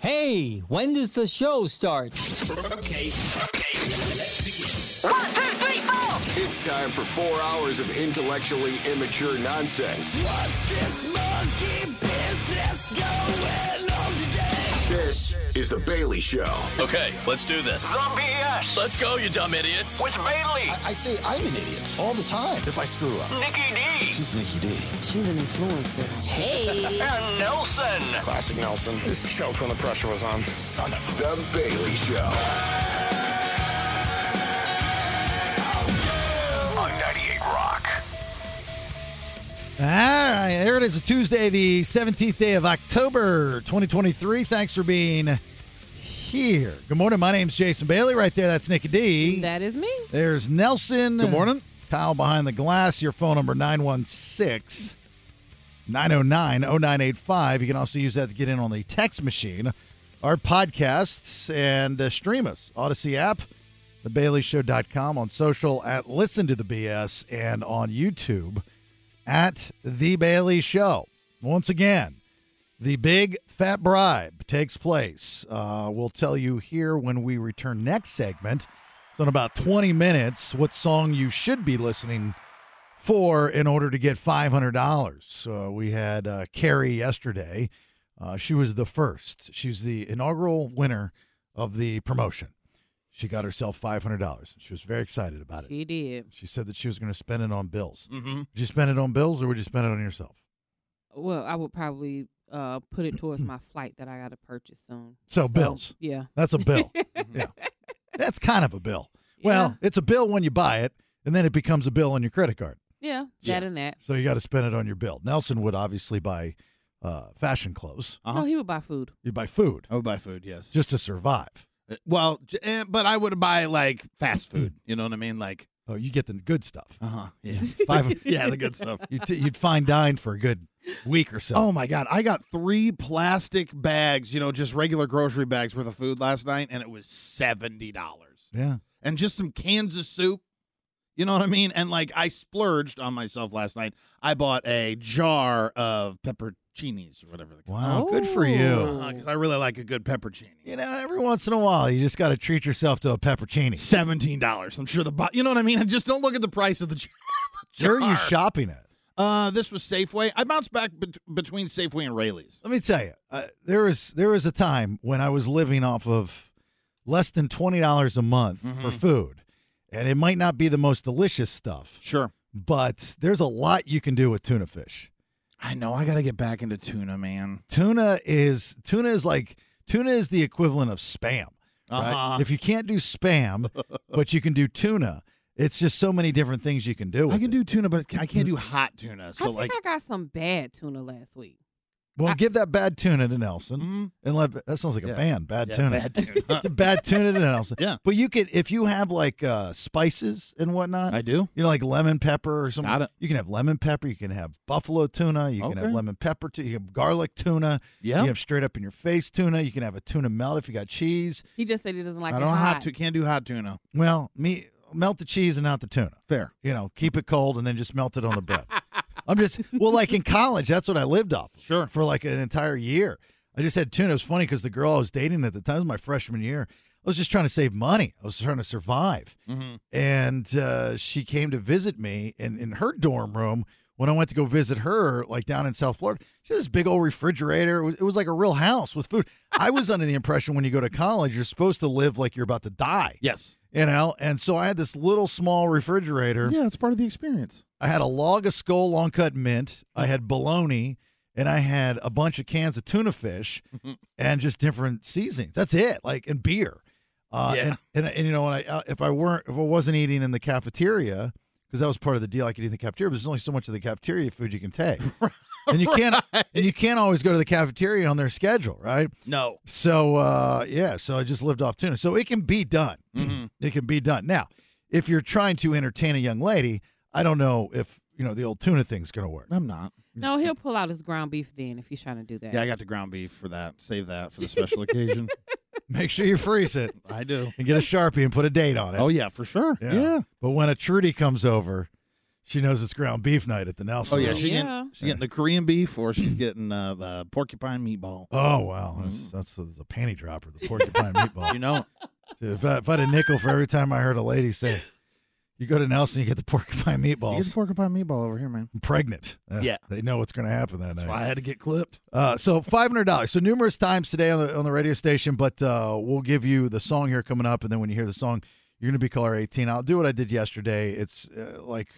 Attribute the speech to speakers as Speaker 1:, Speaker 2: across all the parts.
Speaker 1: Hey, when does the show start?
Speaker 2: Okay, okay, let's begin.
Speaker 3: One, two, three, four.
Speaker 4: It's time for four hours of intellectually immature nonsense.
Speaker 2: What's this monkey business going on today?
Speaker 4: This is The Bailey Show.
Speaker 5: Okay, let's do this.
Speaker 3: Some BS.
Speaker 5: Let's go, you dumb idiots.
Speaker 3: With Bailey,
Speaker 6: I say I'm an idiot all the time if I screw up.
Speaker 3: Nikki D,
Speaker 6: She's Nikki D.
Speaker 7: She's an influencer. Hey.
Speaker 3: and Nelson.
Speaker 6: Classic Nelson. This choked when the pressure was on. Son of a.
Speaker 4: The Bailey Show.
Speaker 3: On 98 Rock.
Speaker 8: All right, there it is. Tuesday, the 17th day of October, 2023. Thanks for being here. Good morning. My name's Jason Bailey. Right there, that's Nicky D.
Speaker 7: That is me.
Speaker 8: There's Nelson. Good morning. Kyle behind the glass. Your phone number 916 909 0985. You can also use that to get in on the text machine, our podcasts, and uh, stream us. Odyssey app, thebaileyshow.com, on social at Listen to the BS, and on YouTube at The Bailey Show. Once again, the big fat bribe takes place. Uh, we'll tell you here when we return next segment. So, in about 20 minutes, what song you should be listening for in order to get $500. So, we had uh, Carrie yesterday. Uh, she was the first, she was the inaugural winner of the promotion. She got herself $500. She was very excited about it.
Speaker 7: She did.
Speaker 8: She said that she was going to spend it on bills. Mm-hmm. Would you spend it on bills or would you spend it on yourself?
Speaker 7: Well, I would probably uh, put it towards my flight that I got to purchase soon.
Speaker 8: So, bills.
Speaker 7: Yeah.
Speaker 8: That's a bill. yeah. That's kind of a bill. Well, it's a bill when you buy it, and then it becomes a bill on your credit card.
Speaker 7: Yeah.
Speaker 8: Yeah.
Speaker 7: That and that.
Speaker 8: So you got to spend it on your bill. Nelson would obviously buy uh, fashion clothes.
Speaker 9: Uh-huh.
Speaker 6: Uh-huh.
Speaker 7: No, he would buy food.
Speaker 8: You buy food
Speaker 9: I would buy food, yes.
Speaker 8: just to survive.
Speaker 9: Uh, Well, j- eh, but I would buy like fast food. You know what I mean? Like,
Speaker 8: Oh, you get the good stuff.
Speaker 9: uh huh. Yeah.
Speaker 8: Five.
Speaker 9: yeah, the good stuff.
Speaker 8: You'd, t- you'd fine dine for a good week or so.
Speaker 9: Oh my God. I got three plastic bags, you know, just regular grocery bags worth of food last night, and it was $70.
Speaker 8: yeah.
Speaker 9: And just some cans of soup. You know what I mean? And like, I splurged on myself last night. I bought a jar of pepperoncinis or whatever. they're called.
Speaker 8: Wow. Good for you.
Speaker 7: Oh.
Speaker 9: Uh-huh, 'cause I really like a good pepperoncini.
Speaker 8: You know, every once in a while, you just got to treat yourself to a peppercini.
Speaker 9: seventeen dollars. I'm sure the bo- you know what I mean. I just don't look at the price of the. Jar.
Speaker 8: Where are you shopping at?
Speaker 9: Uh, this was Safeway. I bounced back bet- between Safeway and Rayleigh's.
Speaker 8: Let me tell you, uh, there was there was a time when I was living off of less than twenty dollars a month
Speaker 9: Mm-hmm.
Speaker 8: for food, and it might not be the most delicious stuff,
Speaker 9: Sure,
Speaker 8: but there's a lot you can do with tuna fish.
Speaker 9: I know. I gotta get back into tuna, man.
Speaker 8: Tuna is tuna is like tuna is the equivalent of spam. right?
Speaker 9: Uh-huh.
Speaker 8: If you can't do spam, but you can do tuna, it's just so many different things you can do. With
Speaker 9: I can
Speaker 8: it.
Speaker 9: do tuna, but I can't do hot tuna.
Speaker 7: I
Speaker 9: So
Speaker 7: think
Speaker 9: like,
Speaker 7: I got some bad tuna last week.
Speaker 8: Well,
Speaker 7: I-
Speaker 8: give that bad tuna to Nelson, and let that sounds like a
Speaker 9: Mm. Yeah.
Speaker 8: band. Bad
Speaker 9: hmm? Yeah,
Speaker 8: tuna.
Speaker 9: bad tuna.
Speaker 8: bad tuna to Nelson.
Speaker 9: Yeah.
Speaker 8: But you could, if you have like uh, spices and whatnot,
Speaker 9: I do.
Speaker 8: you know, like lemon pepper or something.
Speaker 9: Got it.
Speaker 8: You can have lemon pepper. You can have buffalo tuna. You can have
Speaker 9: Okay.
Speaker 8: lemon pepper. Too. You can have garlic tuna. You
Speaker 9: Yeah.
Speaker 8: can have straight up in your face tuna. You can have a tuna melt if you got cheese.
Speaker 7: He just said he doesn't like
Speaker 9: I
Speaker 7: it
Speaker 9: don't
Speaker 7: hot.
Speaker 9: hot to can't do hot tuna.
Speaker 8: Well, me melt the cheese and not the tuna.
Speaker 9: Fair.
Speaker 8: You know, keep it cold and then just melt it on the bread. I'm just well, like in college, that's what I lived off. of
Speaker 9: Sure.
Speaker 8: For like an entire year, I just had tuna. It was funny because the girl I was dating at the time it was my freshman year. I was just trying to save money. I was trying to survive,
Speaker 9: Mm-hmm.
Speaker 8: and uh, she came to visit me in, in her dorm room. When I went to go visit her, like down in South Florida, she had this big old refrigerator. It was, it was like a real house with food. I was under the impression when you go to college, you're supposed to live like you're about to die
Speaker 9: Yes.
Speaker 8: you know and so i had this little small refrigerator
Speaker 9: Yeah, it's part of the experience.
Speaker 8: i had a log of skull long cut mint i had bologna and i had a bunch of cans of tuna fish and just different seasonings that's it like and beer uh,
Speaker 9: Yeah.
Speaker 8: and, and, and you know when I, uh, if i weren't if i wasn't eating in the cafeteria because that was part of the deal i could eat in the cafeteria but there's only so much of the cafeteria food you can take and you can't and you can't always go to the cafeteria on their schedule right
Speaker 9: No.
Speaker 8: so uh, yeah, so I just lived off tuna. So it can be done.
Speaker 9: Mm-hmm.
Speaker 8: It can be done. Now, if you're trying to entertain a young lady, I don't know if you know the old tuna thing's going to work.
Speaker 9: I'm not.
Speaker 7: No, he'll pull out his ground beef then if he's trying to do that.
Speaker 9: Yeah, I got the ground beef for that. Save that for the special occasion.
Speaker 8: Make sure you freeze it
Speaker 9: I do.
Speaker 8: and get a sharpie and put a date on it.
Speaker 9: Oh yeah, for sure. yeah.
Speaker 8: But when a Trudy comes over, She knows it's ground beef night at the Nelson.
Speaker 9: Oh yeah,
Speaker 8: House.
Speaker 9: she's
Speaker 7: Yeah.
Speaker 9: getting she's getting the Korean beef or she's getting uh, uh porcupine meatball.
Speaker 8: Oh wow, that's
Speaker 9: Mm-hmm.
Speaker 8: that's, that's a panty dropper. The porcupine meatball.
Speaker 9: You know,
Speaker 8: Dude, if, I, if I had a nickel for every time I heard a lady say, "You go to Nelson, you get the porcupine
Speaker 9: you get the
Speaker 8: meatballs,"
Speaker 9: porcupine meatball over here, man.
Speaker 8: I'm pregnant. Uh,
Speaker 9: Yeah.
Speaker 8: they know what's going to happen that
Speaker 9: That's
Speaker 8: night.
Speaker 9: why I had to get clipped.
Speaker 8: Uh, so five hundred dollars. So numerous times today on the on the radio station, but uh, we'll give you the song here coming up, and then when you hear the song, you're gonna be caller eighteen. I'll do what I did yesterday. It's uh, like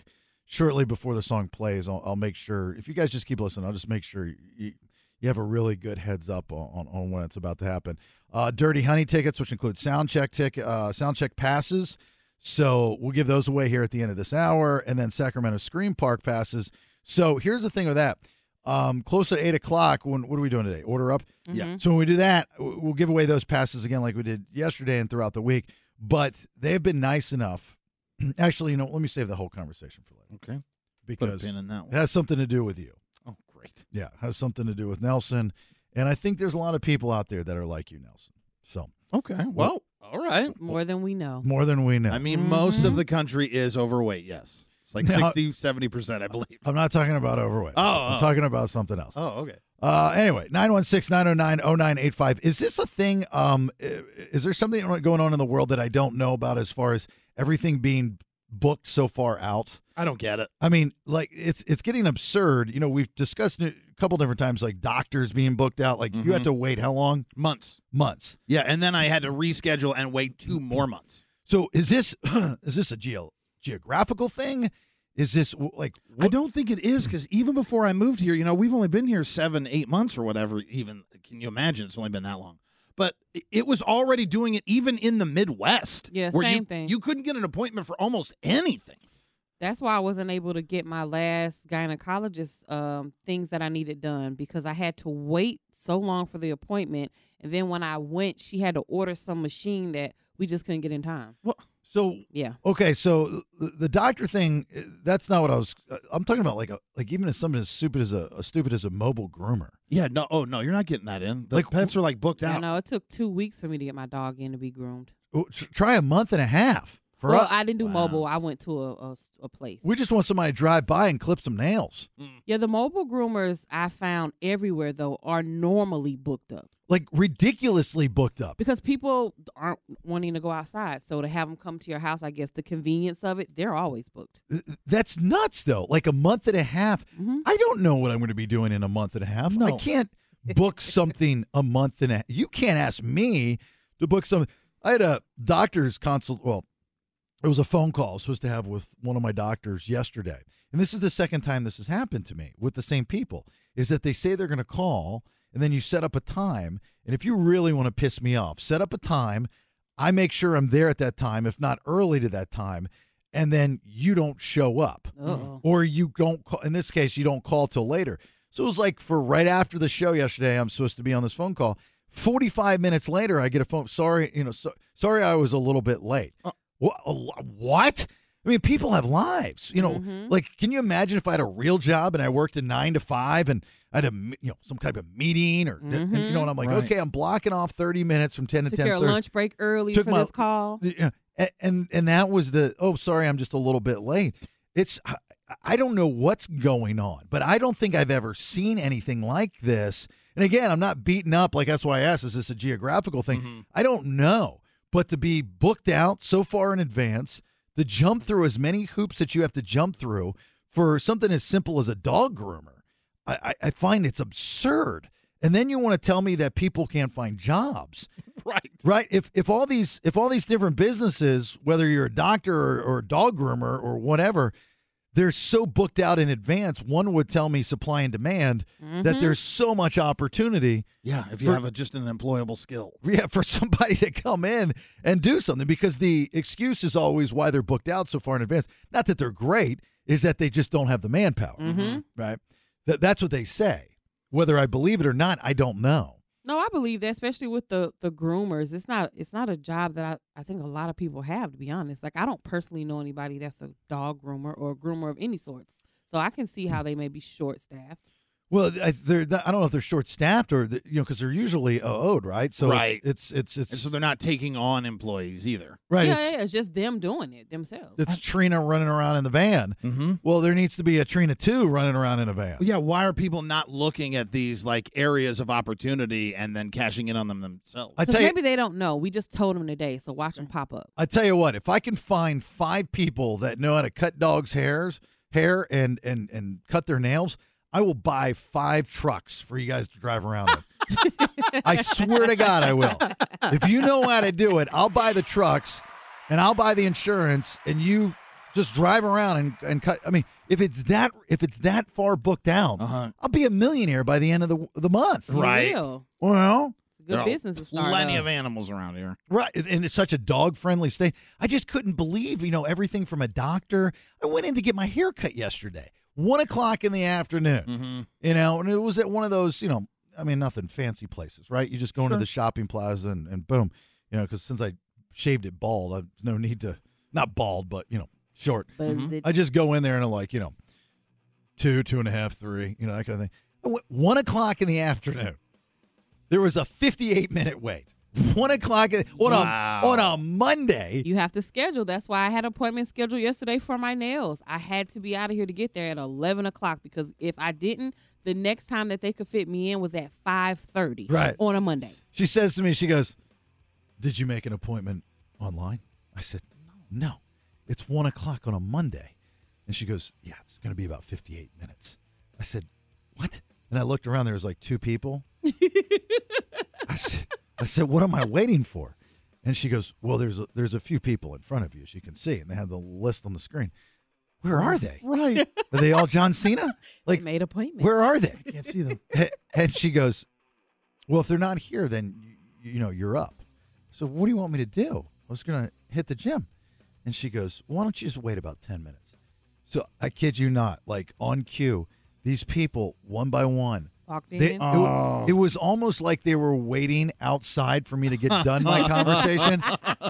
Speaker 8: shortly before the song plays, I'll, I'll make sure. If you guys just keep listening, I'll just make sure you you have a really good heads up on, on, on when it's about to happen. Uh, Dirty Honey tickets, which include sound check tick uh, sound check passes. So we'll give those away here at the end of this hour, and then Sacramento Scream Park passes. So here's the thing with that. Um, close to eight o'clock. When what are we doing today? Order up.
Speaker 7: Mm-hmm.
Speaker 9: Yeah.
Speaker 8: So when we do that, w- we'll give away those passes again, like we did yesterday and throughout the week. But they have been nice enough. Actually, you know, let me save the whole conversation for later
Speaker 9: Okay, put a
Speaker 8: because
Speaker 9: pin
Speaker 8: it
Speaker 9: in that one.
Speaker 8: has something to do with you.
Speaker 9: Oh, great.
Speaker 8: Yeah, it has something to do with Nelson, and I think there's a lot of people out there that are like you, Nelson. So
Speaker 9: Okay, well, all right.
Speaker 7: More than we know.
Speaker 8: more than we know.
Speaker 9: I mean, most of the country is overweight. Yes, it's like
Speaker 8: Now-
Speaker 9: sixty, seventy 60, 70 percent, I believe.
Speaker 8: I'm not talking about overweight.
Speaker 9: Oh,
Speaker 8: I'm
Speaker 9: oh.
Speaker 8: talking about something else.
Speaker 9: Oh, okay.
Speaker 8: Uh, anyway, 916-909-0985. Is this a thing? Um, i- is there something going on in the world that I don't know about as far as everything being booked so far out?
Speaker 9: I don't get it.
Speaker 8: I mean, like it's it's getting absurd. You know, we've discussed it a couple different times, like doctors being booked out. Like you have to wait how long?
Speaker 9: Months.
Speaker 8: Months.
Speaker 9: Yeah, and then I had to reschedule and wait two more months.
Speaker 8: So is this is this a geo geographical thing? Is this w- like
Speaker 9: I don't think it is because even before I moved here, you know, we've only been here seven, eight months or whatever. Even can you imagine? It's only been that long. But i- it was already doing it even in the Midwest.
Speaker 7: Yeah,
Speaker 9: where you-
Speaker 7: same thing.
Speaker 9: You couldn't get an appointment for almost anything.
Speaker 7: That's why I wasn't able to get my last gynecologist um, things that I needed done because I had to wait so long for the appointment, and then when I went, she had to order some machine that we just couldn't get in time.
Speaker 8: so?
Speaker 7: Yeah,
Speaker 8: Okay, so the- the doctor thing—that's not what I was. uh, I'm talking about like a like even as something as stupid as a, as stupid as a mobile groomer.
Speaker 9: Yeah, no, oh no, you're not getting that in. The
Speaker 8: Like,
Speaker 9: pets are like booked
Speaker 7: I
Speaker 9: out.
Speaker 7: know it took two weeks for me to get my dog in to be groomed.
Speaker 8: Oh, tr- Try a month and a half for
Speaker 7: well,
Speaker 8: us.
Speaker 7: I didn't do mobile. I went to a, a s- a place.
Speaker 8: we just want somebody to drive by and clip some nails.
Speaker 7: yeah, the mobile groomers I found everywhere though are normally booked up
Speaker 8: Like ridiculously booked up.
Speaker 7: because people aren't wanting to go outside. So to have them come to your house, I guess the convenience of it, they're always booked.
Speaker 8: That's nuts though. Like a month and a half.
Speaker 7: Mm-hmm.
Speaker 8: I don't know what I'm going to be doing in a month and a half. I
Speaker 9: No.
Speaker 8: can't book something a month and a You can't ask me to book something. I had a doctor's consult well, it was a phone call I was supposed to have with one of my doctors yesterday. And this is the second time this has happened to me with the same people is that they say they're going to call and then you set up a time. And if you really want to piss me off, set up a time. I make sure I'm there at that time, if not early to that time. And then you don't show up
Speaker 7: Uh-oh.
Speaker 8: or you don't call. In this case, you don't call till later. So it was like for right after the show yesterday, I'm supposed to be on this phone call. 45 minutes later, I get a phone. Sorry, you know, so, sorry, I was a little bit late. Wha- a lo- What? I mean, people have lives. You know, like, can you imagine if I had a real job and I worked a nine to five and I had a, me- you know, some type of meeting or, and, you know, and I'm like,
Speaker 9: Right.
Speaker 8: okay, I'm blocking off 30 minutes from 10 to
Speaker 7: Took
Speaker 8: 10.
Speaker 7: your lunch break early
Speaker 8: Took
Speaker 7: for
Speaker 8: my-
Speaker 7: this call.
Speaker 8: Yeah, a- and and that was the oh sorry I'm just a little bit late. It's I- I don't know what's going on, but I don't think I've ever seen anything like this. And again, I'm not beaten up like that's why I asked is this a geographical thing? I don't know, but to be booked out so far in advance, to jump through as many hoops that you have to jump through for something as simple as a dog groomer, I, I, I find it's absurd. And then you want to tell me that people can't find jobs
Speaker 9: Right.
Speaker 8: right if if all these if all these different businesses whether you're a doctor or, or a dog groomer or whatever they're so booked out in advance one would tell me supply and demand that there's so much opportunity
Speaker 9: Yeah, if you have a, just an employable skill.
Speaker 8: yeah, for somebody to come in and do something because the excuse is always why they're booked out so far in advance. Not that they're great, is that they just don't have the manpower, right? That that's what they say. Whether I believe it or not, I don't know.
Speaker 7: No, I believe that, especially with the the groomers. It's not it's not a job that I, I think a lot of people have, to be honest. Like I don't personally know anybody that's a dog groomer or a groomer of any sorts. So I can see how they may be short staffed.
Speaker 8: Well, I, they're not, I don't know if they're short staffed or the, you know because they're usually OO'd, right? So it's-
Speaker 9: Right.
Speaker 8: It's it's it's,
Speaker 9: And so they're not taking on employees either.
Speaker 8: right.
Speaker 7: yeah,
Speaker 8: it's,
Speaker 7: yeah, it's just them doing it themselves.
Speaker 8: it's Trina running around in the van.
Speaker 9: Mm-hmm.
Speaker 8: Well, there needs to be a Trina two running around in a van.
Speaker 9: Yeah, why are people not looking at these like areas of opportunity and then cashing in on them themselves?
Speaker 8: I
Speaker 7: 'Cause
Speaker 8: tell you,
Speaker 7: maybe they don't know. We just told them today, so watch them pop up.
Speaker 8: I tell you what, if I can find five people that know how to cut dogs' hairs, hair and and and cut their nails, I will buy five trucks for you guys to drive around in. I swear to God, I will. If you know how to do it, I'll buy the trucks, and I'll buy the insurance, and you just drive around and, and cut. I mean, if it's that if it's that far booked out,
Speaker 9: Uh-huh.
Speaker 8: I'll be a millionaire by the end of the the month.
Speaker 7: For
Speaker 9: Right.
Speaker 7: real.
Speaker 8: Well,
Speaker 7: It's a good
Speaker 9: There are
Speaker 7: business to start.
Speaker 9: Plenty
Speaker 7: up.
Speaker 9: of animals around here.
Speaker 8: Right, and- and it's such a dog-friendly state. I just couldn't believe, you know, everything from a doctor. I went in to get my hair cut yesterday, one o'clock in the afternoon.
Speaker 9: Mm. Mm-hmm.
Speaker 8: You know, and it was at one of those, you know, I mean, nothing fancy places, right? You just go into the shopping plaza and, and boom, you know, because since I shaved it bald, I there's no need to not bald, but you know, short.
Speaker 7: Buzzed it.
Speaker 8: I just go in there and I'm like, you know, two, two and a half, three, you know, that kind of thing. I went one o'clock in the afternoon. There was a 58 minute wait. One o'clock in- on
Speaker 9: Wow.
Speaker 8: a on a Monday.
Speaker 7: You have to schedule. That's why I had appointment scheduled yesterday for my nails. I had to be out of here to get there at eleven o'clock because if I didn't, the next time that they could fit me in was at five thirty
Speaker 8: Right.
Speaker 7: on a Monday.
Speaker 8: She says to me, she goes, "Did you make an appointment online?" I said, "No, no. It's one o'clock on a Monday." And she goes, "Yeah, it's going to be about 58 minutes." I said, "What?" And I looked around. There was like two people. I said, I said, "What am I waiting for?" And she goes, "Well, there's a, there's a few people in front of you, as you can see, and they have the list on the screen. Where are they?
Speaker 9: Right.
Speaker 8: Are they all John Cena?
Speaker 7: They
Speaker 8: Like,
Speaker 7: made appointments.
Speaker 8: where are they?"
Speaker 9: Can't see them.
Speaker 8: A- and she goes, "Well, if they're not here, then you, you know you're up. So what do you want me to do? I was gonna hit the gym." And she goes, "Why don't you just wait about ten minutes?" So I kid you not, like on cue, these people one by one.
Speaker 7: Walked in.
Speaker 8: They, it, wa- it was almost like they were waiting outside for me to get done my conversation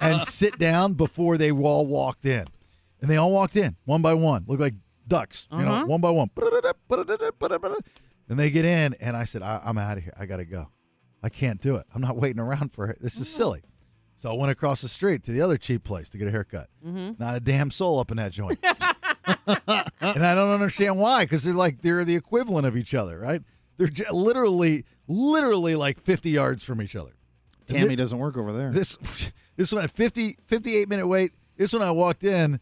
Speaker 8: and sit down before they all walked in. And they all walked in one by one, looked like ducks, you know,
Speaker 7: Uh-huh.
Speaker 8: one by one. And they get in, and I said, I- I'm out of here. I got to go. I can't do it. I'm not waiting around for it. This is silly. So I went across the street to the other cheap place to get a haircut. Not a damn soul up in that joint. and I don't understand why because they're like they're the equivalent of each other, right? They're j- literally, literally like 50 yards from each other.
Speaker 9: Tammy doesn't work over there.
Speaker 8: This this one a 50 58 minute wait. This one I walked in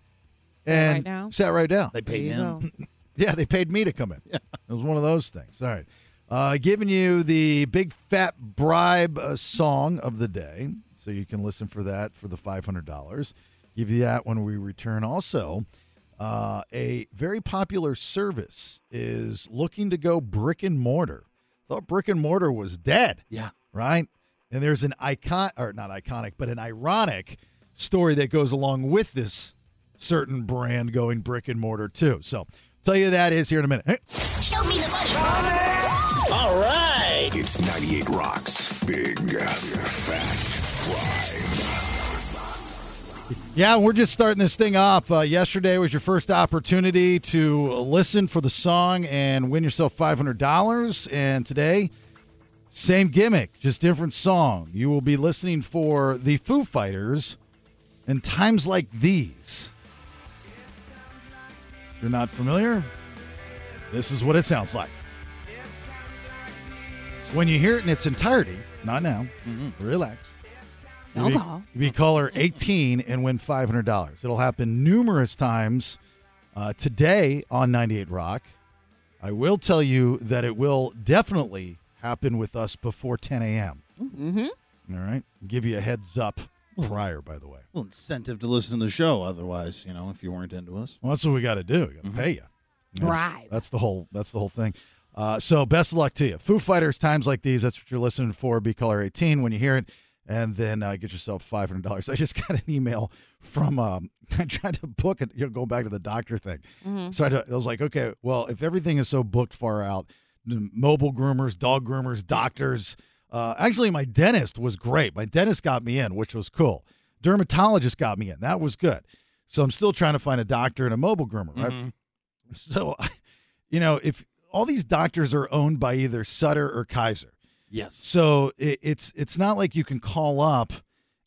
Speaker 8: and
Speaker 7: right down?
Speaker 8: sat right down.
Speaker 9: they
Speaker 7: There
Speaker 9: paid
Speaker 7: you
Speaker 9: him.
Speaker 7: go.
Speaker 8: Yeah, they paid me to come in. It was one of those things. All right. Uh, giving you the big fat bribe uh, song of the day. So you can listen for that for the $500. Give you that when we return. Also, uh, a very popular service is looking to go brick and mortar. Thought brick and mortar was dead
Speaker 9: Yeah.
Speaker 8: right? And there's an icon, or not iconic, but an ironic story that goes along with this certain brand going brick and mortar too. So tell you that is here in a minute. Hey,
Speaker 2: Show me the money.
Speaker 4: It's 98 Rocks. Big, fat, ride.
Speaker 8: Yeah, we're just starting this thing off. Uh, yesterday was your first opportunity to listen for the song and win yourself $500. And today, same gimmick, just different song. You will be listening for the Foo Fighters in times like these. If you're not familiar? This is what it sounds like. When you hear it in its entirety, not now, relax.
Speaker 7: No
Speaker 8: You'd be-
Speaker 7: call.
Speaker 8: you'd be caller 18 and win $500. It'll happen numerous times uh, today on 98 Rock. I will tell you that it will definitely happen with us before 10 a.m. Mm-hmm. right. Give you a heads up prior, by the way.
Speaker 9: Well, incentive to listen to the show. Otherwise, you know, if you weren't into us.
Speaker 8: Well, that's what we got to do. We got to pay you. That's-
Speaker 7: Bribe.
Speaker 8: That's the whole. That's the whole thing. Uh, so best of luck to you. Foo Fighters, times like these. That's what you're listening for. Be caller 18 when you hear it, and then uh, get yourself 500. dollars I just got an email from. Um, I tried to book it. You know, going back to the doctor thing. So I, d- I was like, okay, well, if everything is so booked far out, the mobile groomers, dog groomers, doctors. Uh, actually, my dentist was great. My dentist got me in, which was cool. Dermatologist got me in. That was good. So I'm still trying to find a doctor and a mobile groomer, right? So, you know, if all these doctors are owned by either Sutter or Kaiser.
Speaker 9: Yes.
Speaker 8: So it, it's it's not like you can call up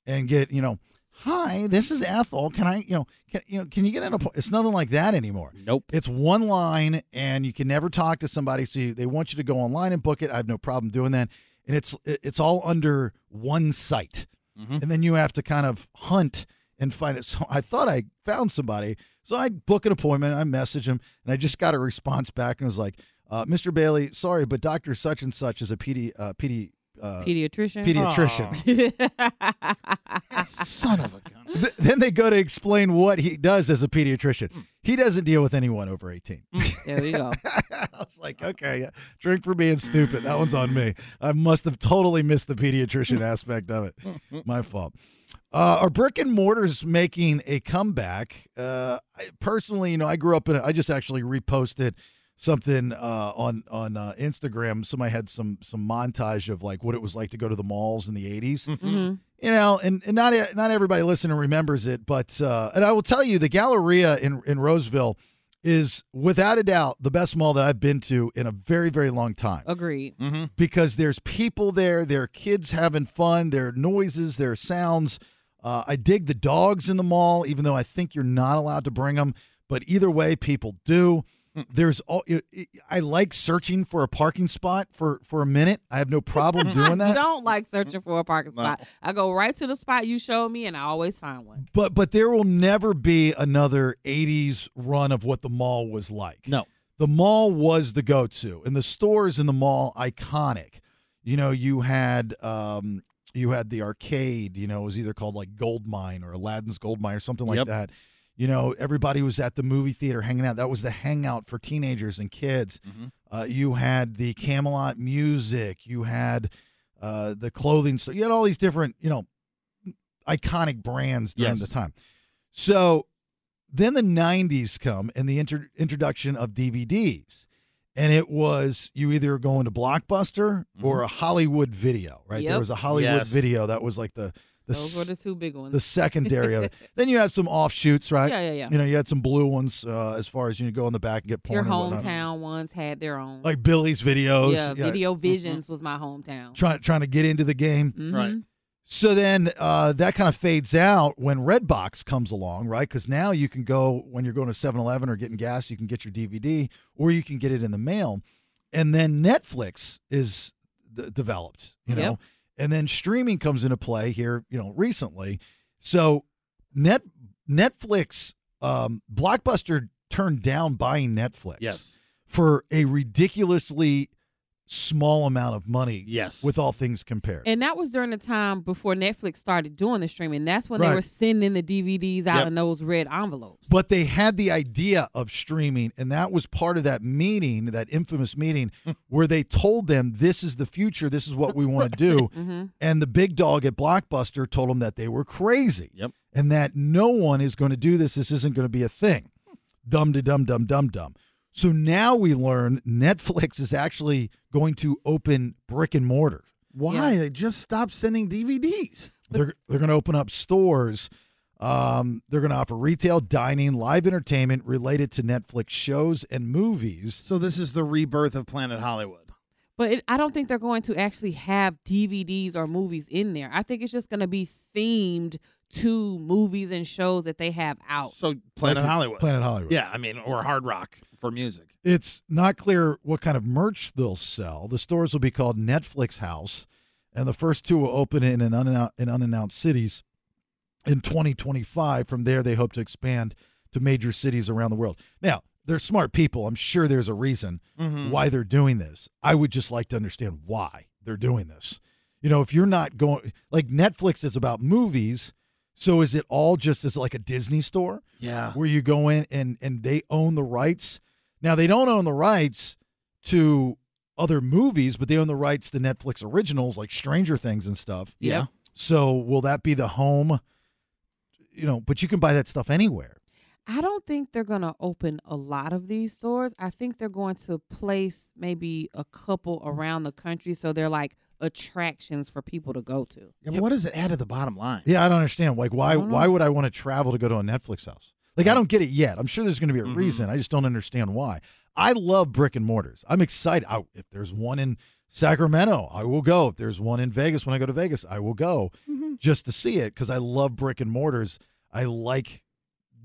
Speaker 8: and get you know, hi, this is Ethel. Can I you know can you know can you get an appointment? It's nothing like that anymore.
Speaker 9: Nope.
Speaker 8: It's one line, and you can never talk to somebody. So you, they want you to go online and book it. I have no problem doing that. And it's it- it's all under one site, and then you have to kind of hunt and find it. So I thought I found somebody, so I book an appointment. I message him, and I just got a response back, and it was like, uh, "Mr. Bailey, sorry, but Doctor such and such is a PD uh, PD." Uh,
Speaker 7: Pediatrician.
Speaker 8: pediatrician.
Speaker 9: Son of a gun.
Speaker 8: Th- then they go to explain what he does as a pediatrician. He doesn't deal with anyone over 18.
Speaker 7: There you go.
Speaker 8: I was like, okay, yeah, drink for being stupid. That one's on me. I must have totally missed the pediatrician aspect of it. My fault. Uh, are brick and mortars making a comeback? Uh, I, personally, you know, I grew up in. A, I just actually reposted something uh, on on uh, Instagram. Somebody had some some montage of like what it was like to go to the malls in the 80s
Speaker 7: Mm-hmm.
Speaker 8: You know, and, and not e, not everybody listening remembers it, but uh, and I will tell you, the Galleria in in Roseville is without a doubt the best mall that I've been to in a very very long time
Speaker 7: Agreed.
Speaker 8: Mm-hmm. because there's people there, there are kids having fun, there are noises, there are sounds. Uh, I dig the dogs in the mall, even though I think you're not allowed to bring them. But either way, people do. There's all. It, it- I like searching for a parking spot for for a minute. I have no problem doing
Speaker 7: I
Speaker 8: that.
Speaker 7: don't like searching for a parking
Speaker 8: Mm-hmm.
Speaker 7: spot. I go right to the spot you showed me, and I always find one.
Speaker 8: But but there will never be another '80s run of what the mall was like.
Speaker 9: No.
Speaker 8: the mall was the go-to and the stores in the mall iconic you know you had um you had the arcade you know it was either called like gold mine or aladdin's gold mine or something like
Speaker 9: Yep.
Speaker 8: that you know everybody was at the movie theater hanging out that was the hangout for teenagers and kids uh, you had the camelot music you had uh, the clothing store you had all these different you know iconic brands during
Speaker 9: Yes.
Speaker 8: the time so then the 90s come and the inter- introduction of DVDs. And it was you either go into Blockbuster or a Hollywood video, right? There
Speaker 7: Yep.
Speaker 8: was a Hollywood
Speaker 9: Mm-hmm. Yes.
Speaker 8: video that was like the the,
Speaker 7: Those were
Speaker 8: s-
Speaker 7: the two big
Speaker 8: the,
Speaker 7: ones.
Speaker 8: secondary of it. Then you had some offshoots, right?
Speaker 7: Yeah, yeah, yeah.
Speaker 8: You know, you had some blue ones uh, as far as you go in the back and get porn
Speaker 7: Your
Speaker 8: and whatnot.
Speaker 7: hometown ones had their own.
Speaker 8: Like Mm-hmm. Billy's videos.
Speaker 7: yeah, Video Visions was my hometown.
Speaker 8: Trying trying to get into the game.
Speaker 7: Mm-hmm.
Speaker 9: Right.
Speaker 8: So then uh, that kind of fades out when Redbox comes along, right? Because now you can go when you're going to 7 Eleven or getting gas, you can get your DVD or you can get it in the mail. And then Netflix is d- developed, you know,
Speaker 7: Yep.
Speaker 8: and then streaming comes into play here, you know, recently. So net Netflix, um, Blockbuster turned down buying Netflix
Speaker 9: Yes.
Speaker 8: for a ridiculously small amount of money.
Speaker 9: Yes.
Speaker 8: With all things compared.
Speaker 7: And that was during the time before Netflix started doing the streaming. That's when
Speaker 8: Right.
Speaker 7: they were sending the DVDs out
Speaker 9: Yep.
Speaker 7: in those red envelopes.
Speaker 8: But they had the idea of streaming, and that was part of that meeting, that infamous meeting,
Speaker 9: Hmm.
Speaker 8: where they told them, This is the future. This is what we want to do. And the big dog at Blockbuster told them that they were crazy
Speaker 9: Yep.
Speaker 8: and that no one is going to do this. This isn't going to be a thing. Dum to dum, dum, dum, dum. So now we learn Netflix is actually going to open brick and mortar.
Speaker 9: Why? They just stopped sending DVDs.
Speaker 8: They're, they're going to open up stores. Um, they're going to offer retail, dining, live entertainment related to Netflix shows and movies.
Speaker 9: So this is the rebirth of Planet Hollywood.
Speaker 7: But it, I don't think they're going to actually have DVDs or movies in there. I think it's just going to be themed to movies and shows that they have out.
Speaker 9: So Planet Hollywood.
Speaker 8: Planet Hollywood.
Speaker 9: Yeah, I mean, or Hard Rock for music.
Speaker 8: It's not clear what kind of merch they'll sell. The stores will be called Netflix House, and the first two will open in an unanou- in unannounced cities in 2025. From there, they hope to expand to major cities around the world. Now, they're smart people. I'm sure there's a reason why they're doing this. I would just like to understand why they're doing this. You know, if you're not going like Netflix is about movies, so is it all just is it like a Disney store?
Speaker 9: Yeah.
Speaker 8: where you go in and and they own the rights. Now they don't own the rights to other movies, but they own the rights to Netflix originals like Stranger Things and stuff.
Speaker 9: Yeah.
Speaker 8: So will that be the home? You know, but you can buy that stuff anywhere.
Speaker 7: I don't think they're going to open a lot of these stores. I think they're going to place maybe a couple around the country so they're like attractions for people to go to.
Speaker 9: Yeah, but what does it add to the bottom line?
Speaker 8: Yeah, I don't understand. Like, why why would I want to travel to go to a Netflix house? Like I don't get it yet. I'm sure there's going to be a
Speaker 9: Mhm.
Speaker 8: reason. I just don't understand why. I love brick and mortars. I'm excited. I, if there's one in Sacramento, I will go. If there's one in Vegas, when I go to Vegas, I will go
Speaker 9: Mm-hmm.
Speaker 8: just to see it because I love brick and mortars. I like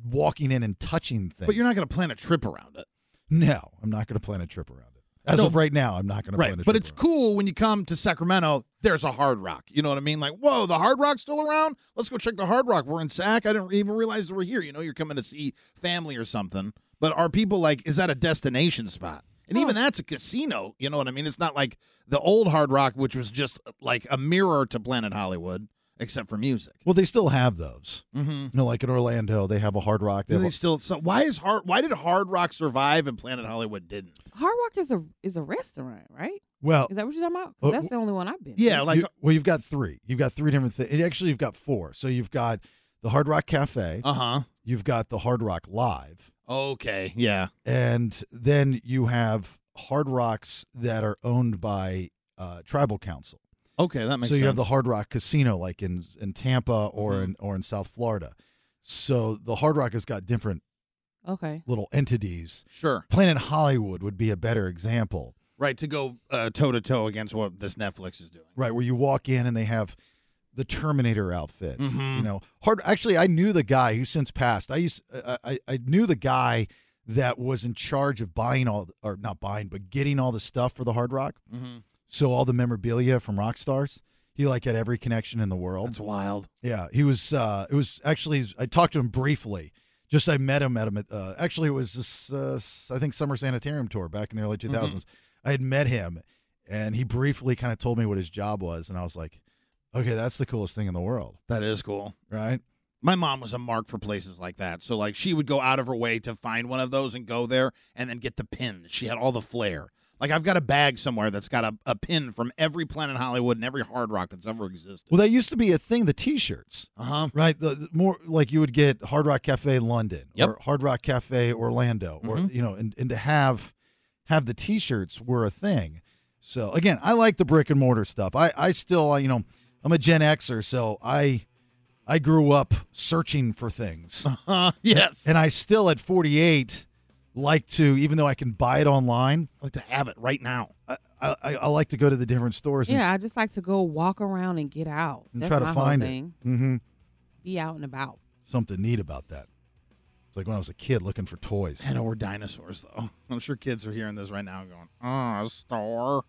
Speaker 8: walking in and touching things.
Speaker 9: But you're not going to plan a trip around it.
Speaker 8: No, I'm not going to plan a trip around it. As
Speaker 9: No.
Speaker 8: of right now, I'm not going to
Speaker 9: Right.
Speaker 8: plan a trip.
Speaker 9: But it's
Speaker 8: around it.
Speaker 9: cool when you come to Sacramento, there's a Hard Rock. You know what I mean? Like, whoa, the Hard Rock's still around? Let's go check the Hard Rock. We're in Sac. I didn't even realize they were here. You know, you're coming to see family or something. But are people like, is that a destination spot? And even that's a casino. You know what I mean? It's not like the old Hard Rock, which was just like a mirror to Planet Hollywood, except for music.
Speaker 8: Well, they still have those.
Speaker 9: Mm-hmm.
Speaker 8: You know, like in Orlando, they have a Hard Rock. They
Speaker 9: They
Speaker 8: have a-
Speaker 9: still so why is hard why did Hard Rock survive and Planet Hollywood didn't?
Speaker 7: Hard Rock is a is a restaurant, right?
Speaker 8: well,
Speaker 7: Is that what you're talking about? 'Cause
Speaker 8: Uh,
Speaker 7: that's the only one I've been. to.
Speaker 9: Yeah, like uh,
Speaker 8: you- well, you've got three. You've got three different things. Actually, you've got four. So you've got the Hard Rock Cafe.
Speaker 9: uh-huh.
Speaker 8: You've got the Hard Rock Live,
Speaker 9: Okay, yeah.
Speaker 8: and then you have Hard Rocks that are owned by uh, Tribal Council.
Speaker 9: Okay, that
Speaker 8: so
Speaker 9: makes
Speaker 8: you
Speaker 9: sense. Mm-hmm.
Speaker 8: have the Hard Rock Casino, like in in Tampa or in or in South Florida. So the Hard Rock has got different
Speaker 7: Okay.
Speaker 8: little entities.
Speaker 9: Sure.
Speaker 8: Planet Hollywood would be a better example,
Speaker 9: Right, to go toe to toe against what this Netflix is doing.
Speaker 8: right? Where you walk in and they have the Terminator outfit.
Speaker 9: Mhm.
Speaker 8: You know, hard. Actually, I knew the guy who since passed. I used I, I I knew the guy that was in charge of buying all or not buying, but getting all the stuff for the Hard Rock.
Speaker 9: Mhm.
Speaker 8: So all the memorabilia from rock stars. He like had every connection in the world.
Speaker 9: That's wild.
Speaker 8: Yeah, he was. Uh, it was actually. I talked to him briefly. Just I met him at him. At, uh, actually, it was this. Uh, s- I think summer sanitarium tour back in the early two I had met him, and he briefly kind of told me what his job was, and I was like, "Okay, that's the coolest thing in the world,
Speaker 9: That is cool.
Speaker 8: right?"
Speaker 9: My mom was a mark for places like that. So like she would go out of her way to find one of those and go there and then get the pin. She had all the flair. Like I've got a bag somewhere that's got a, a pin from every Planet Hollywood and every Hard Rock that's ever existed.
Speaker 8: Well, that used to be a thing. The T-shirts,
Speaker 9: Uh-huh.
Speaker 8: right? The, the more like you would get Hard Rock Cafe London
Speaker 9: Yep. Mm-hmm.
Speaker 8: or Hard Rock Cafe Orlando, or you know, and, and to have have the T-shirts were a thing. So again, I like the brick and mortar stuff. I I still you know I'm a Gen Xer, so I I grew up searching for things,
Speaker 9: Uh, yes.
Speaker 8: and I still at 48 like to even though I can buy it online,
Speaker 9: I'd like to have it right now.
Speaker 8: I I, I like to go to the different stores. and-
Speaker 7: Yeah, I just like to go walk around and get out.
Speaker 8: And
Speaker 7: That's
Speaker 8: try to
Speaker 7: my
Speaker 8: find it.
Speaker 7: whole thing.
Speaker 8: mm-hmm.
Speaker 7: Be out and about.
Speaker 8: something neat about that. It's like when I was a kid looking for toys.
Speaker 9: I know we're dinosaurs though. I'm sure kids are hearing this right now going, "Oh, a store."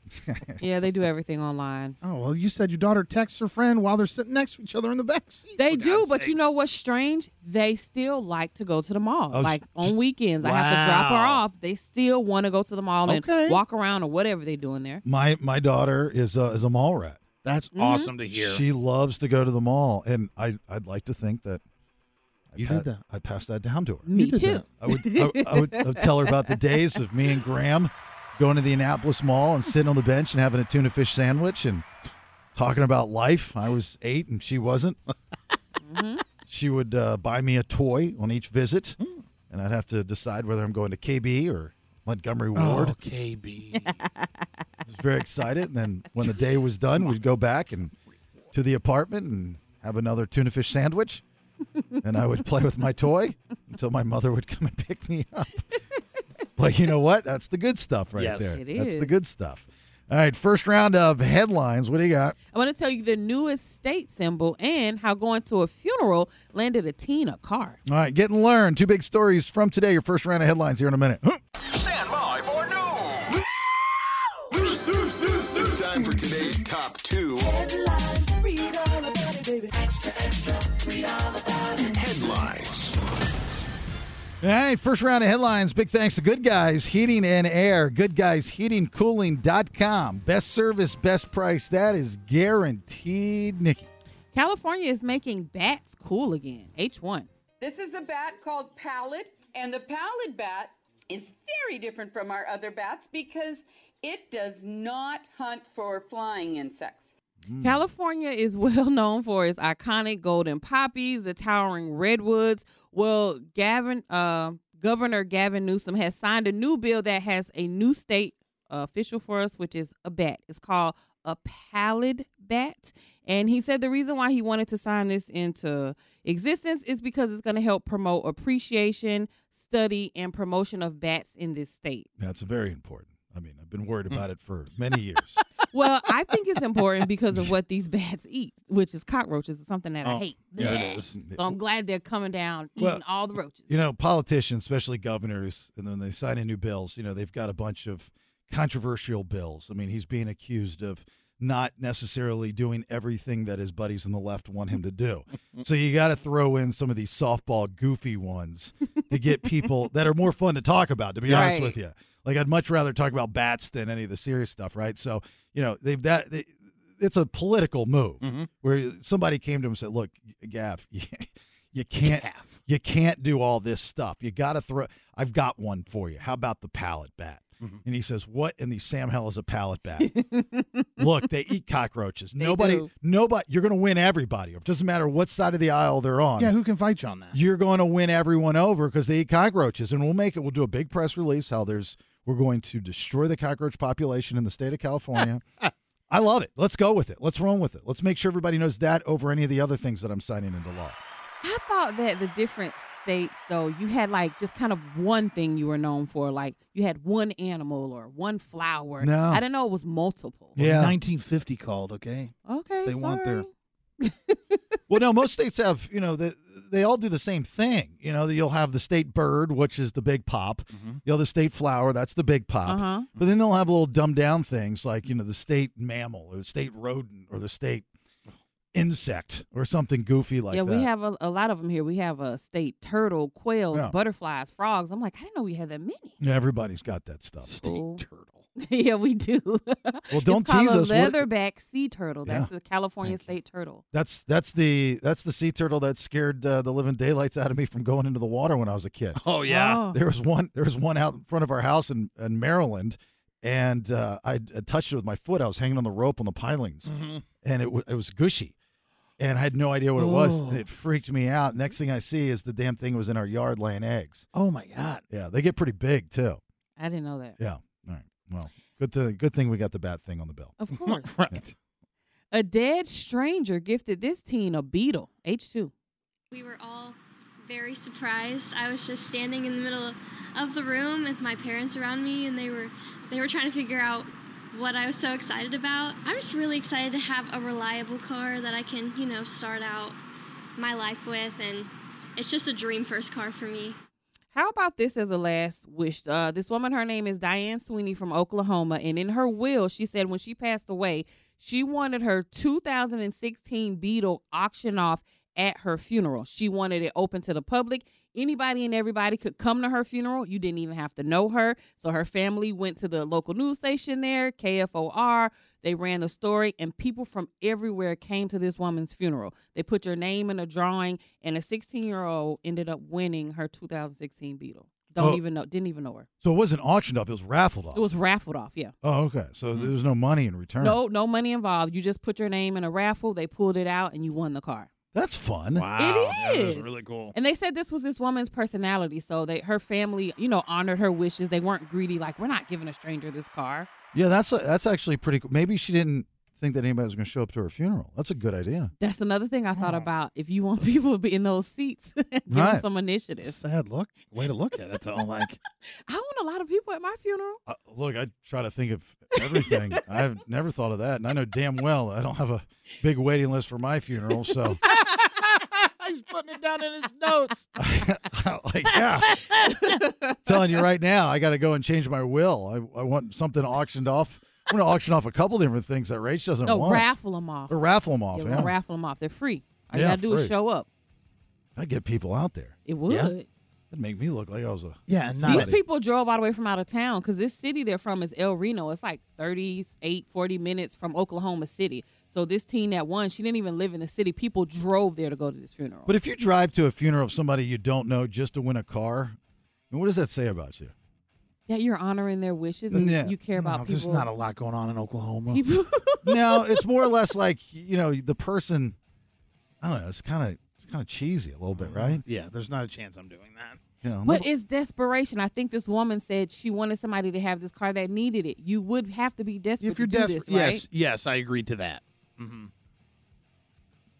Speaker 7: yeah, they do everything online.
Speaker 9: Oh well, you said your daughter texts her friend while they're sitting next to each other in the back seat.
Speaker 7: They
Speaker 9: for
Speaker 7: do,
Speaker 9: God's
Speaker 7: but you
Speaker 9: sakes.
Speaker 7: know what's strange? They still like to go to the mall.
Speaker 8: Oh, s-
Speaker 7: like on weekends, I have to drop her
Speaker 9: Wow.
Speaker 7: off. They still want to go to the mall
Speaker 9: Okay.
Speaker 7: and walk around or whatever they're doing there.
Speaker 8: My my daughter is a, is a mall rat.
Speaker 9: that's
Speaker 7: Mm-hmm.
Speaker 9: awesome to hear.
Speaker 8: She loves to go to the mall, and I I'd like to think that I
Speaker 9: You did that.
Speaker 8: I passed that down to her.
Speaker 7: Me too.
Speaker 8: I would I, I would I would tell her about the days of me and Graham going to the Annapolis Mall and sitting on the bench and having a tuna fish sandwich and talking about life. I was eight and she wasn't.
Speaker 7: Mm-hmm.
Speaker 8: She would uh, buy me a toy on each visit, and I'd have to decide whether I'm going to KB or Montgomery Ward.
Speaker 9: Oh, KB.
Speaker 8: was very excited. And then when the day was done, we'd go back and to the apartment and have another tuna fish sandwich. And I would play with my toy until my mother would come and pick me up. But you know what? That's the good stuff right
Speaker 9: Yes.
Speaker 8: there.
Speaker 7: It
Speaker 8: That's the
Speaker 7: is.
Speaker 8: good stuff. All right, first round of headlines. What do you got?
Speaker 7: I want to tell you the newest state symbol and how going to a funeral landed a teen a car.
Speaker 8: All right, get and learn. Two big stories from today. Your first round of headlines here in a minute.
Speaker 3: Stand by for news.
Speaker 4: It's time for today's top two headlines.
Speaker 8: All right, first round of headlines. Big thanks to Good Guys Heating and Air. GoodGuysHeatingCooling.com. Best service, best price. That is guaranteed, Nikki.
Speaker 7: California is making bats cool again. H1.
Speaker 10: This is a bat called pallid, and the pallid bat is very different from our other bats because it does not hunt for flying insects.
Speaker 7: California is well known for its iconic golden poppies, the towering redwoods. Well, Gavin, uh, Governor Gavin Newsom has signed a new bill that has a new state uh, official for us, which is a bat. It's called a pallid bat. And he said the reason why he wanted to sign this into existence is because it's going to help promote appreciation, study, and promotion of bats in this state.
Speaker 8: That's very important. I mean, I've been worried about it for many years.
Speaker 7: Well, I think it's important because of what these bats eat, which is cockroaches. It's something that I
Speaker 9: Oh,
Speaker 7: hate.
Speaker 9: yeah, it is.
Speaker 7: So I'm glad they're coming down eating
Speaker 8: Well,
Speaker 7: all the roaches.
Speaker 8: you know, politicians, especially governors, and when they sign in new bills, you know, they've got a bunch of controversial bills. I mean, he's being accused of not necessarily doing everything that his buddies on the left want him to do. so you got to throw in some of these softball, goofy ones to get people that are more fun to talk about, to be honest
Speaker 7: Right.
Speaker 8: with you. Like, I'd much rather talk about bats than any of the serious stuff, right? So, you know, they've that. They, it's a political move where somebody came to him and said, "Look, Gav, you can't you can't do all this stuff. You got to throw. I've got one for you. How about the pallet bat?" And he says, "What in the Sam Hell is a pallet bat?" Look, they eat cockroaches. nobody,
Speaker 7: do.
Speaker 8: nobody. You're going to win everybody. It doesn't matter what side of the aisle they're on.
Speaker 9: Yeah, who can fight you on that?
Speaker 8: You're going to win everyone over because they eat cockroaches, and we'll make it. We'll do a big press release how there's we're going to destroy the cockroach population in the state of California. I love it. Let's go with it. Let's run with it. Let's make sure everybody knows that over any of the other things that I'm signing into law.
Speaker 7: I thought that the different states, though, you had like just kind of one thing you were known for. Like you had one animal or one flower.
Speaker 8: No.
Speaker 7: I didn't know it was multiple.
Speaker 8: Yeah.
Speaker 9: 1950 called, okay?
Speaker 7: Okay.
Speaker 9: They want their-
Speaker 7: sorry.
Speaker 8: Well, no, most states have, you know, they, they all do the same thing. You know, that you'll have the state bird, which is the big pop. You'll have the state flower, that's the big pop.
Speaker 7: Uh-huh.
Speaker 8: But then they'll have little dumbed down things like, you know, the state mammal or the state rodent or the state insect or something goofy like
Speaker 7: yeah,
Speaker 8: that.
Speaker 7: we have a, a lot of them here. We have a state turtle, quails,
Speaker 8: Yeah.
Speaker 7: butterflies, frogs. I'm like, I didn't know we had that many.
Speaker 8: Yeah, Everybody's got that
Speaker 7: Oh.
Speaker 8: stuff.
Speaker 7: Cool.
Speaker 9: turtle.
Speaker 7: yeah, we do.
Speaker 8: Well, don't
Speaker 7: it's called
Speaker 8: tease us.
Speaker 7: A
Speaker 8: What-
Speaker 7: leatherback sea turtle. That's the California
Speaker 8: Thank you.
Speaker 7: state turtle.
Speaker 8: That's that's the that's the sea turtle that scared uh, the living daylights out of me from going into the water when I was a kid.
Speaker 9: Oh, yeah.
Speaker 7: Oh.
Speaker 8: There was one. There was one out in front of our house in, in Maryland, and uh, I, I touched it with my foot. I was hanging on the rope on the pilings,
Speaker 9: Mm. Mm-hmm.
Speaker 8: and it wa- it was gushy, and I had no idea what it was, and it freaked me out. Next thing I see is the damn thing was in our yard laying eggs.
Speaker 9: Oh, my God.
Speaker 8: Yeah, they get pretty big too.
Speaker 7: I didn't know that.
Speaker 8: Yeah. All right. Well, good to, good thing we got the bat thing on the bill.
Speaker 7: Of course.
Speaker 9: Right.
Speaker 7: a dead stranger gifted this teen a beetle, H2.
Speaker 11: We were all very surprised. I was just standing in the middle of the room with my parents around me and they were they were trying to figure out what I was so excited about. I'm just really excited to have a reliable car that I can, you know, start out my life with and it's just a dream first car for me.
Speaker 7: How about this as a last wish? Uh, this woman, her name is Diane Sweeney from Oklahoma, and in her will, she said when she passed away, she wanted her 2016 Beetle auctioned off at her funeral. She wanted it open to the public. Anybody and everybody could come to her funeral. You didn't even have to know her. So her family went to the local news station there, KFOR. They ran the story, and people from everywhere came to this woman's funeral. They put your name in a drawing, and a 16 year old ended up winning her 2016 Beetle. Don't
Speaker 8: Oh.
Speaker 7: even know, didn't even know her.
Speaker 8: So it wasn't auctioned off. It was raffled off.
Speaker 7: It was raffled off, yeah.
Speaker 8: Oh, okay. So
Speaker 9: Mm.
Speaker 8: there was no money in return.
Speaker 7: No, no money involved. You just put your name in a raffle. They pulled it out, and you won the car.
Speaker 8: That's fun.
Speaker 9: Wow. Yeah, that is
Speaker 7: is.
Speaker 9: really cool.
Speaker 7: And they said this was this woman's personality. So they, her family, you know, honored her wishes. They weren't greedy, like we're not giving a stranger this car.
Speaker 8: Yeah, that's a, that's actually pretty cool. Maybe she didn't think that anybody was going to show up to her funeral. That's a good idea.
Speaker 7: That's another thing I thought about. If you want people to be in those seats, give them
Speaker 8: Right.
Speaker 7: some initiative.
Speaker 9: Sad look. Way to look at it, though. Like,
Speaker 7: I want a lot of people at my funeral.
Speaker 8: Uh, look, I try to think of everything. I've never thought of that, and I know damn well I don't have a big waiting list for my funeral. So,
Speaker 9: he's putting it down in his notes.
Speaker 8: like, yeah, telling you right now, I got to go and change my will. I, I want something auctioned off. I'm going to auction off a couple different things that Rach doesn't
Speaker 7: No,
Speaker 8: want.
Speaker 7: raffle them off.
Speaker 8: or raffle them off.
Speaker 7: Yeah,
Speaker 8: Yeah,
Speaker 7: we're gonna raffle them off. They're free. All
Speaker 8: Yeah,
Speaker 7: you gotta do
Speaker 8: free.
Speaker 7: is show up.
Speaker 8: I get people out there.
Speaker 7: It would.
Speaker 8: That'd make me look like I was a
Speaker 9: Yeah, and
Speaker 7: These
Speaker 9: not
Speaker 7: people drove all the way from out of town because this city they're from is El Reno. It's like 38, 40 minutes from Oklahoma City. So this teen that won, she didn't even live in the city. People drove there to go to this funeral.
Speaker 8: But if you drive to a funeral of somebody you don't know just to win a car, I mean, what does that say about you?
Speaker 7: that you're honoring their wishes and
Speaker 8: Yeah.
Speaker 7: you care about
Speaker 9: No,
Speaker 7: people.
Speaker 9: There's not a lot going on in Oklahoma.
Speaker 7: people.
Speaker 8: no, it's more or less like you know the person. I don't know. It's kind of it's kind of cheesy a little bit, right?
Speaker 9: Yeah, there's not a chance I'm doing that.
Speaker 8: You know,
Speaker 7: But it's desperation. I think this woman said she wanted somebody to have this car that needed it. You would have to be desperate
Speaker 9: If you're
Speaker 7: to do
Speaker 9: desperate,
Speaker 7: this, right?
Speaker 9: yes, yes, I agree to that.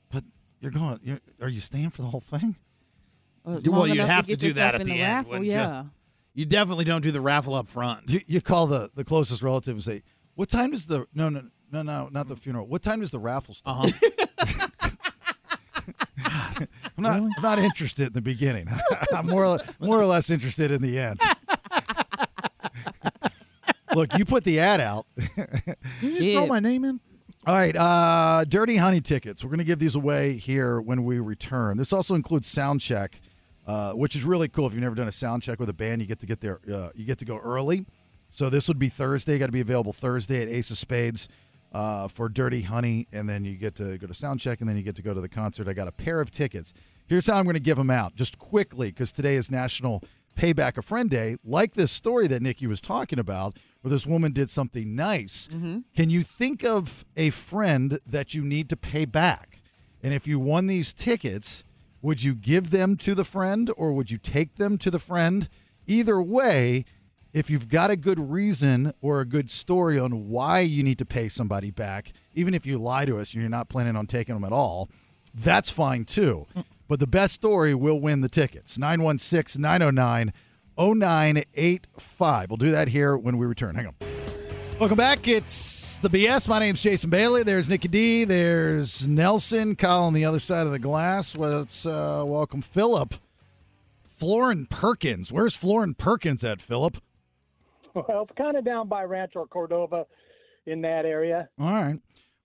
Speaker 8: but you're going. You're, are you staying for the whole thing?
Speaker 7: Or
Speaker 9: You- well,
Speaker 7: long
Speaker 9: you'd
Speaker 7: enough
Speaker 9: have to
Speaker 7: get
Speaker 9: do that
Speaker 7: yourself
Speaker 9: at
Speaker 7: in
Speaker 9: the end,
Speaker 7: raffle,
Speaker 9: wouldn't you?
Speaker 7: yeah.
Speaker 9: You definitely don't do the raffle up front.
Speaker 8: You, you call the the closest relative and say, "What time does the no no no no not the funeral? What time does the raffle start?"
Speaker 9: uh-huh.
Speaker 8: I'm not I'm not interested in the beginning. I'm more or- more or less interested in the end. Look, you put the ad out.
Speaker 9: Can you just throw
Speaker 7: Yeah.
Speaker 9: my name in?
Speaker 8: All right, uh, Dirty Honey tickets. We're going to give these away here when we return. This also includes sound check, uh, which is really cool. If you've never done a sound check with a band, you get to get there. Uh, you get to go early. So this would be Thursday. Got to be available Thursday at Ace of Spades uh, for Dirty Honey, and then you get to go to sound check, and then you get to go to the concert. I got a pair of tickets. Here's how I'm going to give them out, just quickly, because today is National Payback a Friend Day. Like this story that Nikki was talking about, where this woman did something nice. Can you think of a friend that you need to pay back? And if you won these tickets, would you give them to the friend or would you take them to the friend? Either way, if you've got a good reason or a good story on why you need to pay somebody back, even if you lie to us and you're not planning on taking them at all, that's fine too. But the best story will win the tickets. 916 909 0985. We'll do that here when we return. Hang on. Welcome back. It's the BS. My name's Jason Bailey. There's Nikki D. There's Nelson. Kyle on the other side of the glass. Let's uh, welcome Philip. Florin Perkins. Where's Florin Perkins at, Philip?
Speaker 12: Well, it's kind of down by Rancho Cordova in that area.
Speaker 8: All right.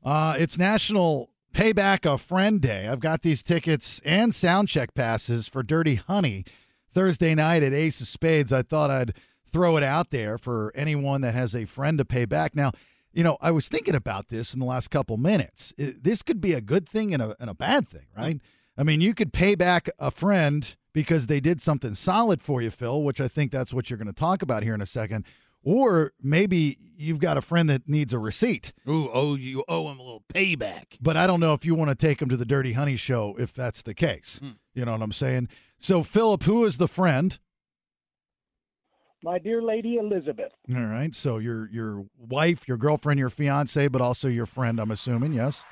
Speaker 8: Uh, it's National Payback a Friend Day. I've got these tickets and sound check passes for Dirty Honey Thursday night at Ace of Spades. I thought I'd throw it out there for anyone that has a friend to pay back. Now, you know, I was thinking about this in the last couple minutes. I- This could be a good thing and a, and a bad thing, right? I mean, you could pay back a friend because they did something solid for you, Phil, which I think that's what you're going to talk about here in a second. Or maybe you've got a friend that needs a receipt.
Speaker 9: Ooh, oh, you owe him a little payback.
Speaker 8: But I don't know if you want to take him to the Dirty Honey show if that's the case. You know what I'm saying? So, Philip, who is the friend?
Speaker 12: My dear Lady Elizabeth,
Speaker 8: All right. So your your wife, your girlfriend, your fiance, but also your friend. I'm assuming, yes.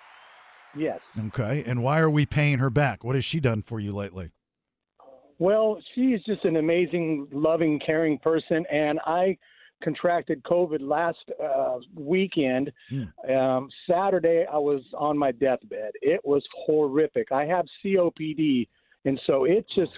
Speaker 12: yes.
Speaker 8: Okay. And why are we paying her back? What has she done for you lately?
Speaker 12: Well, she's just an amazing, loving, caring person, and I contracted COVID last uh, weekend. Um, Saturday, I was on my deathbed. It was horrific. I have COPD, and so it just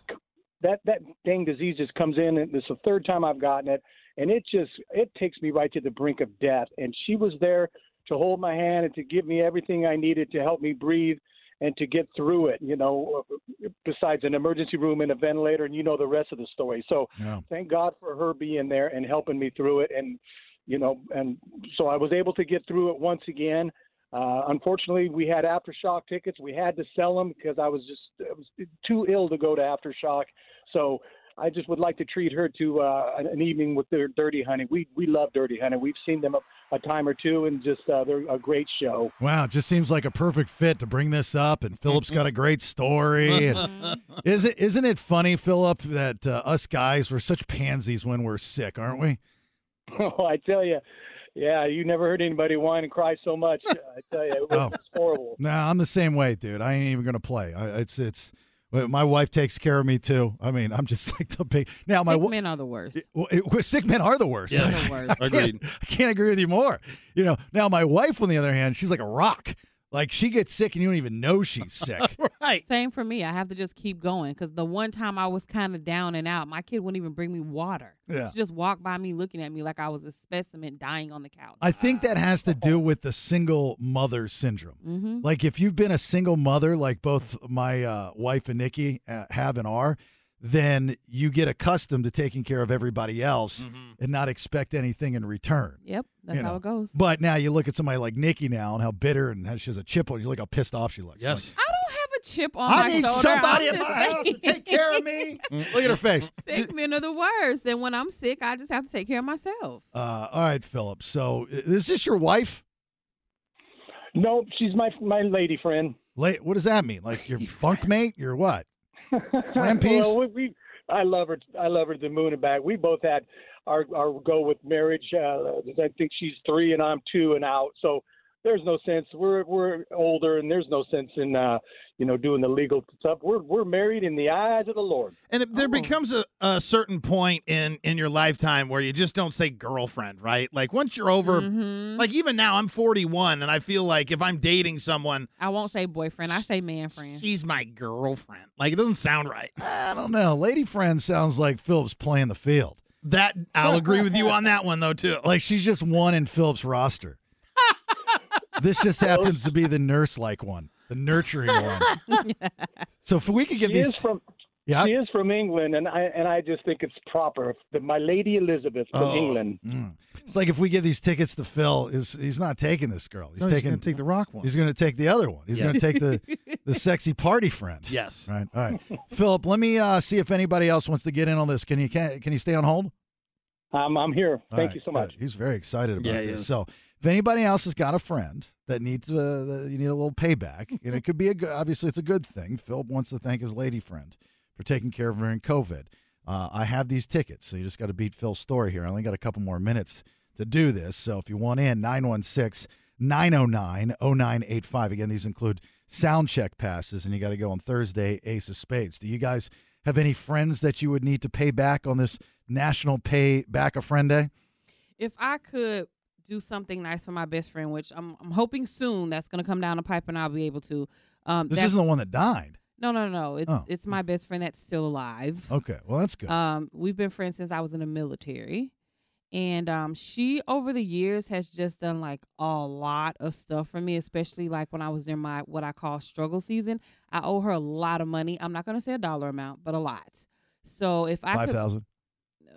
Speaker 12: that that dang disease just comes in, and it's the third time I've gotten it, and it just it takes me right to the brink of death. And she was there to hold my hand and to give me everything I needed to help me breathe and to get through it, you know, besides an emergency room and a ventilator, and you know the rest of the story. So
Speaker 8: Yeah.
Speaker 12: thank God for her being there and helping me through it. And, you know, and so I was able to get through it once again. Uh, unfortunately, we had aftershock tickets. We had to sell them because I was just I was too ill to go to aftershock. So I just would like to treat her to uh, an- an evening with their Dirty Honey. We we love Dirty Honey. We've seen them a, a time or two, and just uh, they're a great show.
Speaker 8: Wow, it just seems like a perfect fit to bring this up. And Philip's got a great story. And is it isn't it funny, Philip, that uh, us guys we're such pansies when we're sick, aren't we?
Speaker 12: Oh, I tell you, yeah, you never heard anybody whine and cry so much. I tell you, it
Speaker 8: Oh.
Speaker 12: was horrible.
Speaker 8: No, I'm the same way, dude. I ain't even gonna play. I, it's it's my wife takes care of me too. I mean, I'm just like the big now. My
Speaker 7: Sick
Speaker 8: wo-
Speaker 7: men are the worst.
Speaker 8: well, it, well, sick men are the worst.
Speaker 7: They're the worst.
Speaker 8: I can't, I can't agree with you more. You know, now my wife, on the other hand, she's like a rock. Like she gets sick and you don't even know she's sick.
Speaker 9: Right.
Speaker 7: Same for me. I have to just keep going because the one time I was kind of down and out, my kid wouldn't even bring me water.
Speaker 8: Yeah.
Speaker 7: She just walked by me looking at me like I was a specimen dying on the couch.
Speaker 8: I think that has to do with the single mother syndrome.
Speaker 7: mm-hmm.
Speaker 8: Like if you've been a single mother, like both my uh, wife and Nikki uh, have and are, then you get accustomed to taking care of everybody else and not expect anything in return.
Speaker 7: Yep. That's
Speaker 8: You
Speaker 7: how
Speaker 8: know.
Speaker 7: it goes.
Speaker 8: But now you look at somebody like Nikki now and how bitter and how she has a chip on. You look how pissed off she looks.
Speaker 9: Yes.
Speaker 7: I don't have a chip on
Speaker 8: Like,
Speaker 7: Oh my
Speaker 8: I need
Speaker 7: shoulder.
Speaker 8: somebody
Speaker 7: I'm
Speaker 8: in
Speaker 7: just
Speaker 8: my house to
Speaker 7: saying.
Speaker 8: take care of me. look at her face.
Speaker 7: Sick men are the worst. And when I'm sick, I just have to take care of myself.
Speaker 8: Uh, all right, Philip. So i- is this your wife?
Speaker 12: Nope, she's my my lady friend.
Speaker 8: Late, what does that mean? Like your bunk mate? Your what? Slam piece?
Speaker 12: Well, we, we I love her. I love her to the moon and back. We both had our our go with marriage. Uh, I think she's three and I'm two and out. So there's no sense. We're we're older and there's no sense in uh, you know doing the legal stuff. We're we're married in the eyes of the Lord.
Speaker 9: And it,
Speaker 7: Oh.
Speaker 9: there becomes a, a certain point in in your lifetime where you just don't say girlfriend, right? Like once you're over,
Speaker 7: Mm-hmm.
Speaker 9: like even now, I'm 41, and I feel like if I'm dating someone,
Speaker 7: I won't say boyfriend. I say man friend.
Speaker 9: She's my girlfriend. like it doesn't sound right.
Speaker 8: I don't know. Lady friend sounds like Phillips playing the field.
Speaker 9: That I'll agree with you on that one though too.
Speaker 8: Like she's just one in Phillips roster. this just happens to be the nurse like one, the nurturing one. So if we could give
Speaker 12: She
Speaker 8: these
Speaker 12: is from
Speaker 8: Yeah.
Speaker 12: she is from England, and I and I just think it's proper that my Lady Elizabeth from
Speaker 8: Oh.
Speaker 12: England.
Speaker 8: It's like if we give these tickets to Phil, is he's not taking this girl. He's
Speaker 9: No, he's
Speaker 8: taking
Speaker 9: gonna take the rock one.
Speaker 8: He's going to take the other one. He's
Speaker 9: Yes.
Speaker 8: going to take the the sexy party friend.
Speaker 9: Yes.
Speaker 8: Right. All right. Philip, let me uh, see if anybody else wants to get in on this. Can you can, can you stay on hold?
Speaker 12: Um, I'm here.
Speaker 8: All
Speaker 12: Thank
Speaker 8: right,
Speaker 12: you so much.
Speaker 8: good. He's very excited about
Speaker 12: Yeah, he
Speaker 8: this.
Speaker 12: is.
Speaker 8: So, if anybody else has got a friend that needs uh, the, you need a little payback, and it could be a good, obviously it's a good thing. Philip wants to thank his lady friend for taking care of her in COVID. Uh, I have these tickets, so you just got to beat Phil's story here. I only got a couple more minutes to do this. So, if you want in, 916 909 0985. Again, these include sound check passes, and you got to go on Thursday, Ace of Spades. Do you guys have any friends that you would need to pay back on this National Pay Back a Friend Day?
Speaker 7: if I could do something nice for my best friend, which I'm, I'm hoping soon that's going to come down the pipe and I'll be able to. Um,
Speaker 8: This
Speaker 7: that's-
Speaker 8: isn't the one that died.
Speaker 7: No, no, no. It's
Speaker 8: Oh.
Speaker 7: it's my best friend that's still alive.
Speaker 8: Okay, well that's good.
Speaker 7: Um, we've been friends since I was in the military, and um, she over the years has just done like a lot of stuff for me, especially like when I was in my what I call struggle season. I owe her a lot of money. I'm not going to say a dollar amount, but a lot. So if I
Speaker 8: Five
Speaker 7: could-
Speaker 8: thousand,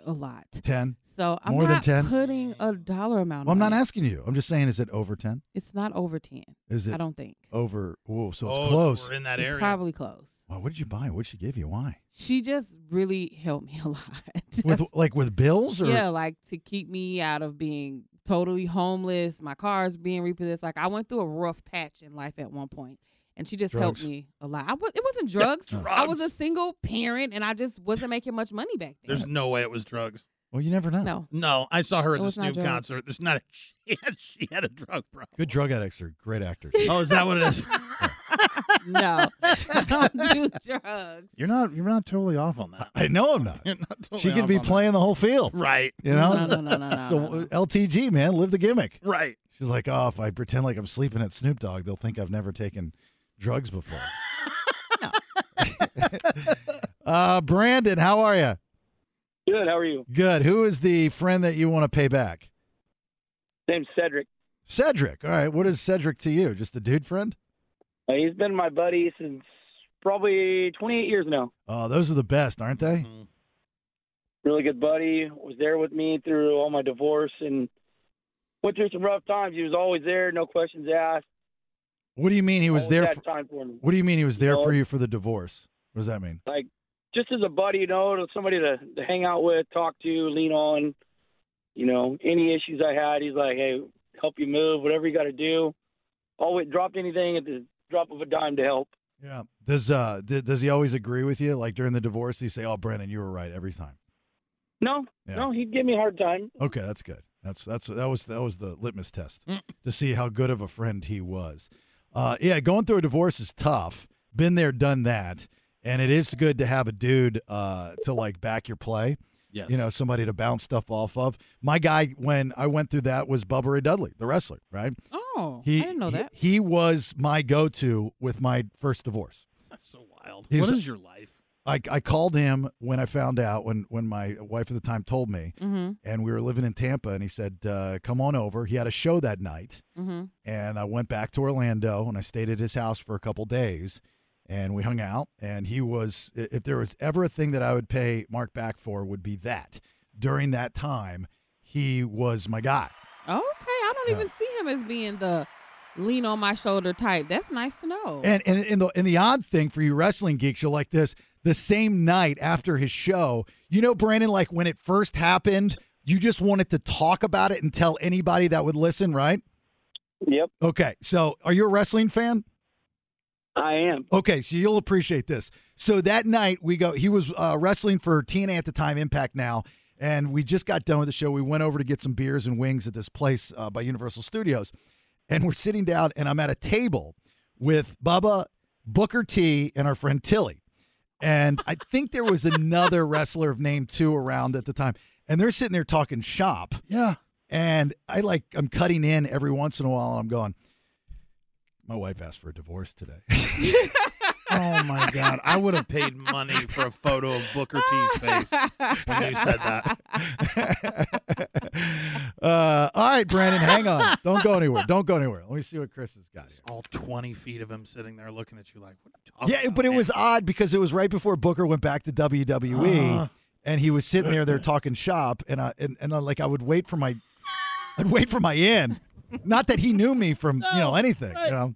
Speaker 7: a lot.
Speaker 8: ten.
Speaker 7: So I'm
Speaker 8: More than
Speaker 7: not
Speaker 8: 10?
Speaker 7: putting a dollar amount.
Speaker 8: Well, I'm
Speaker 7: on
Speaker 8: not
Speaker 7: it.
Speaker 8: asking you. I'm just saying, is it over ten?
Speaker 7: It's not over ten.
Speaker 8: Is it?
Speaker 7: I don't think.
Speaker 8: Over. Whoa, so it's
Speaker 9: Oh, so
Speaker 8: close.
Speaker 9: we're in that
Speaker 7: it's
Speaker 9: area.
Speaker 7: Probably close.
Speaker 8: Wow, what did you buy? What did she give you? Why?
Speaker 7: She just really helped me a lot.
Speaker 8: With like with bills or
Speaker 7: yeah, like to keep me out of being totally homeless, my car's being repossessed. Like I went through a rough patch in life at one point, and she just helped
Speaker 13: Drugs.
Speaker 7: me a lot. I was, it wasn't drugs. I was a single parent, and I just wasn't making much money back then.
Speaker 9: There's no way it was drugs.
Speaker 8: Well, you never know.
Speaker 7: No.
Speaker 9: No, I saw her
Speaker 7: It
Speaker 9: at the
Speaker 7: was not
Speaker 9: Snoop
Speaker 7: drugs.
Speaker 9: concert. There's not a chance she had a drug problem.
Speaker 8: Good drug addicts are great actors.
Speaker 9: Oh, is that what it is?
Speaker 7: no, don't do drugs.
Speaker 9: You're not. You're not totally off on that.
Speaker 8: I know I'm not.
Speaker 9: You're not totally
Speaker 8: she
Speaker 9: off
Speaker 8: could be
Speaker 9: on that.
Speaker 8: playing the whole field.
Speaker 9: Right.
Speaker 8: You know.
Speaker 9: No, no, no, no, no,
Speaker 8: so, uh,
Speaker 9: no,
Speaker 8: LTG man, live the gimmick.
Speaker 9: Right.
Speaker 8: She's like, oh, if I pretend like I'm sleeping at Snoop Dogg, they'll think I've never taken drugs before. uh, Brandon, how are you?
Speaker 14: Good. How are you?
Speaker 8: Good. Who is the friend that you want to pay back?
Speaker 14: Name's Cedric.
Speaker 8: Cedric. All right. What is Cedric to you? Just a dude friend?
Speaker 14: Uh, he's been my buddy since probably 28 years now.
Speaker 8: Oh, those are the best, aren't they?
Speaker 14: Really good buddy. Was there with me through all my divorce and went through some rough times. He was always there, no questions asked.
Speaker 8: What do you mean he was
Speaker 14: Always
Speaker 8: there?
Speaker 14: had
Speaker 8: For,
Speaker 14: time for me.
Speaker 8: what do you mean he was there
Speaker 14: No.
Speaker 8: for you for the divorce? What does that mean?
Speaker 14: Like just as a buddy, you know, to somebody to, to hang out with, talk to, lean on. You know, any issues I had, he's like, "Hey, help you move, whatever you got to do." Always dropped anything at the drop of a dime to help.
Speaker 8: Yeah. Does uh d- does he always agree with you? Like during the divorce, he say, "Oh, Brandon, you were right every time."
Speaker 14: No,
Speaker 8: Yeah.
Speaker 14: no, he'd give me a hard time.
Speaker 8: Okay, that's good. That's that's that was that was the litmus test
Speaker 7: Mm.
Speaker 8: to see how good of a friend he was. Uh, yeah, going through a divorce is tough. Been there, done that, and it is good to have a dude uh, to like back your play.
Speaker 9: Yes.
Speaker 8: you know somebody to bounce stuff off of. My guy when I went through that was Bubba Ray Dudley, the wrestler. Right?
Speaker 7: Oh,
Speaker 8: He
Speaker 7: I didn't know
Speaker 8: he-
Speaker 7: that.
Speaker 8: he was my go-to with my first divorce.
Speaker 9: That's so wild.
Speaker 8: He
Speaker 9: what
Speaker 8: was-
Speaker 9: is your life?
Speaker 8: I, I called him when I found out when when my wife at the time told me,
Speaker 9: Mhm.
Speaker 8: and we were living in Tampa, and he said, uh, "Come on over." He had a show that night,
Speaker 7: Mhm.
Speaker 8: and I went back to Orlando and I stayed at his house for a couple days, and we hung out. And he was, i- if there was ever a thing that I would pay Mark back for, would be that. During that time, he was my guy.
Speaker 7: Okay, I don't even see him as being the lean on my shoulder type. That's nice to know.
Speaker 8: And and and the and the odd thing for you wrestling geeks, you're like this. The same night after his show, you know, Brandon, like when it first happened, you just wanted to talk about it and tell anybody that would listen, right?
Speaker 14: Yep.
Speaker 8: Okay. So, are you a wrestling fan?
Speaker 14: I am.
Speaker 8: Okay, so you'll appreciate this. So that night we go. He was uh, wrestling for TNA at the time, Impact now, and we just got done with the show. We went over to get some beers and wings at this place uh, by Universal Studios, and we're sitting down, and I'm at a table with Bubba, Booker T, and our friend Tilly, and I think there was another wrestler of name two around at the time, and they're sitting there talking shop.
Speaker 9: Yeah.
Speaker 8: And I like I'm cutting in every once in a while, and I'm going. My wife asked for a divorce today.
Speaker 9: Oh my God! I would have paid money for a photo of Booker T's face when you said that.
Speaker 8: Uh, all right, Brandon, hang on. Don't go anywhere. Don't go anywhere. Let me see what Chris has got. Here.
Speaker 9: All twenty feet of him sitting there looking at you like, what are you talking
Speaker 8: Yeah, but it was odd because it was right before Booker went back to WWE,
Speaker 9: Uh.
Speaker 8: and he was sitting there, they're talking shop, and I and, and I, like I would wait for my, I'd wait for my in. Not that he knew me from you know anything, you know.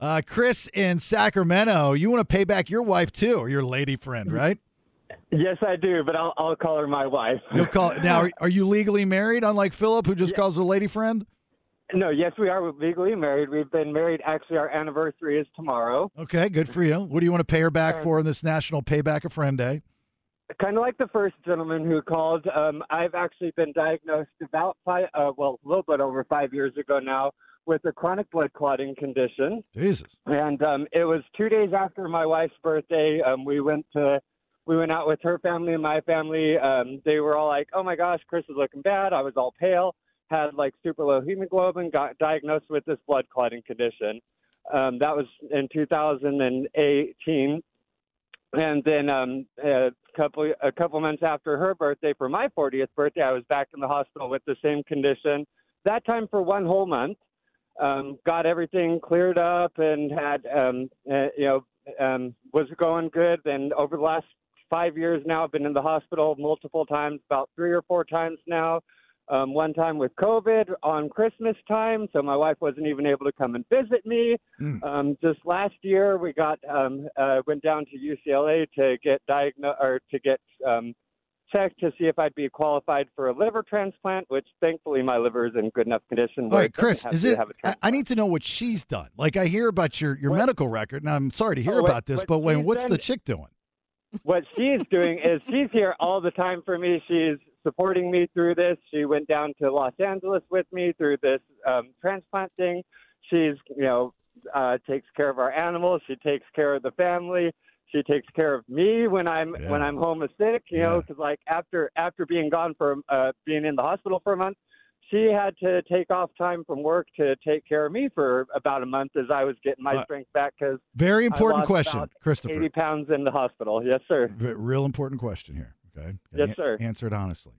Speaker 8: Uh, Chris in Sacramento, you want to pay back your wife too, or your lady friend, right?
Speaker 13: Yes, I do, but I'll, I'll call her my wife.
Speaker 8: You'll call now. Are, are you legally married? Unlike Philip, who just calls a lady friend.
Speaker 13: No, yes, we are legally married. We've been married. Actually, our anniversary is tomorrow.
Speaker 8: Okay, good for you. What do you want to pay her back
Speaker 13: Uh,
Speaker 8: for in this National Payback a Friend Day?
Speaker 13: Kind of like the first gentleman who called. Um, I've actually been diagnosed about five, uh, well, a little bit over five years ago now with a chronic blood clotting condition.
Speaker 8: Jesus.
Speaker 13: And um, it was two days after my wife's birthday. Um, we went to we went out with her family and my family. Um, they were all like, "Oh my gosh, Chris is looking bad." I was all pale, had like super low hemoglobin, got diagnosed with this blood clotting condition. Um, that was in 2018, and then um, a couple a couple months after her birthday, for my 40th birthday, I was back in the hospital with the same condition. That time for one whole month um, got everything cleared up and had um, uh, you know um, was going good. And over the last five years now, I've been in the hospital multiple times, about three or four times now. Um, one time with COVID on Christmas time, so my wife wasn't even able to come and visit me. Um, just last year, we got um, uh, went down to UCLA to get diagnosed or to get um, checked to see if I'd be qualified for a liver transplant, which thankfully my liver is in good enough condition.
Speaker 8: All
Speaker 13: where
Speaker 8: right,
Speaker 13: doesn't
Speaker 8: Chris,
Speaker 13: have
Speaker 8: is
Speaker 13: to
Speaker 8: it?
Speaker 13: have a
Speaker 8: I, I need to know what she's done. Like I hear about your your medical record, and I'm sorry to hear
Speaker 13: Oh, what-
Speaker 8: about this,
Speaker 13: what
Speaker 8: but when
Speaker 13: she's
Speaker 8: what's the
Speaker 13: done-
Speaker 8: chick doing?
Speaker 13: what she's doing is she's here all the time for me. She's supporting me through this. She went down to Los Angeles with me through this um, transplant thing. She's, you know, uh, takes care of our animals. She takes care of the family. She takes care of me when I'm when I'm homesick. You know, 'cause know, because like after after being gone for uh, being in the hospital for a month, she had to take off time from work to take care of me for about a month as I was getting my strength back. Because
Speaker 8: Very important question, Christopher.
Speaker 13: Eighty pounds in the hospital. Yes, sir.
Speaker 8: V- Real important question here. Okay.
Speaker 13: Yes,
Speaker 8: An-
Speaker 13: sir.
Speaker 8: Answer it honestly.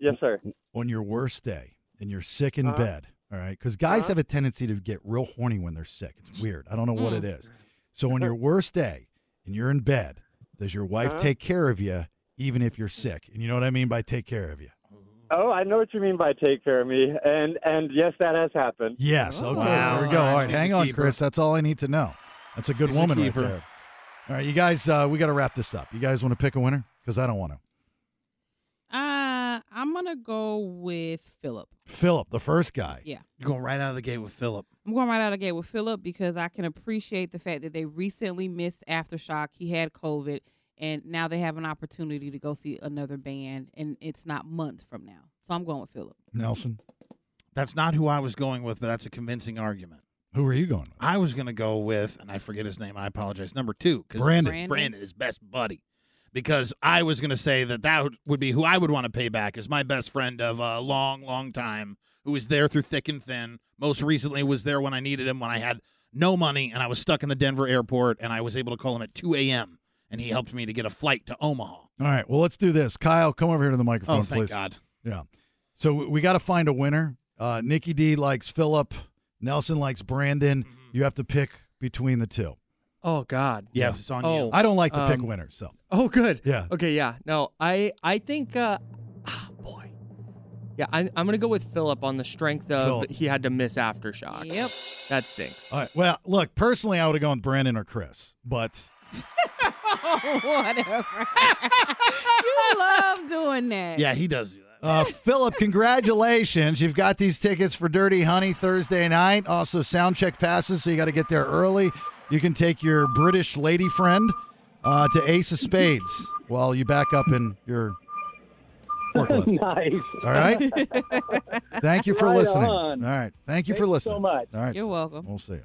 Speaker 13: Yes, sir.
Speaker 8: On your worst day, and you're sick in
Speaker 13: Uh-huh.
Speaker 8: bed. All right, because guys have a tendency to get real horny when they're sick. It's
Speaker 13: Mm.
Speaker 8: weird. I don't know what it is. So on your worst day, and you're in bed, does your wife
Speaker 13: Uh-huh.
Speaker 8: take care of you, even if you're sick? And you know what I mean by take care of you.
Speaker 13: Oh, I know what you mean by take care of me, and and yes, that has happened.
Speaker 8: Yes.
Speaker 13: Oh,
Speaker 8: Okay. There we go. All right. Hang on, Chris. That's all I need to know. That's a good
Speaker 13: She's a
Speaker 8: woman right
Speaker 13: keeper.
Speaker 8: there. All right, you guys, uh, we got to wrap this up. You guys want to pick a winner? Because I don't want to.
Speaker 7: Uh, I'm gonna go with Philip.
Speaker 8: Philip, the first guy.
Speaker 7: Yeah.
Speaker 9: You're going right out of the gate with Philip.
Speaker 7: I'm going right out of the gate with Philip because I can appreciate the fact that they recently missed Aftershock. He had COVID, and now they have an opportunity to go see another band, and it's not months from now. So I'm going with Philip.
Speaker 8: Nelson.
Speaker 9: That's not who I was going with, but that's a convincing argument.
Speaker 8: Who are you going with?
Speaker 9: I was going to go with, and I forget his name. I apologize. Number two, because
Speaker 8: Brandon.
Speaker 9: Brandon. is best buddy. Because I was going to say that that would be who I would want to pay back is my best friend of a long, long time, who was there through thick and thin. Most recently was there when I needed him when I had no money and I was stuck in the Denver airport, and I was able to call him at 2 a.m. and he helped me to get a flight to Omaha.
Speaker 8: All right. Well, let's do this. Kyle, come over here to the microphone,
Speaker 9: Oh, thank
Speaker 8: please.
Speaker 9: God.
Speaker 8: Yeah. So we- we got to find a winner. Uh, Nikki D likes Philip. Nelson likes Brandon.
Speaker 15: Mm-hmm.
Speaker 8: You have to pick between the two.
Speaker 15: Oh God.
Speaker 8: Yeah, it's on you.
Speaker 9: Oh.
Speaker 8: I don't like to pick winners, so.
Speaker 15: Oh, good.
Speaker 8: Yeah.
Speaker 15: Okay. Yeah. No, I I think. Uh, ah, boy. Yeah, I'm, I'm gonna go with Philip on the strength of
Speaker 8: Philip.
Speaker 15: he had to miss aftershock.
Speaker 7: Yep.
Speaker 15: That stinks.
Speaker 8: All right. Well, look, personally, I would have gone with Brandon or Chris, but
Speaker 7: Whatever. you love doing that.
Speaker 9: he does do
Speaker 8: that. Uh, Philip, congratulations. You've got these tickets for Dirty Honey Thursday night. Also, sound check passes, so you got to get there early. You can take your British lady friend. uh, to Ace of Spades while you back up in your forklift.
Speaker 12: nice.
Speaker 8: All right. Thank you for
Speaker 12: Right
Speaker 8: listening.
Speaker 12: on.
Speaker 8: All right. Thank you for
Speaker 12: Thanks so
Speaker 8: listening.
Speaker 12: much.
Speaker 8: All right.
Speaker 12: You're
Speaker 7: welcome.
Speaker 8: We'll see you.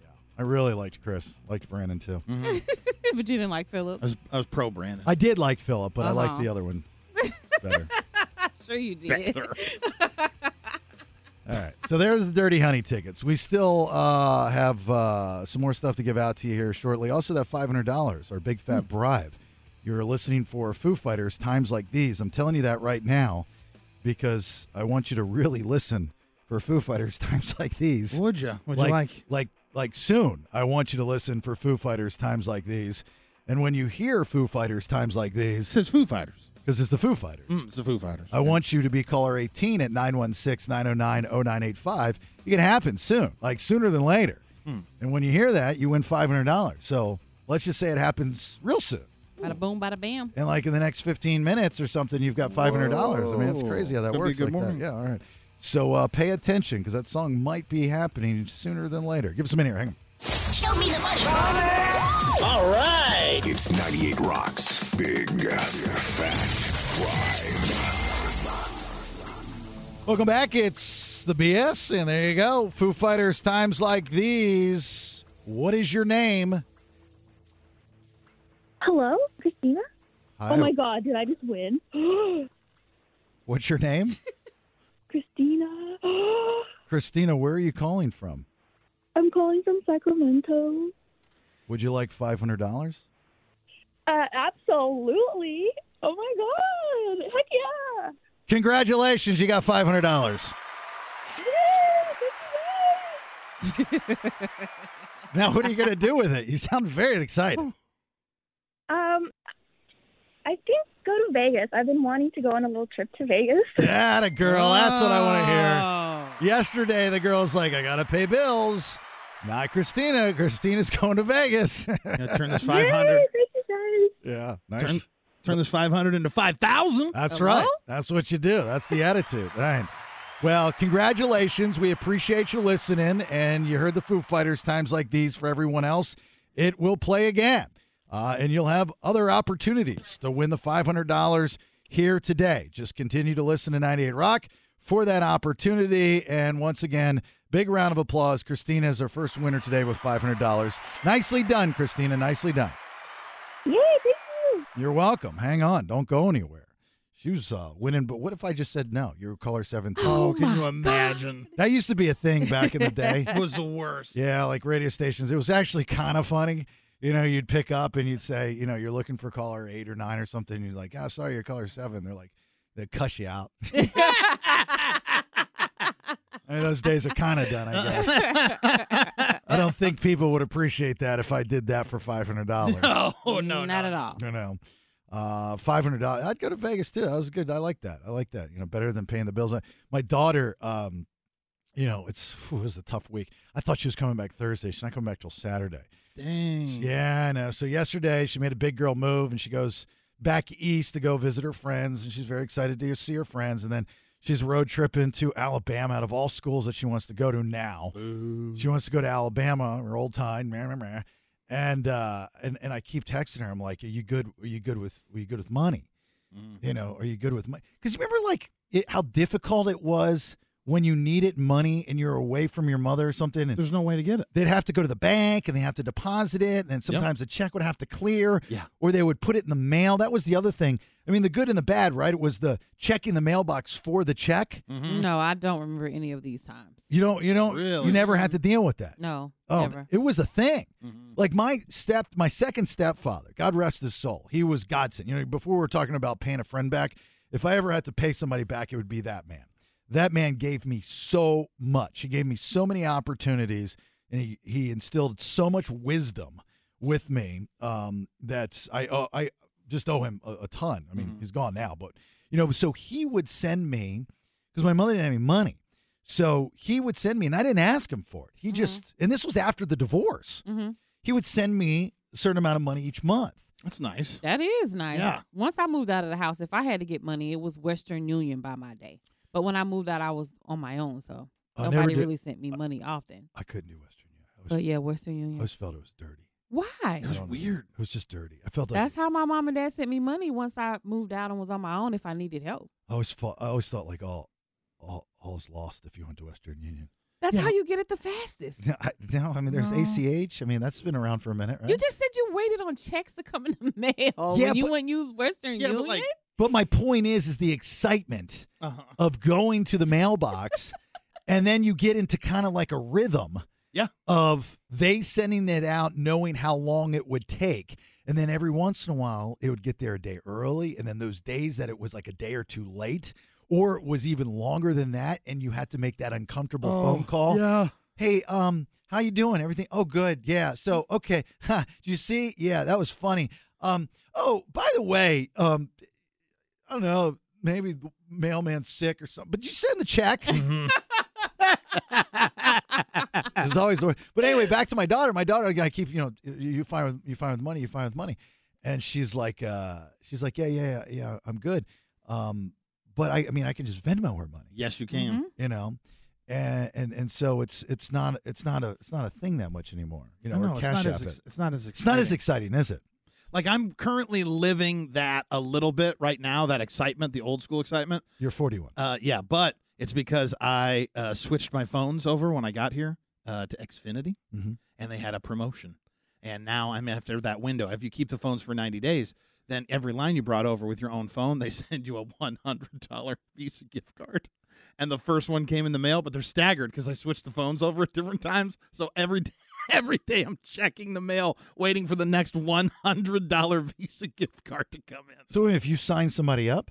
Speaker 8: Yeah. I really liked Chris. Liked Brandon too.
Speaker 7: Mm-hmm. but you didn't like Philip.
Speaker 9: I was, I was pro Brandon.
Speaker 8: I did like Philip, but I liked
Speaker 7: Uh-huh.
Speaker 8: the other one better.
Speaker 7: sure you did.
Speaker 8: All right. So there's the Dirty Honey tickets. We still uh, have uh, some more stuff to give out to you here shortly. Also, that $500, our big
Speaker 9: Hmm.
Speaker 8: fat bribe. You're listening for Foo Fighters times like these. I'm telling you that right now because I want you to really listen for Foo Fighters times like these.
Speaker 9: Would ya? Would ya
Speaker 8: like,
Speaker 9: like?
Speaker 8: Like, like soon, I want you to listen for Foo Fighters times like these. And when you hear Foo Fighters times like these,
Speaker 9: it's Foo Fighters.
Speaker 8: Because it's the Foo Fighters.
Speaker 9: Mm, it's the Foo Fighters.
Speaker 8: I want you to be caller 18 at 916 909 0985. It can happen soon, like sooner than later.
Speaker 9: Hmm.
Speaker 8: And when you hear that, you win $500. So let's just say it happens real soon.
Speaker 7: Bada boom, bada bam.
Speaker 8: And like in the next 15 minutes or something, you've got $500. I mean, it's crazy how that
Speaker 9: Could be
Speaker 8: works. like
Speaker 9: good
Speaker 8: that.
Speaker 9: morning.
Speaker 8: Yeah, all right. So uh, pay attention because that song might be happening sooner than later. Give us a minute here. Hang on.
Speaker 2: Show me the money.
Speaker 4: All right. It's 98 Rocks. Big Fat
Speaker 8: Welcome back. It's the BS, and there you go. Foo Fighters times like these. What is your name?
Speaker 16: Hello, Christina.
Speaker 8: Hi.
Speaker 16: Oh my God, did I just win?
Speaker 8: What's your name?
Speaker 16: Christina,
Speaker 8: Christina, where are you calling from?
Speaker 16: I'm calling from Sacramento.
Speaker 8: Would you like five hundred dollars?
Speaker 16: Uh, absolutely. Oh my God. Heck yeah.
Speaker 8: Congratulations, you got five hundred dollars. now, what are you going to do with it? You sound very excited.
Speaker 16: Um, I think go to Vegas. I've been wanting to go on a little trip to Vegas.
Speaker 8: Yeah, girl, that's what I want to hear. Yesterday, the girl's like, "I got to pay bills." Not Christina. Christina's going to Vegas.
Speaker 9: turn this 500
Speaker 8: Yeah,
Speaker 9: Turn, turn this 500 into 5,000.
Speaker 8: That's right. That's what you do. That's the attitude. All right. Well, congratulations. We appreciate you listening. And you heard the Foo Fighters times like these for everyone else. It will play again. Uh, and you'll have other opportunities to win the $500 here today. Just continue to listen to 98 Rock for that opportunity. And once again, big round of applause. Christina is our first winner today with $500. Nicely done, Christina. Nicely done.
Speaker 16: Yay, thank you.
Speaker 8: You're welcome. Hang on. Don't go anywhere. She was uh, winning, but what if I just said no? You're caller 17.
Speaker 9: Oh, can you imagine?
Speaker 8: That used to be a thing back in the day.
Speaker 9: was the worst.
Speaker 8: yeah, like radio stations. It was actually kind of funny. You know, you'd pick up and you'd say, you know, you're looking for caller eight or nine or something. And you're like, oh, sorry, you're caller seven. They're like, they cuss you out. I mean, those days are kind of done, I guess. I don't think people would appreciate that if I did that for $500.
Speaker 9: Oh, no.
Speaker 7: Not at all.
Speaker 8: You know, uh, five hundred dollars. I'd go to Vegas too. That was good. I like that. I like that. You know, better than paying the bills. My daughter, um, you know, it's phew, it was a tough week. I thought she was coming back Thursday. She's not coming back till Saturday.
Speaker 9: Dang.
Speaker 8: Yeah, I know. So yesterday she made a big girl move and she goes back east to go visit her friends and she's very excited to see her friends and then she's road tripping to Alabama out of all schools that she wants to go to now. She wants to go to Alabama or old time. Meh, meh, meh. And uh and, and I keep texting her. I'm like, Are you good are you good with are you good with money?
Speaker 9: Mm-hmm.
Speaker 8: You know, are you good with money? Because you remember like it, how difficult it was when you needed money and you're away from your mother or something. And
Speaker 9: There's no way to get it.
Speaker 8: They'd have to go to the bank and they have to deposit it, and then sometimes the check would have to clear.
Speaker 9: Yeah.
Speaker 8: Or they would put it in the mail. That was the other thing. I mean, the good and the bad, right? It was the checking the mailbox for the check.
Speaker 9: Mm.
Speaker 7: No, I don't remember any of these times.
Speaker 8: You don't. You don't. You never had to deal with that.
Speaker 7: No,
Speaker 8: Oh,
Speaker 7: never.
Speaker 8: it was a thing. Like my step, my second stepfather, God rest his soul, he was Godson. You know, before we were talking about paying a friend back, if I ever had to pay somebody back, it would be that man. That man gave me so much. He gave me so many opportunities, and he, he instilled so much wisdom with me um, that I uh, I just owe him a, a ton. I mean, he's gone now, but you know, so he would send me because my mother didn't have any money. So he would send me, and I didn't ask him for it.
Speaker 7: Mm-hmm.
Speaker 8: He just, and this was after the divorce. He would send me a certain amount of money each month.
Speaker 9: That's nice.
Speaker 7: That is nice.
Speaker 8: Yeah.
Speaker 7: Once I moved out of the house, if I had to get money, it was Western Union by my day. But when I moved out, I was on my own, so
Speaker 8: I never
Speaker 7: nobody
Speaker 8: did-
Speaker 7: really sent me money often.
Speaker 8: I couldn't do Western Union. I was,
Speaker 7: But yeah, Western
Speaker 8: I
Speaker 7: Union.
Speaker 8: always felt it was dirty.
Speaker 7: Why?
Speaker 8: It was weird. It was just dirty. I felt like
Speaker 7: That's how my mom and dad sent me money once I moved out and was on my own if I needed help.
Speaker 8: I always thought I always thought like all, all all's lost if you went to Western Union.
Speaker 7: That's how you get it the fastest.
Speaker 8: No, I, no, I mean there's
Speaker 7: No.
Speaker 8: ACH. I mean that's been around for a minute, right?
Speaker 7: You just said you waited on checks to come in the mail.
Speaker 8: Yeah,
Speaker 7: when you
Speaker 8: but-
Speaker 7: wouldn't use Western Union.
Speaker 8: But my point is, is the excitement
Speaker 9: uh-huh.
Speaker 8: of going to the mailbox, and then you get into kind of like a rhythm.
Speaker 9: Yeah.
Speaker 8: Of they sending it out, knowing how long it would take, and then every once in a while it would get there a day early, and then those days that it was like a day or two late, or it was even longer than that, and you had to make that uncomfortable
Speaker 9: Oh,
Speaker 8: phone call.
Speaker 9: yeah.
Speaker 8: Hey, um, how you doing? Everything? Oh, good. Yeah. So, okay. Huh, did you see? Yeah, that was funny. Um, oh, by the way, um, I don't know, maybe the mailman's sick or something. But you send the check. There's always, a- but anyway, back to my daughter. My daughter, I keep, you know, you you fine with you fine with money, you fine with money, and she's like, uh, she's like, yeah, yeah, yeah, yeah, I'm good. Um, but I, I mean, I can just Venmo her money.
Speaker 9: Yes, you can.
Speaker 7: Mm-hmm.
Speaker 8: You know, and and and so it's it's not it's not a it's not a thing that much anymore. You know,
Speaker 9: No,
Speaker 8: or
Speaker 9: no, it's
Speaker 8: cash
Speaker 9: not
Speaker 8: app
Speaker 9: as
Speaker 8: it.
Speaker 9: ex- it's not as
Speaker 8: it's not as exciting, is it?
Speaker 9: Like I'm currently living that a little bit right now, that excitement, the old school excitement.
Speaker 8: You're 41.
Speaker 9: Uh, yeah, but it's because I uh, switched my phones over when I got here uh, to Xfinity,
Speaker 8: Mhm.
Speaker 9: and they had a promotion. And now I'm after that window. If you keep the phones for 90 days, then every line you brought over with your own phone, they send you a $100 Visa gift card. And the first one came in the mail, but they're staggered because I switched the phones over at different times. So every day, every day I'm checking the mail, waiting for the next $100 Visa gift card to come in.
Speaker 8: So if you sign somebody up,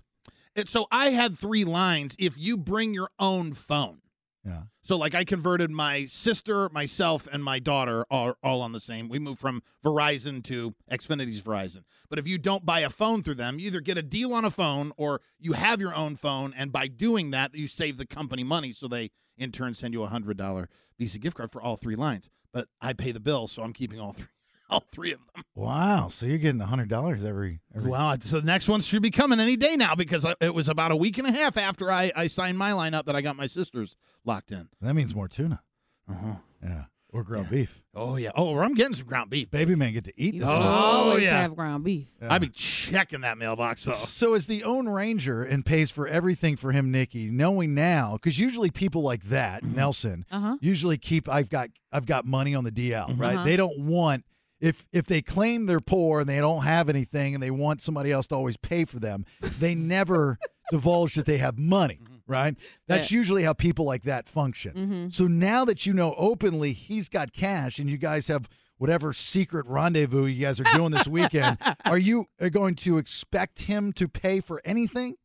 Speaker 9: And so I had three lines. If you bring your own phone,
Speaker 8: yeah,
Speaker 9: so like I converted my sister, myself, and my daughter are all on the same. We moved from Verizon to Xfinity's Verizon. But if you don't buy a phone through them, you either get a deal on a phone or you have your own phone. And by doing that, you save the company money. So they in turn send you a hundred dollar Visa gift card for all three lines. But I pay the bill, so I'm keeping all three all three of them.
Speaker 8: Wow. So you're getting hundred dollars every every.
Speaker 9: Wow. So the next one should be coming any day now because I, it was about a week and a half after I, I signed my line up that I got my sister's locked in.
Speaker 8: That means more tuna.
Speaker 9: Uh huh.
Speaker 8: Yeah. Or ground beef.
Speaker 9: Oh yeah. Oh, I'm getting some ground beef.
Speaker 8: Baby man get to eat
Speaker 7: You
Speaker 8: this.
Speaker 7: should
Speaker 8: one.
Speaker 7: always have ground beef.
Speaker 8: Yeah.
Speaker 9: I be checking that mailbox though.
Speaker 8: So is the own ranger and pays for everything for him, Nikki, knowing now because usually people like that, Nelson,
Speaker 7: Uh-huh.
Speaker 8: usually keep I've got I've got money on the DL, right?
Speaker 7: Uh-huh.
Speaker 8: They don't want if if they claim they're poor and they don't have anything and they want somebody else to always pay for them, they never divulge that they have
Speaker 7: Mm-hmm.
Speaker 8: money, right? That's
Speaker 9: Yeah.
Speaker 8: usually how people like that function.
Speaker 9: Mhm.
Speaker 8: So now that you know openly he's got cash and you guys have whatever secret rendezvous you guys are doing this weekend, are you are going to expect him to pay for anything?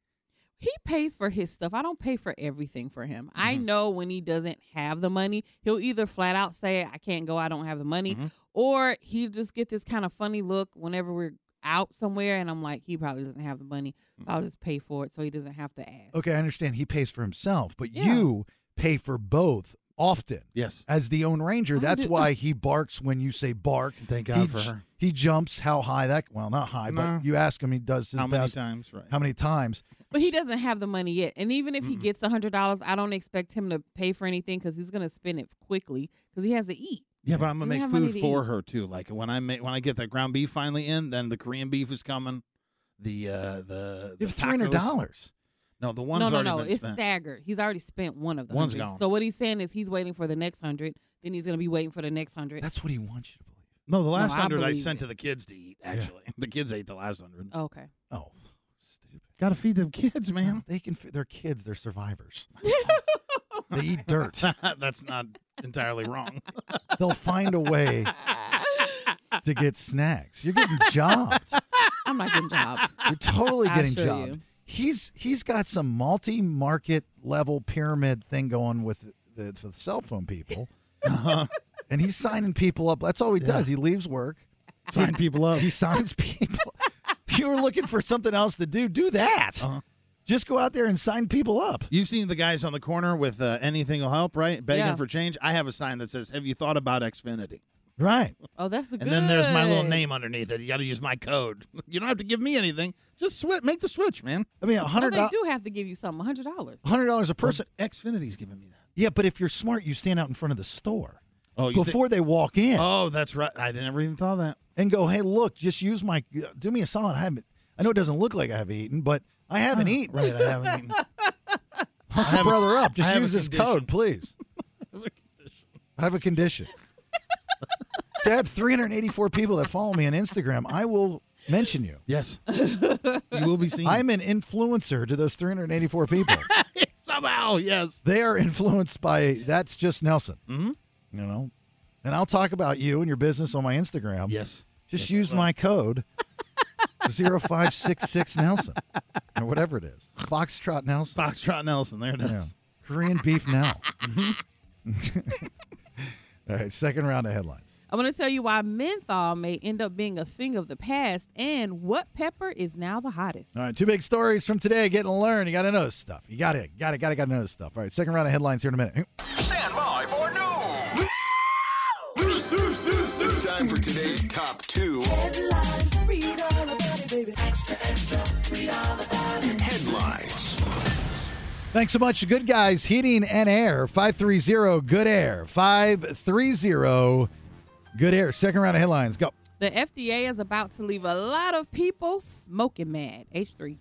Speaker 7: He pays for his stuff. I don't pay for everything for him. I
Speaker 9: Mm-hmm.
Speaker 7: know when he doesn't have the money, he'll either flat out say, I can't go, I don't have the money,
Speaker 9: Mm-hmm.
Speaker 7: or he'll just get this kind of funny look whenever we're out somewhere and I'm like, he probably doesn't have the money. So
Speaker 9: Mm-hmm.
Speaker 7: I'll just pay for it so he doesn't have to
Speaker 9: Oh,
Speaker 7: ask.
Speaker 8: Okay, I understand he pays for himself, but you pay for both often.
Speaker 9: Yes.
Speaker 8: As the own ranger, that's
Speaker 9: do-
Speaker 8: why he barks when you say bark.
Speaker 9: Thank
Speaker 8: he,
Speaker 9: God for
Speaker 8: j-
Speaker 9: her.
Speaker 8: He jumps how high that well, not high,
Speaker 9: No.
Speaker 8: but you ask him, he does his
Speaker 9: How many
Speaker 8: best.
Speaker 9: times, right.
Speaker 8: How many times?
Speaker 7: But he doesn't have the money yet. And even if he gets a $100, I don't expect him to pay for anything because he's going to spend it quickly because he has to eat.
Speaker 9: Yeah, but I'm gonna
Speaker 7: Doesn't
Speaker 9: make
Speaker 7: have money
Speaker 9: food
Speaker 7: to
Speaker 9: for
Speaker 7: eat.
Speaker 9: her too. Like when I make when I get that ground beef finally in, then the Korean beef is coming. The uh the,
Speaker 8: You
Speaker 9: the
Speaker 8: have $300.
Speaker 9: No, the one's
Speaker 7: no, no,
Speaker 9: already
Speaker 7: no.
Speaker 9: been
Speaker 7: It's
Speaker 9: spent.
Speaker 7: staggered. He's already spent one of the
Speaker 9: One's
Speaker 7: 100.
Speaker 9: gone.
Speaker 7: So what he's saying is he's waiting for the next hundred. Then he's gonna be waiting for the next hundred.
Speaker 8: That's what he wants you to believe.
Speaker 9: No, the last
Speaker 7: I
Speaker 9: hundred I,
Speaker 7: believe
Speaker 9: sent to the kids to eat. Actually, the kids ate the last hundred.
Speaker 7: Okay.
Speaker 8: Oh,
Speaker 9: Got to feed them kids, man.
Speaker 8: They can. f- They're kids. They're survivors. they eat dirt.
Speaker 9: That's not entirely wrong.
Speaker 8: They'll find a way to get snacks. You're getting jobbed.
Speaker 7: I'm not getting jobbed.
Speaker 8: You're totally
Speaker 7: I
Speaker 8: getting
Speaker 7: assure
Speaker 8: jobbed.
Speaker 7: you.
Speaker 8: He's he's got some multi-market level pyramid thing going with the, the cell phone people, and he's signing people up. That's all he does. He leaves work,
Speaker 9: sign people up.
Speaker 8: He signs people. if you were looking for something else to do, do that. Just go out there and sign people up.
Speaker 9: You've seen the guys on the corner with uh, anything will help, right? Begging
Speaker 7: Yeah.
Speaker 9: for change. I have a sign that says, "Have you thought about Xfinity?"
Speaker 8: Right.
Speaker 7: Oh, that's a good.
Speaker 9: And then there's my little name underneath it. You got to use my code. You don't have to give me anything. Just switch. Make the switch, man.
Speaker 8: I mean,
Speaker 7: No,
Speaker 8: hundred
Speaker 7: Oh, they do have to give you something. hundred dollars.
Speaker 8: hundred dollars a person.
Speaker 9: Xfinity's giving me that.
Speaker 8: Yeah, but if you're smart, you stand out in front of the store.
Speaker 9: Oh, you thi-
Speaker 8: before they walk in.
Speaker 9: Oh, that's right. I never even thought of that.
Speaker 8: And go, hey, look, just use my. uh, Do me a solid. I haven't. I know it doesn't look like I haven't eaten, but I haven't eaten.
Speaker 9: Ah, Right, I haven't eaten.
Speaker 8: Hook my
Speaker 9: have a-
Speaker 8: brother up.
Speaker 9: I
Speaker 8: Just
Speaker 9: have
Speaker 8: use
Speaker 9: a
Speaker 8: this
Speaker 9: condition.
Speaker 8: code, please. I have a condition. to have 384 people that follow me on Instagram, I will mention you.
Speaker 9: Yes. You will be seen.
Speaker 8: I'm an influencer to those 384 people.
Speaker 9: Somehow, yes.
Speaker 8: they are influenced by that's just Nelson. Mm-hmm. You know, and I'll talk about you and your business on my Instagram.
Speaker 9: Yes.
Speaker 8: Just use my code 0566 Nelson or whatever it is. Foxtrot Nelson.
Speaker 9: Foxtrot Nelson. There it is.
Speaker 8: Korean beef now. All right, second round of headlines.
Speaker 7: I'm going to tell you why menthol may end up being a thing of the past and what pepper is now the hottest.
Speaker 8: All right, two big stories from today. Getting to learn. You got to know this stuff. You got it. Got it. Got it. Got to know this stuff. All right, second round of headlines here in a minute.
Speaker 3: Stand by for news.
Speaker 4: News, news, news, news. It's time for today's top two. Headlines.
Speaker 8: Thanks so much, to Good Guys Heating and Air. 530 Good Air. 530 Good Air. Second round of headlines. Go.
Speaker 7: The FDA is about to leave a lot of people smoking mad. H3.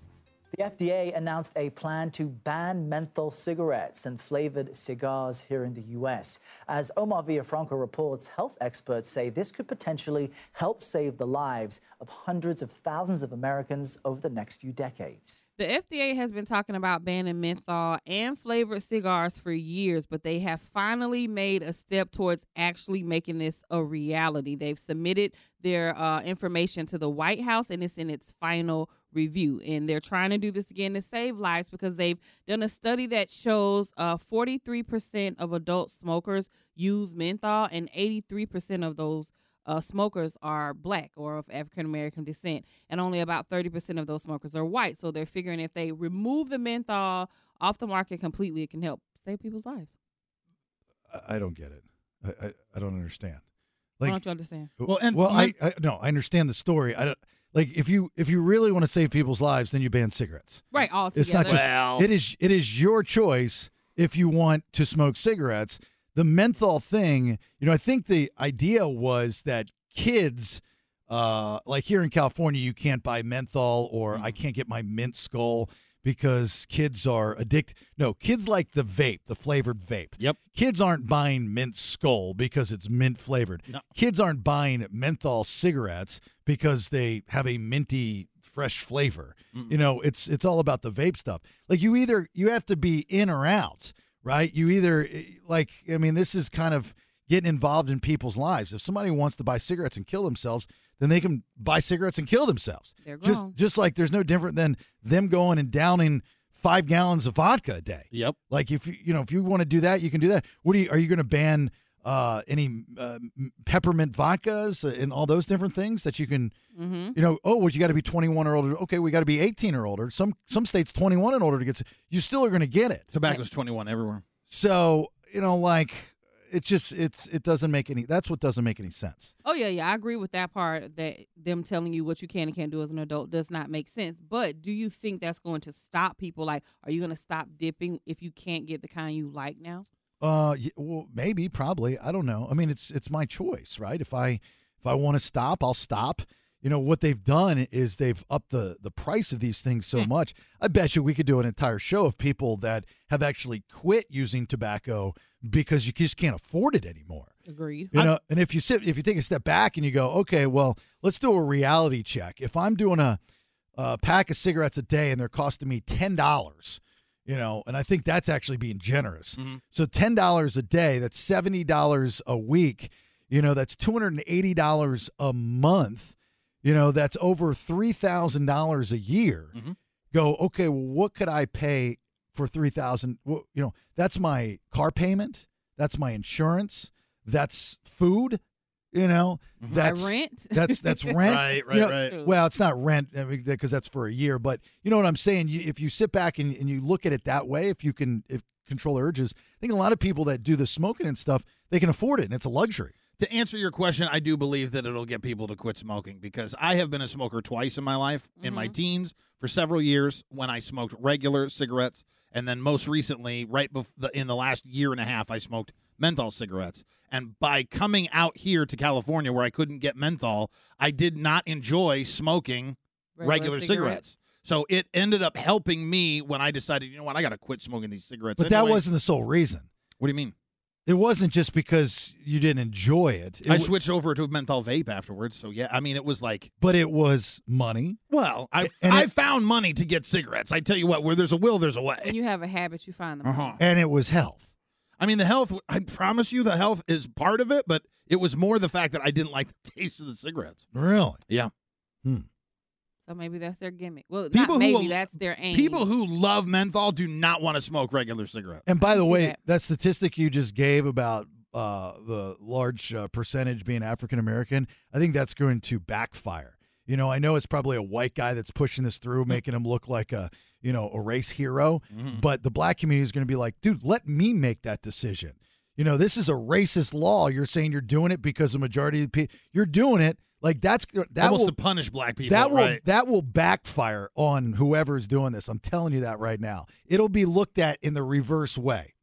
Speaker 17: The FDA announced a plan to ban menthol cigarettes and flavored cigars here in the U.S. As Omar Villafranca reports, health experts say this could potentially help save the lives of hundreds of thousands of Americans over the next few decades.
Speaker 7: The FDA has been talking about banning menthol and flavored cigars for years, but they have finally made a step towards actually making this a reality. They've submitted their uh, information to the White House and it's in its final review. And they're trying to do this again to save lives because they've done a study that shows uh, 43% of adult smokers use menthol and 83% of those uh, smokers are black or of African American descent, and only about 30% of those smokers are white. So they're figuring if they remove the menthol off the market completely, it can help save people's lives.
Speaker 8: I- I don't get it. I, I, I don't understand.
Speaker 7: Why don't you understand?
Speaker 8: Well, well, I, I no, I understand the story. I don't like if you if you really want to save people's lives, then you ban cigarettes.
Speaker 7: Right, all
Speaker 8: It's not
Speaker 7: together.
Speaker 8: just it is it is your choice if you want to smoke cigarettes. The menthol thing, you know, I think the idea was that kids, uh, like here in California, you can't buy menthol or I can't get my mint skull because kids are addicted. No, kids like the vape, the flavored vape. Yep. Kids aren't buying mint skull because it's mint flavored. Kids aren't buying menthol cigarettes because they have a minty fresh flavor. You know, it's it's all about the vape stuff. Like you either you have to be in or out, right? You either eh, like I mean, this is kind of getting involved in people's lives. If somebody wants to buy cigarettes and kill themselves, then they can buy cigarettes and kill themselves.
Speaker 7: They're
Speaker 8: Just
Speaker 7: grown.
Speaker 8: just like there's no different than them going and downing five gallons of vodka a day.
Speaker 9: Yep.
Speaker 8: Like if you you know if you want to do that, you can do that. What do you are you going to ban uh, any uh, m- peppermint vodkas and all those different things that you can?
Speaker 7: Mhm.
Speaker 8: You know, oh, well, you got to be 21 or older. Okay, we got to be 18 or older. Some some states 21 and older to get. c- You still are going to get it.
Speaker 9: Tobacco's 21 everywhere.
Speaker 8: So you know, like it just it's it doesn't make any. That's what doesn't make any sense.
Speaker 7: Oh yeah, yeah, I agree with that part that them telling you what you can and can't do as an adult does not make sense. But do you think that's going to stop people? Like, are you going to stop dipping if you can't get the kind you like now?
Speaker 8: Uh, y- well, maybe, probably. I don't know. I mean, it's it's my choice, right? If I if I want to stop, I'll stop. You know what they've done is they've upped the the price of these things so much. I bet you we could do an entire show of people that have actually quit using tobacco because you just can't afford it anymore.
Speaker 7: Agreed.
Speaker 8: You know, and if you sit, if you take a step back and you go, okay, well, let's do a reality check. If I'm doing a, a pack of cigarettes a day and they're costing me ten dollars, you know, and I think that's actually being generous. So ten dollars a day, that's seventy dollars a week. You know, that's two hundred and eighty dollars a month. You know, that's over three thousand dollars a year. Go, okay, well, what could I pay for three thousand? Well, you know, that's my car payment. That's my insurance. That's food. You know,
Speaker 7: My
Speaker 8: that's
Speaker 7: rent.
Speaker 8: That's that's rent.
Speaker 9: Mm-hmm. Right,
Speaker 8: You
Speaker 9: right,
Speaker 8: know,
Speaker 9: right.
Speaker 8: Well, it's not rent because I mean, 'cause that's for a year. But you know what I'm saying. You, if you sit back and, and you look at it that way, if you can if control urges, I think a lot of people that do the smoking and stuff, they can afford it, and it's a luxury.
Speaker 9: to answer your question, I do believe that it'll get people to quit smoking because I have been a smoker twice in my life, in my teens for several years when I smoked regular cigarettes, and then most recently, right bef- the, in the last year and a half, I smoked menthol cigarettes. And by coming out here to California where I couldn't get menthol, I did not enjoy smoking
Speaker 18: Regular
Speaker 9: regular,
Speaker 18: cigarettes.
Speaker 9: cigarettes. So it ended up helping me when I decided, you know what, I got to quit smoking these cigarettes.
Speaker 8: But that
Speaker 9: anyway.
Speaker 8: wasn't the sole reason.
Speaker 9: What do you mean?
Speaker 8: It wasn't just because you didn't enjoy it. It
Speaker 9: I
Speaker 8: w-
Speaker 9: switched over to a menthol vape afterwards. So yeah, I mean, it was like,
Speaker 8: but it was money.
Speaker 9: well, I
Speaker 8: And
Speaker 9: I
Speaker 8: it-
Speaker 9: found money to get cigarettes. I tell you what, where there's a will, there's a way.
Speaker 7: When you have a habit, you find them.
Speaker 9: Uh-huh.
Speaker 8: And it was health.
Speaker 9: I mean, the health. I promise you, the health is part of it, but it was more the fact that I didn't like the taste of the cigarettes.
Speaker 8: Really?
Speaker 9: Yeah.
Speaker 7: So maybe that's their gimmick. Well,
Speaker 9: People
Speaker 7: not
Speaker 9: who
Speaker 7: maybe
Speaker 9: will-
Speaker 7: that's their aim.
Speaker 9: People who love menthol do not want to smoke regular cigarettes.
Speaker 8: And by the way, that. statistic you just gave about uh, the large uh, percentage being African American, I think that's going to backfire. You know, I know it's probably a white guy that's pushing this through, making him look like a you know a race hero, but the black community is going to be like, dude, let me make that decision. You know, this is a racist law. You're saying you're doing it because the majority of the people you're doing it. Like that's that
Speaker 9: Almost
Speaker 8: will,
Speaker 9: to punish black people.
Speaker 8: that will
Speaker 9: right?
Speaker 8: that will backfire on whoever's doing this. I'm telling you that right now. It'll be looked at in the reverse way,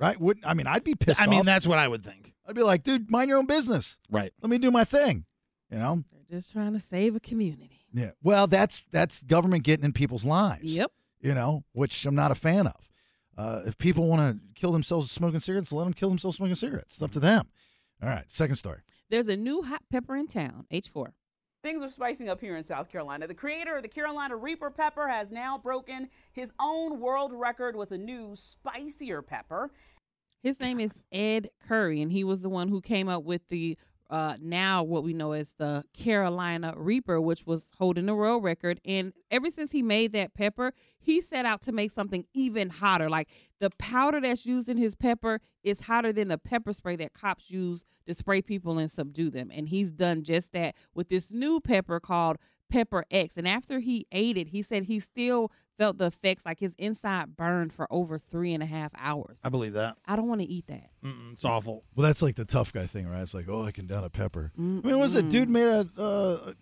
Speaker 8: right? Wouldn't I mean? I'd be pissed.
Speaker 9: Mm-hmm. I mean,
Speaker 8: off.
Speaker 9: that's what I would think.
Speaker 8: I'd be like, dude, mind your own business.
Speaker 9: Right.
Speaker 8: Let me do my thing. You know.
Speaker 7: just trying to save a community.
Speaker 8: Yeah. Well, that's that's government getting in people's lives.
Speaker 7: Yep.
Speaker 8: You know, which I'm not a fan of. Uh, if people want to kill themselves smoking cigarettes, let them kill themselves smoking cigarettes. It's up to them. All right. Second story.
Speaker 7: There's a new hot pepper in town, H4.
Speaker 19: Things are spicing up here in South Carolina. The creator of the Carolina Reaper pepper has now broken his own world record with a new spicier pepper.
Speaker 7: His name is Ed Curry, and he was the one who came up with the uh, now what we know as the Carolina Reaper, which was holding the world record. And ever since he made that pepper, he set out to make something even hotter. Like the powder that's used in his pepper is hotter than the pepper spray that cops use to spray people and subdue them. And he's done just that with this new pepper called Pepper X. And after he ate it, he said he still felt the effects, like his inside burned for over three and a half hours.
Speaker 9: I believe that.
Speaker 7: I don't want to eat that.
Speaker 9: Mm-mm, it's awful.
Speaker 8: Well, that's like the tough guy thing, right? It's like, oh, I can down a pepper. I mean, what was it? Dude made a, uh, a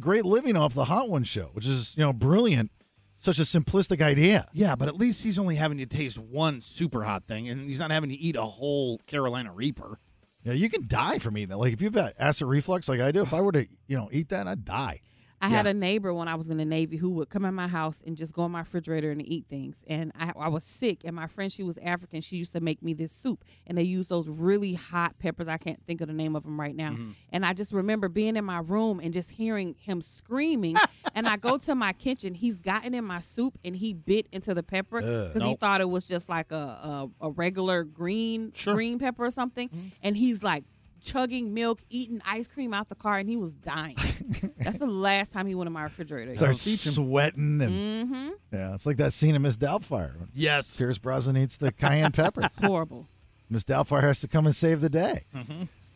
Speaker 8: great living off the Hot One show, which is, you know, brilliant. Such a simplistic idea.
Speaker 9: Yeah, but at least he's only having to taste one super hot thing, and he's not having to eat a whole Carolina Reaper.
Speaker 8: Yeah, you can die from eating that. Like, if you've got acid reflux like I do, if I were to, you know, eat that, I'd die.
Speaker 7: I had a neighbor when I was in the Navy who would come in my house and just go in my refrigerator and eat things. And I, I was sick, and my friend, she was African, she used to make me this soup, and they used those really hot peppers. I can't think of the name of them right now.
Speaker 20: Mhm.
Speaker 7: And I just remember being in my room and just hearing him screaming. and I go to my kitchen, he's gotten in my soup, and he bit into the pepper
Speaker 20: Ugh.
Speaker 7: because he
Speaker 20: Nope.
Speaker 7: thought it was just like a, a, a regular green green pepper or something.
Speaker 20: Mm-hmm.
Speaker 7: And he's like, Chugging milk, eating ice cream out the car, and he was dying. That's the last time he went in my refrigerator.
Speaker 8: Start sweating and
Speaker 7: Mm-hmm.
Speaker 8: yeah, it's like that scene in Miss Doubtfire. when
Speaker 9: Yes,
Speaker 8: Pierce Brosnan eats the cayenne pepper.
Speaker 7: Horrible.
Speaker 8: Miss Doubtfire has to come and save the day.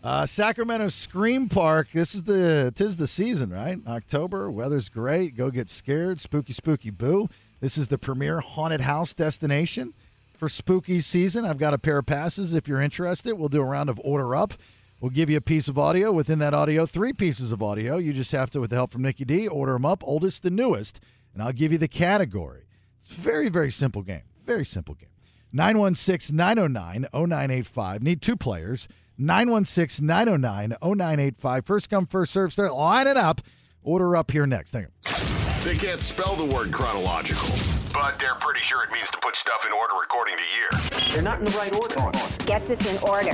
Speaker 8: Uh, Sacramento Scream Park. This is the tis the season, right? October. Weather's great. Go get scared. Spooky, spooky, boo. This is the premier haunted house destination for spooky season. I've got a pair of passes if you're interested. We'll do a round of order up. We'll give you a piece of audio. Within that audio, three pieces of audio. You just have to, with the help from Nikki D, order them up, oldest to newest, and I'll give you the category. It's a very, very simple game. Very simple game. 916 909 0985. Need two players. 916 909 0985. First come, first serve. Start line it up. Order up here next. Thank you.
Speaker 4: They can't spell the word chronological.
Speaker 3: But they're pretty sure it means to put stuff in order according to year.
Speaker 4: They're not in the right order.
Speaker 21: Get this in order.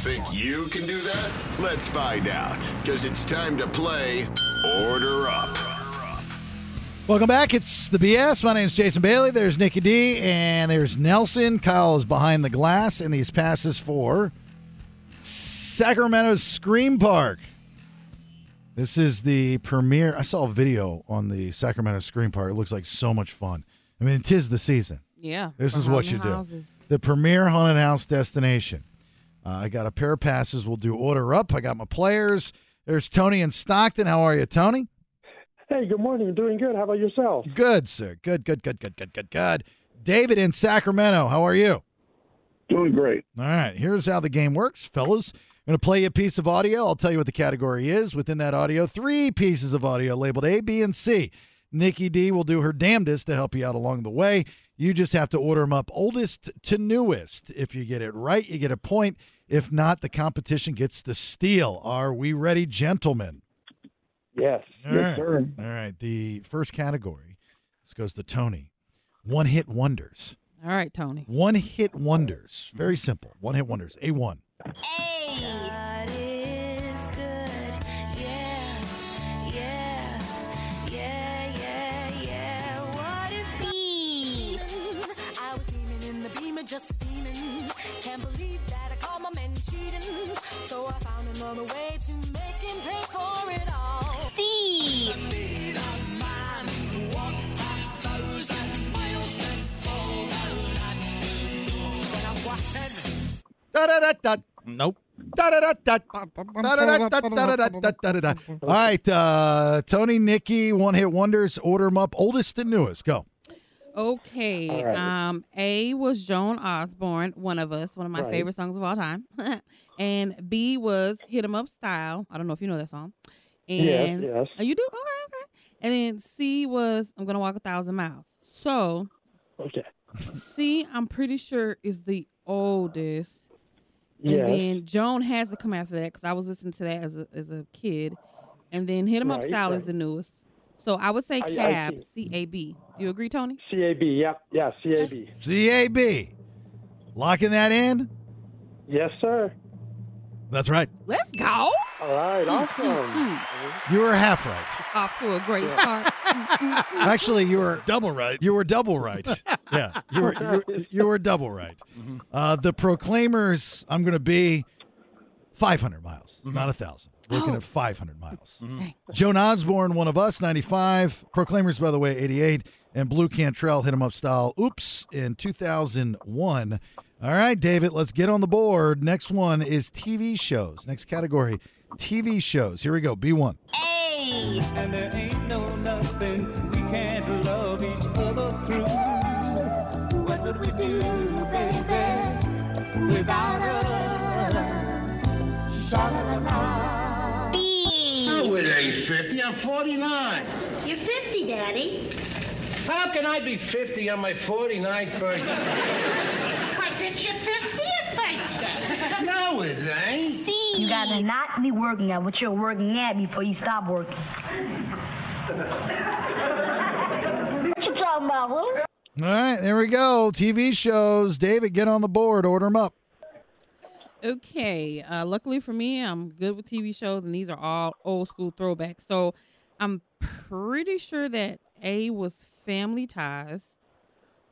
Speaker 4: Think you can do that? Let's find out. Because it's time to play Order Up.
Speaker 8: Welcome back. It's the BS. My name's Jason Bailey. There's Nikki D, and there's Nelson. Kyle is behind the glass, and these passes for Sacramento Scream Park. This is the premiere. I saw a video on the Sacramento Scream Park. It looks like so much fun. I mean, tis the season.
Speaker 7: Yeah.
Speaker 8: This
Speaker 7: for
Speaker 8: is what you
Speaker 7: haunted
Speaker 8: do.
Speaker 7: houses.
Speaker 8: The premier haunted house destination. Uh, I got a pair of passes. We'll do order up. I got my players. There's Tony in Stockton. How are you, Tony?
Speaker 22: Hey, good morning. I'm doing good. How about yourself?
Speaker 8: Good, sir. Good, good, good, good, good, good, good. David in Sacramento. How are you?
Speaker 22: Doing great.
Speaker 8: All right. Here's how the game works, fellas. I'm going to play you a piece of audio. I'll tell you what the category is. Within that audio, three pieces of audio labeled A, B, and C. Nikki D will do her damnedest to help you out along the way. You just have to order them up oldest to newest. If you get it right, you get a point. If not, the competition gets the steal. Are we ready, gentlemen?
Speaker 22: Yes.
Speaker 8: All right. All right. The first category. This goes to Tony. One hit wonders.
Speaker 7: All right, Tony.
Speaker 8: One hit wonders. Very simple. One hit wonders. A one.
Speaker 2: God is good. Yeah, yeah, yeah, yeah, yeah. What if B? I was beaming in the beamer, just beaming. Can't believe that I called my man cheating. So I found another way to make him pay for it all. C.
Speaker 8: Da da da da.
Speaker 9: Nope.
Speaker 8: Da da da da. Da da da da da da da da da da. All right, uh, Tony, Nikki, one hit wonders. Order them up, oldest to newest. Go.
Speaker 7: Okay.
Speaker 8: All right.
Speaker 7: Um, A was Joan Osborne, one of us, one of my
Speaker 8: Right.
Speaker 7: favorite songs of all time. and B was Hit 'em Up Style. I don't know if you know that song.
Speaker 2: Yes,
Speaker 7: And
Speaker 2: yes.
Speaker 7: Oh, you do? Okay, okay. And then C was I'm Gonna Walk a Thousand Miles. So
Speaker 22: Okay.
Speaker 7: C, I'm pretty sure, is the oldest.
Speaker 2: Yes.
Speaker 7: And then Joan has to come after that because I was listening to that as a, as a kid. And then Hit 'em Up
Speaker 22: Right,
Speaker 7: Style
Speaker 22: right.
Speaker 7: is the newest. So I would say
Speaker 22: I- I
Speaker 7: Cab,
Speaker 22: see.
Speaker 7: C A B. Do you agree, Tony?
Speaker 22: CAB. Yep. Yeah. CAB.
Speaker 8: CAB. Locking that in?
Speaker 22: Yes, sir.
Speaker 8: That's right.
Speaker 7: Let's go.
Speaker 22: All right. Awesome.
Speaker 8: You were half right.
Speaker 7: Off to a great start.
Speaker 8: Actually, you were double right. You were double right. Yeah, you were you, were- you were double right. Uh, the Proclaimers. I'm going to be 500 miles, not a thousand. Looking at 500 miles. Joan Osborne, one of us, 95. Proclaimers, by the way, 88. And Blue Cantrell hit him up style. Oops, in 2001. All right, David, let's get on the board. Next one is TV shows. Next category, TV shows. Here we go. B1.
Speaker 2: And there ain't no nothing we can't love each other through. What would we do, baby, without us? Sha-la-la-la.
Speaker 18: It ain't 50, I'm 49.
Speaker 2: You're 50, Daddy.
Speaker 18: How can I be 50 on my 49th birthday?
Speaker 2: Was it your 50th birthday?
Speaker 18: no, it ain't.
Speaker 20: See, you gotta not be working at what you're working at before you stop working. what you talking about, Lou?
Speaker 8: All right, there we go. TV shows. David, get on the board. Order them up.
Speaker 7: Okay. Uh, luckily for me, I'm good with TV shows, and these are all old school throwbacks. So I'm pretty sure that A was Family Ties.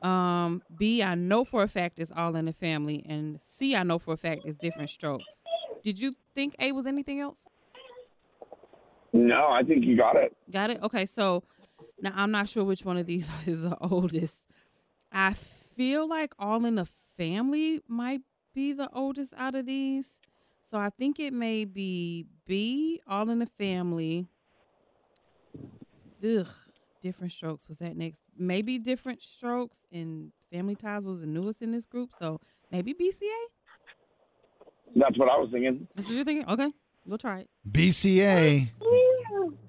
Speaker 7: Um, B, I know for a fact is All in the Family, and C, I know for a fact is Different Strokes. Did you think A was anything else?
Speaker 21: No, I think you got it.
Speaker 7: Got it. Okay, so now I'm not sure which one of these is the oldest. I feel like All in the Family might be the oldest out of these. So I think it may be B, All in the Family. Ugh, different strokes was that next. Maybe different strokes and Family Ties was the newest in this group. So maybe BCA.
Speaker 21: That's what I was thinking.
Speaker 7: That's what you're thinking. Okay, we'll try it.
Speaker 8: BCA.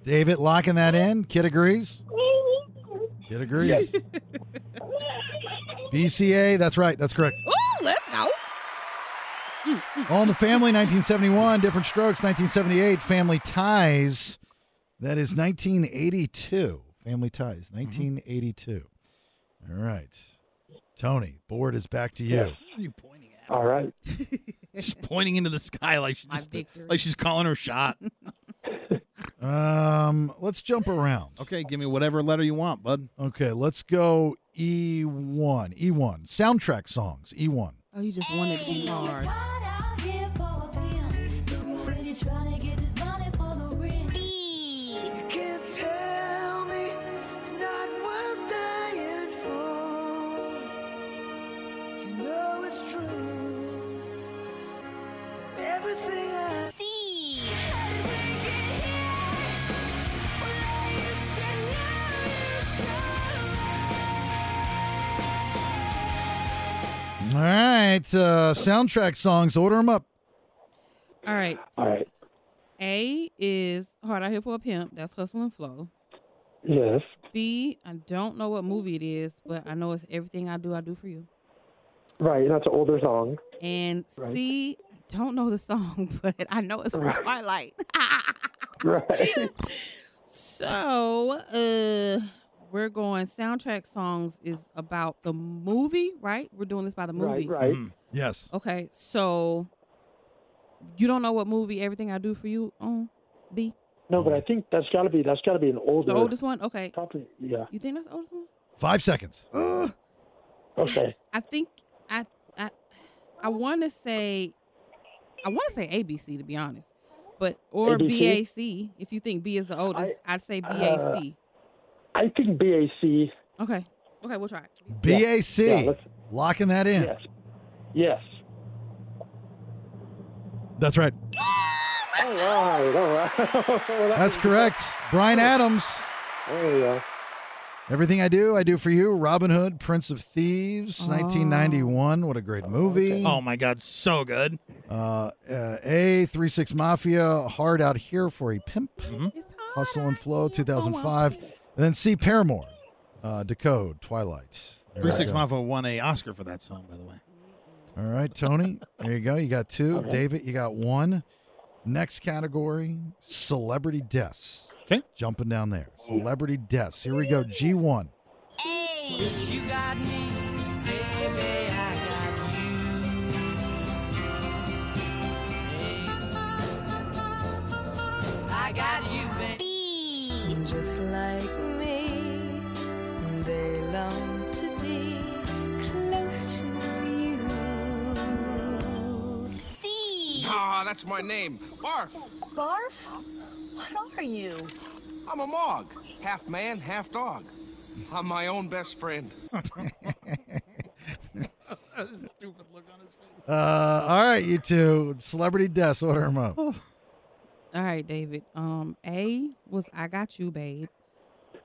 Speaker 8: David locking that in. Kid agrees. Kid agrees. BCA. That's right. That's correct.
Speaker 7: Ooh, let's go.
Speaker 8: All in the Family, 1971. Different Strokes, 1978. Family Ties. That is 1982. Family Ties, 1982. All right. Tony, board is back to you.
Speaker 9: Yes.
Speaker 22: All right.
Speaker 9: She's pointing into the sky like she's like she's calling her shot.
Speaker 8: Um, let's jump around.
Speaker 9: Okay, give me whatever letter you want, bud.
Speaker 8: Okay, let's go E E1. E1. Soundtrack songs. E E1.
Speaker 7: Oh, you just wanted to be hard.
Speaker 2: Everything I see.
Speaker 8: All right, uh, soundtrack songs. Order them up.
Speaker 7: All right.
Speaker 22: All right.
Speaker 7: A is Hard Out Here for a Pimp. That's Hustle and Flow.
Speaker 22: Yes.
Speaker 7: B, I don't know what movie it is, but I know it's Everything I Do, I Do for You.
Speaker 22: Right. That's an older song.
Speaker 7: And
Speaker 22: Right.
Speaker 7: C, I don't know the song, but I know it's from
Speaker 22: Right.
Speaker 7: Twilight.
Speaker 22: Right.
Speaker 7: So, uh, we're going soundtrack songs is about the movie, right? We're doing this by the movie.
Speaker 22: Right. Right.
Speaker 8: Hmm, Yes.
Speaker 7: Okay, so you don't know what movie Everything I Do for You on B?
Speaker 22: No, but I think that's got to be that's got to be an older.
Speaker 7: The oldest one? Okay.
Speaker 22: Probably. Yeah.
Speaker 7: You think that's the oldest one?
Speaker 8: Five seconds.
Speaker 22: Okay.
Speaker 7: I think I I I want to say I want to say ABC to be honest, but or
Speaker 22: ABC?
Speaker 7: BAC. If you think B is the oldest, I, would say
Speaker 8: uh,
Speaker 7: BAC.
Speaker 22: I think BAC.
Speaker 7: okay, okay, we'll try. it.
Speaker 8: BAC. locking that in.
Speaker 22: Yes. Yes.
Speaker 8: That's right.
Speaker 22: All right. All right. Well, that
Speaker 8: That's
Speaker 22: was-
Speaker 8: correct. Brian Adams.
Speaker 22: There you go.
Speaker 8: Everything I do, I do for you. Robin Hood, Prince of Thieves, 1991. What a great movie.
Speaker 9: Oh my God, so good.
Speaker 8: Uh, uh, A, 3 6 Mafia, Hard Out Here for a Pimp, Mm-hmm. Hustle and
Speaker 7: Oh,
Speaker 8: Flow, 2005. And then C, Paramore, uh, Decode, Twilight. There
Speaker 9: Three
Speaker 8: you
Speaker 9: Six
Speaker 8: go.
Speaker 9: Mafia won a Oscar for that song, by the way.
Speaker 8: All right, Tony. There you go. You got two. David, you got one. Next category celebrity deaths.
Speaker 9: Okay.
Speaker 8: Jumping down there. Celebrity deaths. Here we go. G1.
Speaker 2: If you got me, baby, I got you. I got you, baby. Just like me, they long to be close to you. See?
Speaker 1: Ah, that's my name. Barf.
Speaker 2: Barf? What are you?
Speaker 1: I'm a mog. Half man, half dog. I'm my own best friend.
Speaker 9: Stupid look on his face.
Speaker 8: Uh, all right, you two. Celebrity deaths. Order them up.
Speaker 7: Oh. All right, David. Um, A was I Got You, Babe.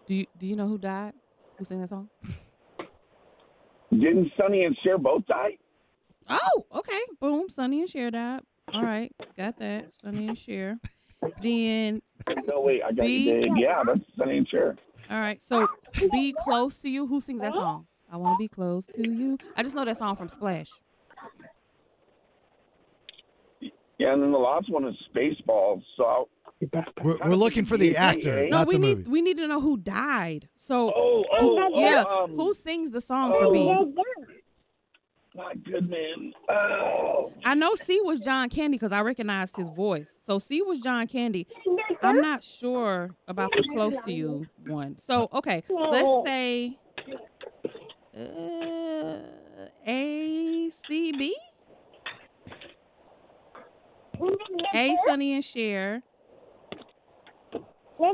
Speaker 7: Do you do you know who died? Who sang that song?
Speaker 21: Didn't Sonny and Cher both die?
Speaker 7: Oh, okay. Boom. Sonny and Cher died. All right, got that. Sonny and Cher. Then
Speaker 21: No, wait, I got you,
Speaker 7: B.
Speaker 21: Dave. Yeah, that's Sonny and Cher.
Speaker 7: All right. So be close to you. Who sings that song? I want to be close to you. I just know that song from Splash.
Speaker 21: Yeah, and then the last one is Spaceballs. So
Speaker 8: We're, we're looking for the actor,
Speaker 7: No,
Speaker 8: not
Speaker 7: we
Speaker 8: the
Speaker 7: need
Speaker 8: movie.
Speaker 7: we need to know who died. So
Speaker 21: oh, oh,
Speaker 7: yeah,
Speaker 21: um,
Speaker 7: who sings the song for
Speaker 21: oh.
Speaker 7: me?
Speaker 21: not good, man. Oh,
Speaker 7: I know C was John Candy because I recognized his voice. So C was John Candy. I'm not sure about the close to you one. So okay, let's say uh, A C B. A Sonny and Cher.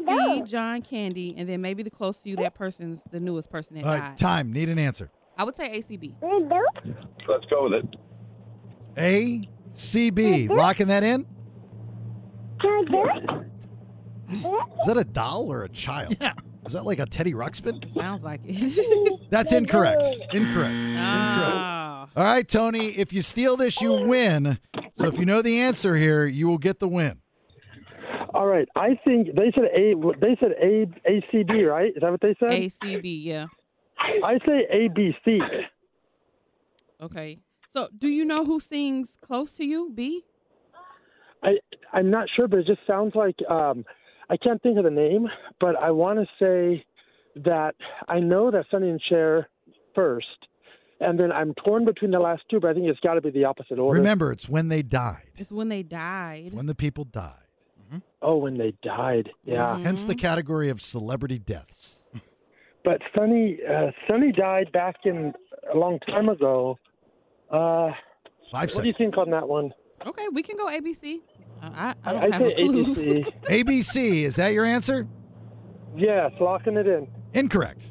Speaker 7: C John Candy, and then maybe the close to you that person's the newest person that
Speaker 8: All
Speaker 7: died.
Speaker 8: right, time. Need an answer.
Speaker 7: I would say ACB.
Speaker 21: let's go with it.
Speaker 8: A, C, B. Locking that in? Is that a doll or a child? Yeah. Is that like a Teddy Ruxpin?
Speaker 7: Sounds like it.
Speaker 8: That's incorrect. Incorrect.
Speaker 7: Ah.
Speaker 8: Incorrect. All right, Tony. If you steal this, you win. So if you know the answer here, you will get the win.
Speaker 22: All right. I think they said A. They said A. ACB. Right? Is that what they said?
Speaker 7: ACB, yeah.
Speaker 22: I say ABC.
Speaker 7: Okay. So, do you know who sings close to you? B.
Speaker 22: I I'm not sure, but it just sounds like um, I can't think of the name, but I want to say that I know that Sonny and Cher first, and then I'm torn between the last two, but I think it's got to be the opposite order.
Speaker 8: Remember, it's when they died,
Speaker 7: It's when they died.
Speaker 8: when the people died.
Speaker 22: Oh, when they died. Yeah.
Speaker 8: Hence the category of celebrity deaths.
Speaker 22: But Sonny uh, Sonny died back in a long time ago. Uh,
Speaker 8: Five
Speaker 22: What do you think on that one?
Speaker 7: Okay, we can go ABC. Uh, I, I I
Speaker 22: I
Speaker 7: don't have
Speaker 22: say
Speaker 7: a clue.
Speaker 22: ABC.
Speaker 8: ABC, is that your answer?
Speaker 22: Yes, locking it in.
Speaker 8: Incorrect.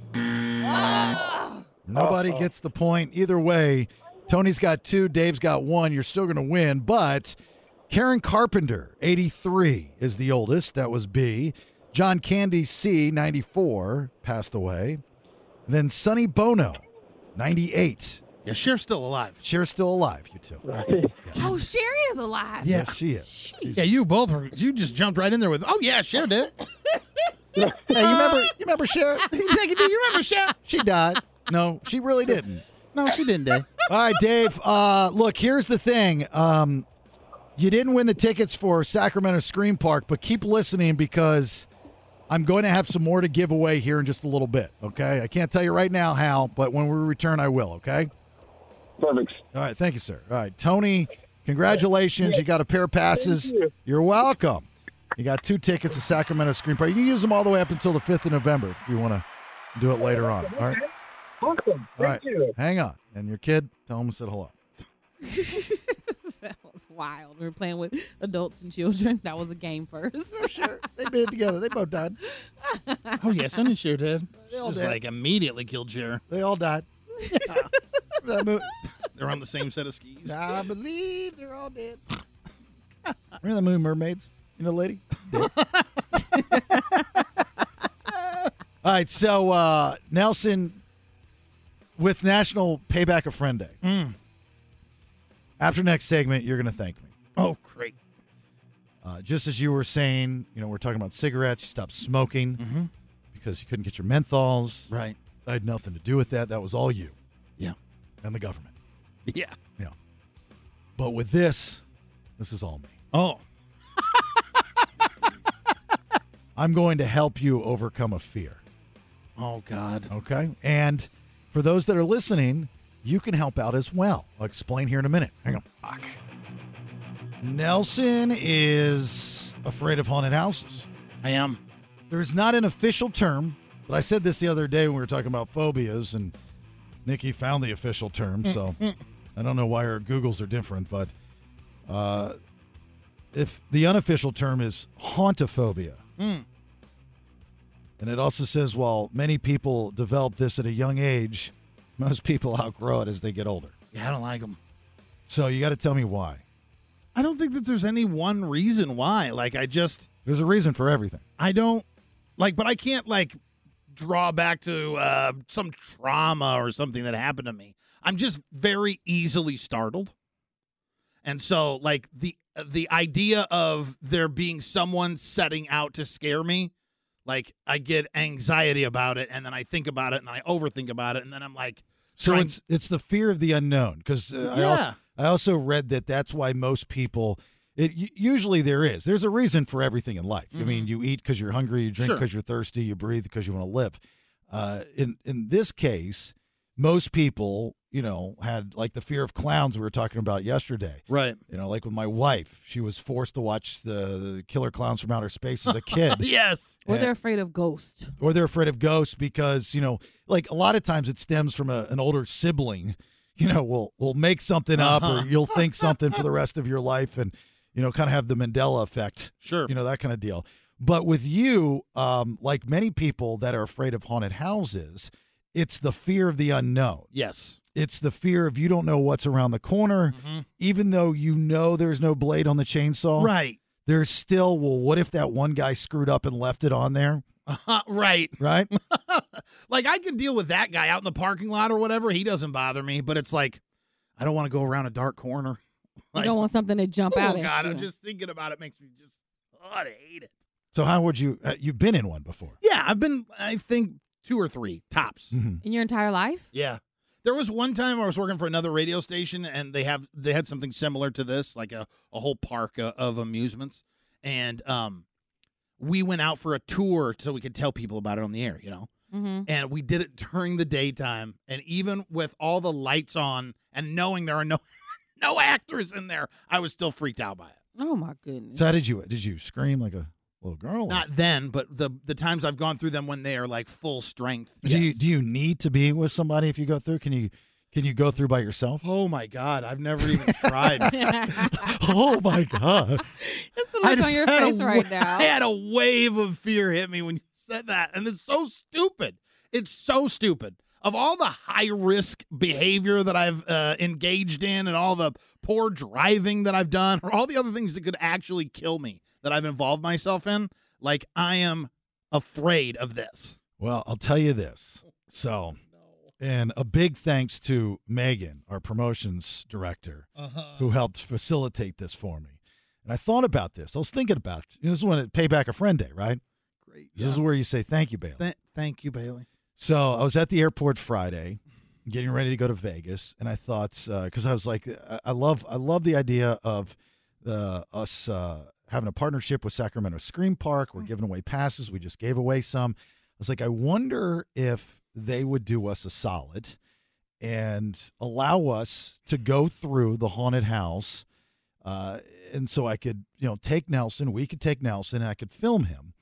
Speaker 8: Nobody gets the point. Either way, Tony's got two, Dave's got one. You're still going to win, but Karen Carpenter, 83, is the oldest. That was B. John Candy, C, 94, passed away. Then Sonny Bono, 98.
Speaker 9: Yeah, Cher's still alive.
Speaker 8: Cher's still alive, you two.
Speaker 7: Oh, Sherry is alive.
Speaker 8: Yeah, she is.
Speaker 9: Yeah, you both are. You just jumped right in there with, oh, yeah, Cher did.
Speaker 8: hey, you remember, you remember Cher?
Speaker 9: you remember Cher?
Speaker 8: She died. No, she really didn't.
Speaker 9: No, she didn't, Dave.
Speaker 8: All right, Dave. Uh, look, here's the thing. Um, you didn't win the tickets for Sacramento Scream Park, but keep listening because I'm going to have some more to give away here in just a little bit. Okay, I can't tell you right now how, but when we return, I will. Okay.
Speaker 21: Perfect.
Speaker 8: All right, thank you, sir. All right, Tony. Congratulations, you got a pair of passes.
Speaker 21: Thank you.
Speaker 8: You're welcome. You got two tickets to Sacramento Scream Park. You can use them all the way up until the 5th of November if you want to do it later on. All right.
Speaker 21: Awesome.
Speaker 8: All right. Hang on. And your kid, tell him I said hello.
Speaker 7: that was wild. We were playing with adults and children. That was a game first. For
Speaker 8: sure. They did it together. They both died.
Speaker 9: Oh, yeah, Sonny Cher did. She
Speaker 8: all
Speaker 9: was
Speaker 8: did.
Speaker 9: like immediately killed Cher.
Speaker 8: They all died.
Speaker 9: They're on the same set of skis.
Speaker 8: I believe they're all dead. Remember the Moon Mermaids? You know, the lady? All right, so uh, Nelson, with National Payback a Friend Day, after next segment, you're going to thank me.
Speaker 9: Oh, great.
Speaker 8: Uh, just as you were saying, you know, we're talking about cigarettes. You stopped smoking because you couldn't get your menthols.
Speaker 9: Right.
Speaker 8: I had nothing to do with that. That was all you.
Speaker 9: Yeah.
Speaker 8: And the government.
Speaker 9: Yeah.
Speaker 8: Yeah. But with this, this is all me.
Speaker 9: Oh.
Speaker 8: I'm going to help you overcome a fear.
Speaker 9: Oh, God.
Speaker 8: Okay. And for those that are listening, you can help out as well. I'll explain here in a minute. Hang on. Nelson is afraid of haunted houses.
Speaker 9: I am.
Speaker 8: There's not an official term, but I said this the other day when we were talking about phobias, and Nikki found the official term. So I don't know why our Googles are different, but uh, if the unofficial term is hauntophobia,
Speaker 9: Mm.
Speaker 8: and it also says while many people develop this at a young age, most people outgrow it as they get older.
Speaker 9: Yeah, I don't like them.
Speaker 8: So you got to tell me why.
Speaker 9: I don't think that there's any one reason why. Like, I just,
Speaker 8: There's a reason for everything.
Speaker 9: I don't, like, but I can't, like, draw back to uh, some trauma or something that happened to me. I'm just very easily startled. And so, like, the, the idea of there being someone setting out to scare me, like, I get anxiety about it. And then I think about it and I overthink about it. And then I'm like,
Speaker 8: So
Speaker 9: trying-
Speaker 8: it's it's the fear of the unknown because uh, I,
Speaker 9: Yeah.
Speaker 8: also, I also read that that's why most people. It u- usually there is. There's a reason for everything in life. I mean, you eat because you're hungry, you drink
Speaker 9: Mm-hmm. Sure.
Speaker 8: because you're thirsty, you breathe because you want to live. Uh, in in this case, most people, you know, had like the fear of clowns we were talking about yesterday.
Speaker 9: right.
Speaker 8: You know, like with my wife, she was forced to watch the Killer Clowns from Outer Space as a kid.
Speaker 9: Yes.
Speaker 7: Or
Speaker 8: Yeah.
Speaker 7: they're afraid of ghosts.
Speaker 8: or they're afraid of ghosts because you know like a lot of times it stems from a, an older sibling you know will will make something up
Speaker 9: Uh-huh.
Speaker 8: or you'll think something for the rest of your life and you know kind of have the mandela effect
Speaker 9: Sure.
Speaker 8: you know that kind of deal but with you um like many people that are afraid of haunted houses it's the fear of the unknown
Speaker 9: Yes.
Speaker 8: it's the fear of you don't know what's around the corner even though you know there's no blade on the chainsaw
Speaker 9: Mm-hmm. Right.
Speaker 8: there's still well what if that one guy screwed up and left it on there
Speaker 9: Uh, right.
Speaker 8: right
Speaker 9: like I can deal with that guy out in the parking lot or whatever. He doesn't bother me, but it's like I don't want to go around a dark corner.
Speaker 7: You
Speaker 9: Like,
Speaker 7: don't want something to jump out
Speaker 9: oh
Speaker 7: at
Speaker 9: God,
Speaker 7: you.
Speaker 9: I'm just thinking about it makes me just oh, I hate it.
Speaker 8: So how would you? Uh, you've been in one before.
Speaker 9: Yeah, I've been I think two or three tops.
Speaker 7: In your entire life?
Speaker 9: Yeah. There was one time I was working for another radio station and they have they had something similar to this, like a, a whole park uh, of amusements. And um we went out for a tour so we could tell people about it on the air, you know.
Speaker 7: Mm-hmm.
Speaker 9: and we did it during the daytime and even with all the lights on and knowing there are no no actors in there i was still freaked out by it
Speaker 7: Oh my goodness.
Speaker 8: So how did you? Did you scream like a little girl?
Speaker 9: not then but the the times i've gone through them when they are like full strength
Speaker 8: do you
Speaker 9: yes.
Speaker 8: do you need to be with somebody if you go through? Can you can you go through by yourself?
Speaker 9: oh my god i've never even tried
Speaker 8: oh my god!
Speaker 7: That's the
Speaker 9: I
Speaker 7: look on
Speaker 9: just
Speaker 7: your
Speaker 9: had a
Speaker 7: face right
Speaker 9: wa-
Speaker 7: now.
Speaker 9: I had a wave of fear hit me when you said that, and it's so stupid. It's so stupid. Of all the high risk behavior that I've uh, engaged in, and all the poor driving that I've done, or all the other things that could actually kill me that I've involved myself in, like I am afraid of this.
Speaker 8: Well, I'll tell you this. So And a big thanks to Megan, our promotions director,
Speaker 9: Uh-huh.
Speaker 8: who helped facilitate this for me. And I thought about this. I was thinking about you know, this is when it Payback a Friend Day, right? Great. This is where you say thank you, Bailey.
Speaker 9: Th- thank you, Bailey.
Speaker 8: So I was at the airport Friday, getting ready to go to Vegas, and I thought because I was like, I- I love, I love the idea of the us uh, having a partnership with Sacramento Scream Park. We're giving away passes. We just gave away some. I was like, I wonder if they would do us a solid and allow us to go through the haunted house. Uh, and so I could, you know, take Nelson, we could take Nelson, and I could film him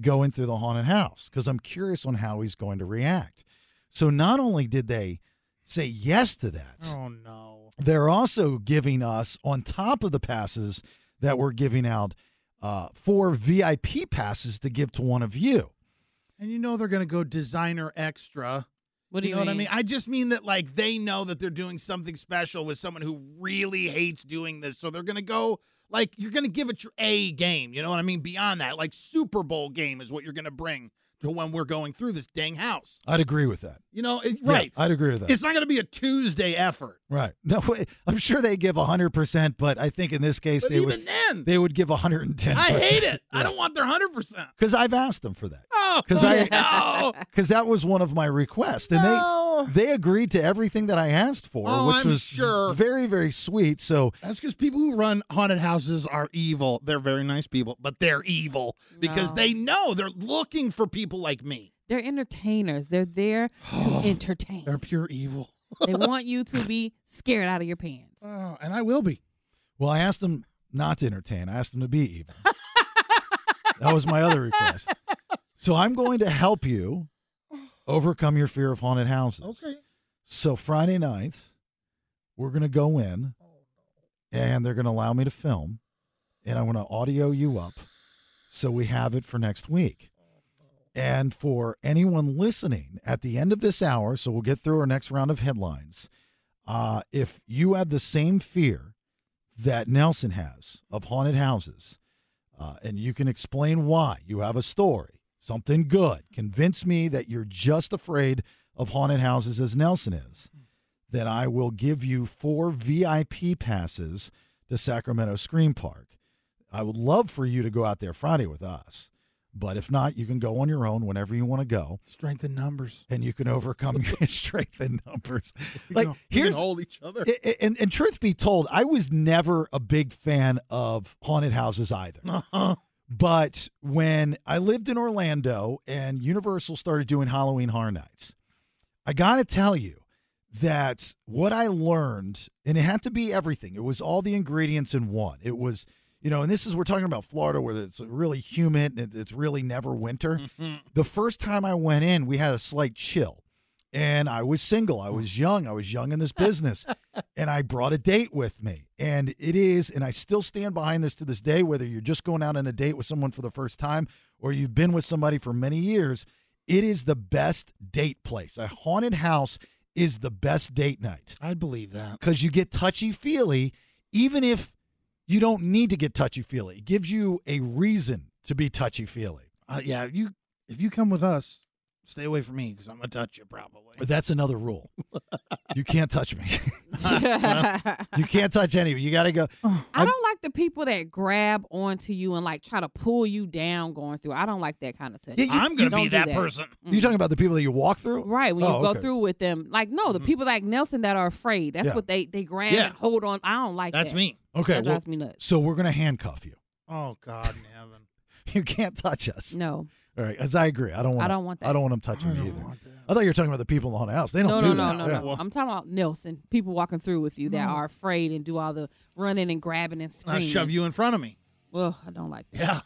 Speaker 8: going through the haunted house because I'm curious on how he's going to react. So not only did they say yes to that,
Speaker 9: Oh no.
Speaker 8: they're also giving us, on top of the passes that we're giving out, uh, four VIP passes to give to one of you.
Speaker 9: And you know they're going to go designer extra.
Speaker 7: What do you
Speaker 9: know what I
Speaker 7: mean?
Speaker 9: mean? I just mean that like they know that they're doing something special with someone who really hates doing this. So they're going to go like you're going to give it your A game, you know what I mean? Beyond that, like Super Bowl game is what you're going to bring to when we're going through this dang house.
Speaker 8: I'd agree with that.
Speaker 9: You know, it,
Speaker 8: Yeah,
Speaker 9: right.
Speaker 8: I'd agree with that.
Speaker 9: It's not going to be a Tuesday effort.
Speaker 8: Right. No, wait, I'm sure they give 100%, but I think in this case
Speaker 9: But
Speaker 8: they
Speaker 9: even
Speaker 8: would
Speaker 9: then-
Speaker 8: they would give 110%.
Speaker 9: I hate it. I don't want their 100%.
Speaker 8: Cuz I've asked them for that.
Speaker 9: Oh,
Speaker 8: Cuz I
Speaker 9: no.
Speaker 8: cuz that was one of my requests and
Speaker 9: No.
Speaker 8: they they agreed to everything that I asked for,
Speaker 9: Oh,
Speaker 8: which
Speaker 9: I'm
Speaker 8: was
Speaker 9: sure.
Speaker 8: very very sweet. So
Speaker 9: That's because people who run haunted houses are evil. They're very nice people, but they're evil because
Speaker 7: No.
Speaker 9: they know they're looking for people like me.
Speaker 7: They're entertainers. They're there to entertain. They're
Speaker 9: pure evil.
Speaker 7: they want you to be scared out of your pants.
Speaker 9: Oh, and I will be.
Speaker 8: Well, I asked them not to entertain. I asked them to be evil. that was my other request. So I'm going to help you overcome your fear of haunted houses.
Speaker 9: Okay.
Speaker 8: So Friday night, we're going to go in and they're going to allow me to film and I'm going to audio you up so we have it for next week. And for anyone listening at the end of this hour, so we'll get through our next round of headlines. Uh, if you have the same fear that Nelson has of haunted houses, uh, and you can explain why you have a story, something good, convince me that you're just afraid of haunted houses as Nelson is, then I will give you four VIP passes to Sacramento Scream Park. I would love for you to go out there Friday with us. But if not, you can go on your own whenever you want to go,
Speaker 9: Strength in numbers.
Speaker 8: and you can overcome your strength in numbers.
Speaker 9: We
Speaker 8: Like
Speaker 9: can- we can
Speaker 8: here's
Speaker 9: hold each other.
Speaker 8: I- I- And, and truth be told, I was never a big fan of haunted houses either. But when I lived in Orlando and Universal started doing Halloween Horror Nights, I got to tell you that what I learned, and it had to be everything, it was all the ingredients in one. It was, you know, and this is, we're talking about Florida where it's really humid and it's really never winter. the first time I went in, we had a slight chill. And I was single. I was young. I was young in this business. and I brought a date with me. And it is, and I still stand behind this to this day, whether you're just going out on a date with someone for the first time or you've been with somebody for many years, it is the best date place. A haunted house is the best date night
Speaker 9: I'd believe that.
Speaker 8: because you get touchy feely, even if you don't need to get touchy feely. It gives you a reason to be touchy feely.
Speaker 9: Uh, yeah, you. If you come with us, stay away from me because I'm gonna touch you probably.
Speaker 8: That's another rule. you can't touch me. Uh-huh. you can't touch anyone. You got to go.
Speaker 7: I don't like the people that grab onto you and like try to pull you down going through. I don't like that kind of touch.
Speaker 8: Yeah, you- I'm gonna
Speaker 7: Don't
Speaker 8: be
Speaker 7: do
Speaker 8: that person. You're talking about the people that you walk through?
Speaker 7: Right, when you
Speaker 8: Oh,
Speaker 7: go
Speaker 8: okay. Mm-hmm.
Speaker 7: through with them. Like no, the people like Nelson that are afraid. That's
Speaker 8: Yeah.
Speaker 7: what they they grab
Speaker 8: Yeah.
Speaker 7: and hold on. I don't like that.
Speaker 8: Okay.
Speaker 7: That
Speaker 8: well,
Speaker 7: drives me nuts.
Speaker 8: So we're going to handcuff you.
Speaker 9: Oh God, in heaven.
Speaker 8: You can't touch us.
Speaker 7: No.
Speaker 8: All right. As I agree. I don't want
Speaker 7: I don't want
Speaker 8: I
Speaker 7: that.
Speaker 8: don't want them touching me either. I thought you were talking about the people in the haunted house. They don't
Speaker 7: no,
Speaker 8: do
Speaker 7: no,
Speaker 8: that.
Speaker 7: no, no,
Speaker 8: Yeah. Mm.
Speaker 7: no. I'm talking about Nelson. People walking through with you that
Speaker 9: No.
Speaker 7: are afraid and do all the running and grabbing and
Speaker 9: I'll
Speaker 7: screaming.
Speaker 9: shove you in front of me.
Speaker 7: Well, I don't like that.
Speaker 9: Yeah.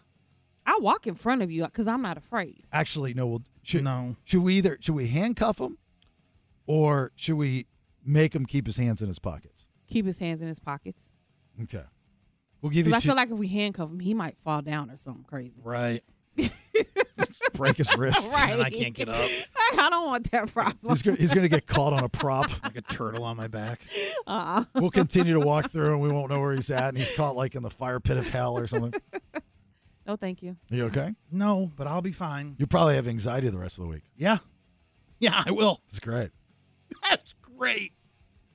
Speaker 7: I walk in front of you because I'm not afraid.
Speaker 8: Actually, no. We'll, should, no. Should we either should we handcuff him, or should we make him keep his hands in his pockets?
Speaker 7: Keep his hands in his pockets.
Speaker 8: Okay. We'll give
Speaker 7: 'Cause
Speaker 8: you
Speaker 7: I
Speaker 8: two.
Speaker 7: feel like if we handcuff him, he might fall down or something crazy.
Speaker 9: right.
Speaker 8: break his wrist.
Speaker 7: Right. I don't want that problem.
Speaker 8: He's gonna, he's gonna get caught on a prop
Speaker 9: like a turtle on my back.
Speaker 7: Uh-uh.
Speaker 8: We'll continue to walk through, and we won't know where he's at, and he's caught like in the fire pit of hell or something.
Speaker 7: No, thank you.
Speaker 8: Are you okay?
Speaker 9: No, but I'll be fine.
Speaker 8: You probably have anxiety the rest of the week.
Speaker 9: Yeah. Yeah, I will.
Speaker 8: It's great.
Speaker 9: That's great.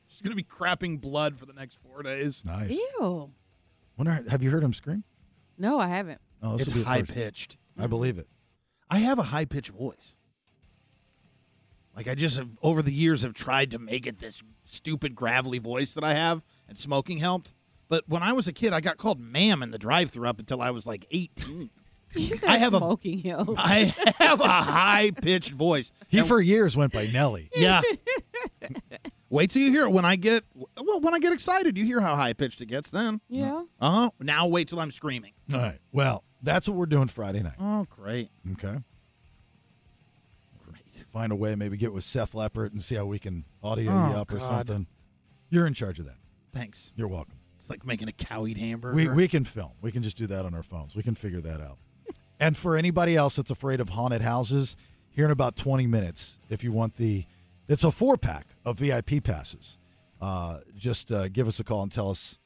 Speaker 9: She's gonna be crapping blood for the next four days.
Speaker 8: Nice.
Speaker 7: Ew.
Speaker 8: Wonder, have you heard him scream?
Speaker 7: No, I haven't.
Speaker 8: Oh, this
Speaker 9: It's
Speaker 8: will be the
Speaker 9: high
Speaker 8: first.
Speaker 9: pitched.
Speaker 8: I believe it.
Speaker 9: I have a high pitched voice. Like I just have over the years have tried to make it this stupid gravelly voice that I have, and smoking helped. But when I was a kid, I got called ma'am in the drive-through up until I was like eighteen. I have a
Speaker 7: smoking hill.
Speaker 9: I have a high pitched voice.
Speaker 8: He for years went by Nelly.
Speaker 9: Yeah. Wait till you hear it when I get well when I get excited. You hear how high pitched it gets then.
Speaker 7: Yeah.
Speaker 9: Uh huh. Now wait till I'm screaming.
Speaker 8: All right. Well, that's what we're doing Friday night.
Speaker 9: Oh great.
Speaker 8: Okay. Find a way, maybe get with Seth Leppert and see how we can audio you
Speaker 9: Oh,
Speaker 8: up or
Speaker 9: God.
Speaker 8: something. You're in charge of that.
Speaker 9: Thanks.
Speaker 8: You're welcome.
Speaker 9: It's like making a cow eat hamburger.
Speaker 8: We, we can film. We can just do that on our phones. We can figure that out. and for anybody else that's afraid of haunted houses, here in about 20 minutes, if you want the, it's a four pack of VIP passes. Uh, just uh, give us a call and tell us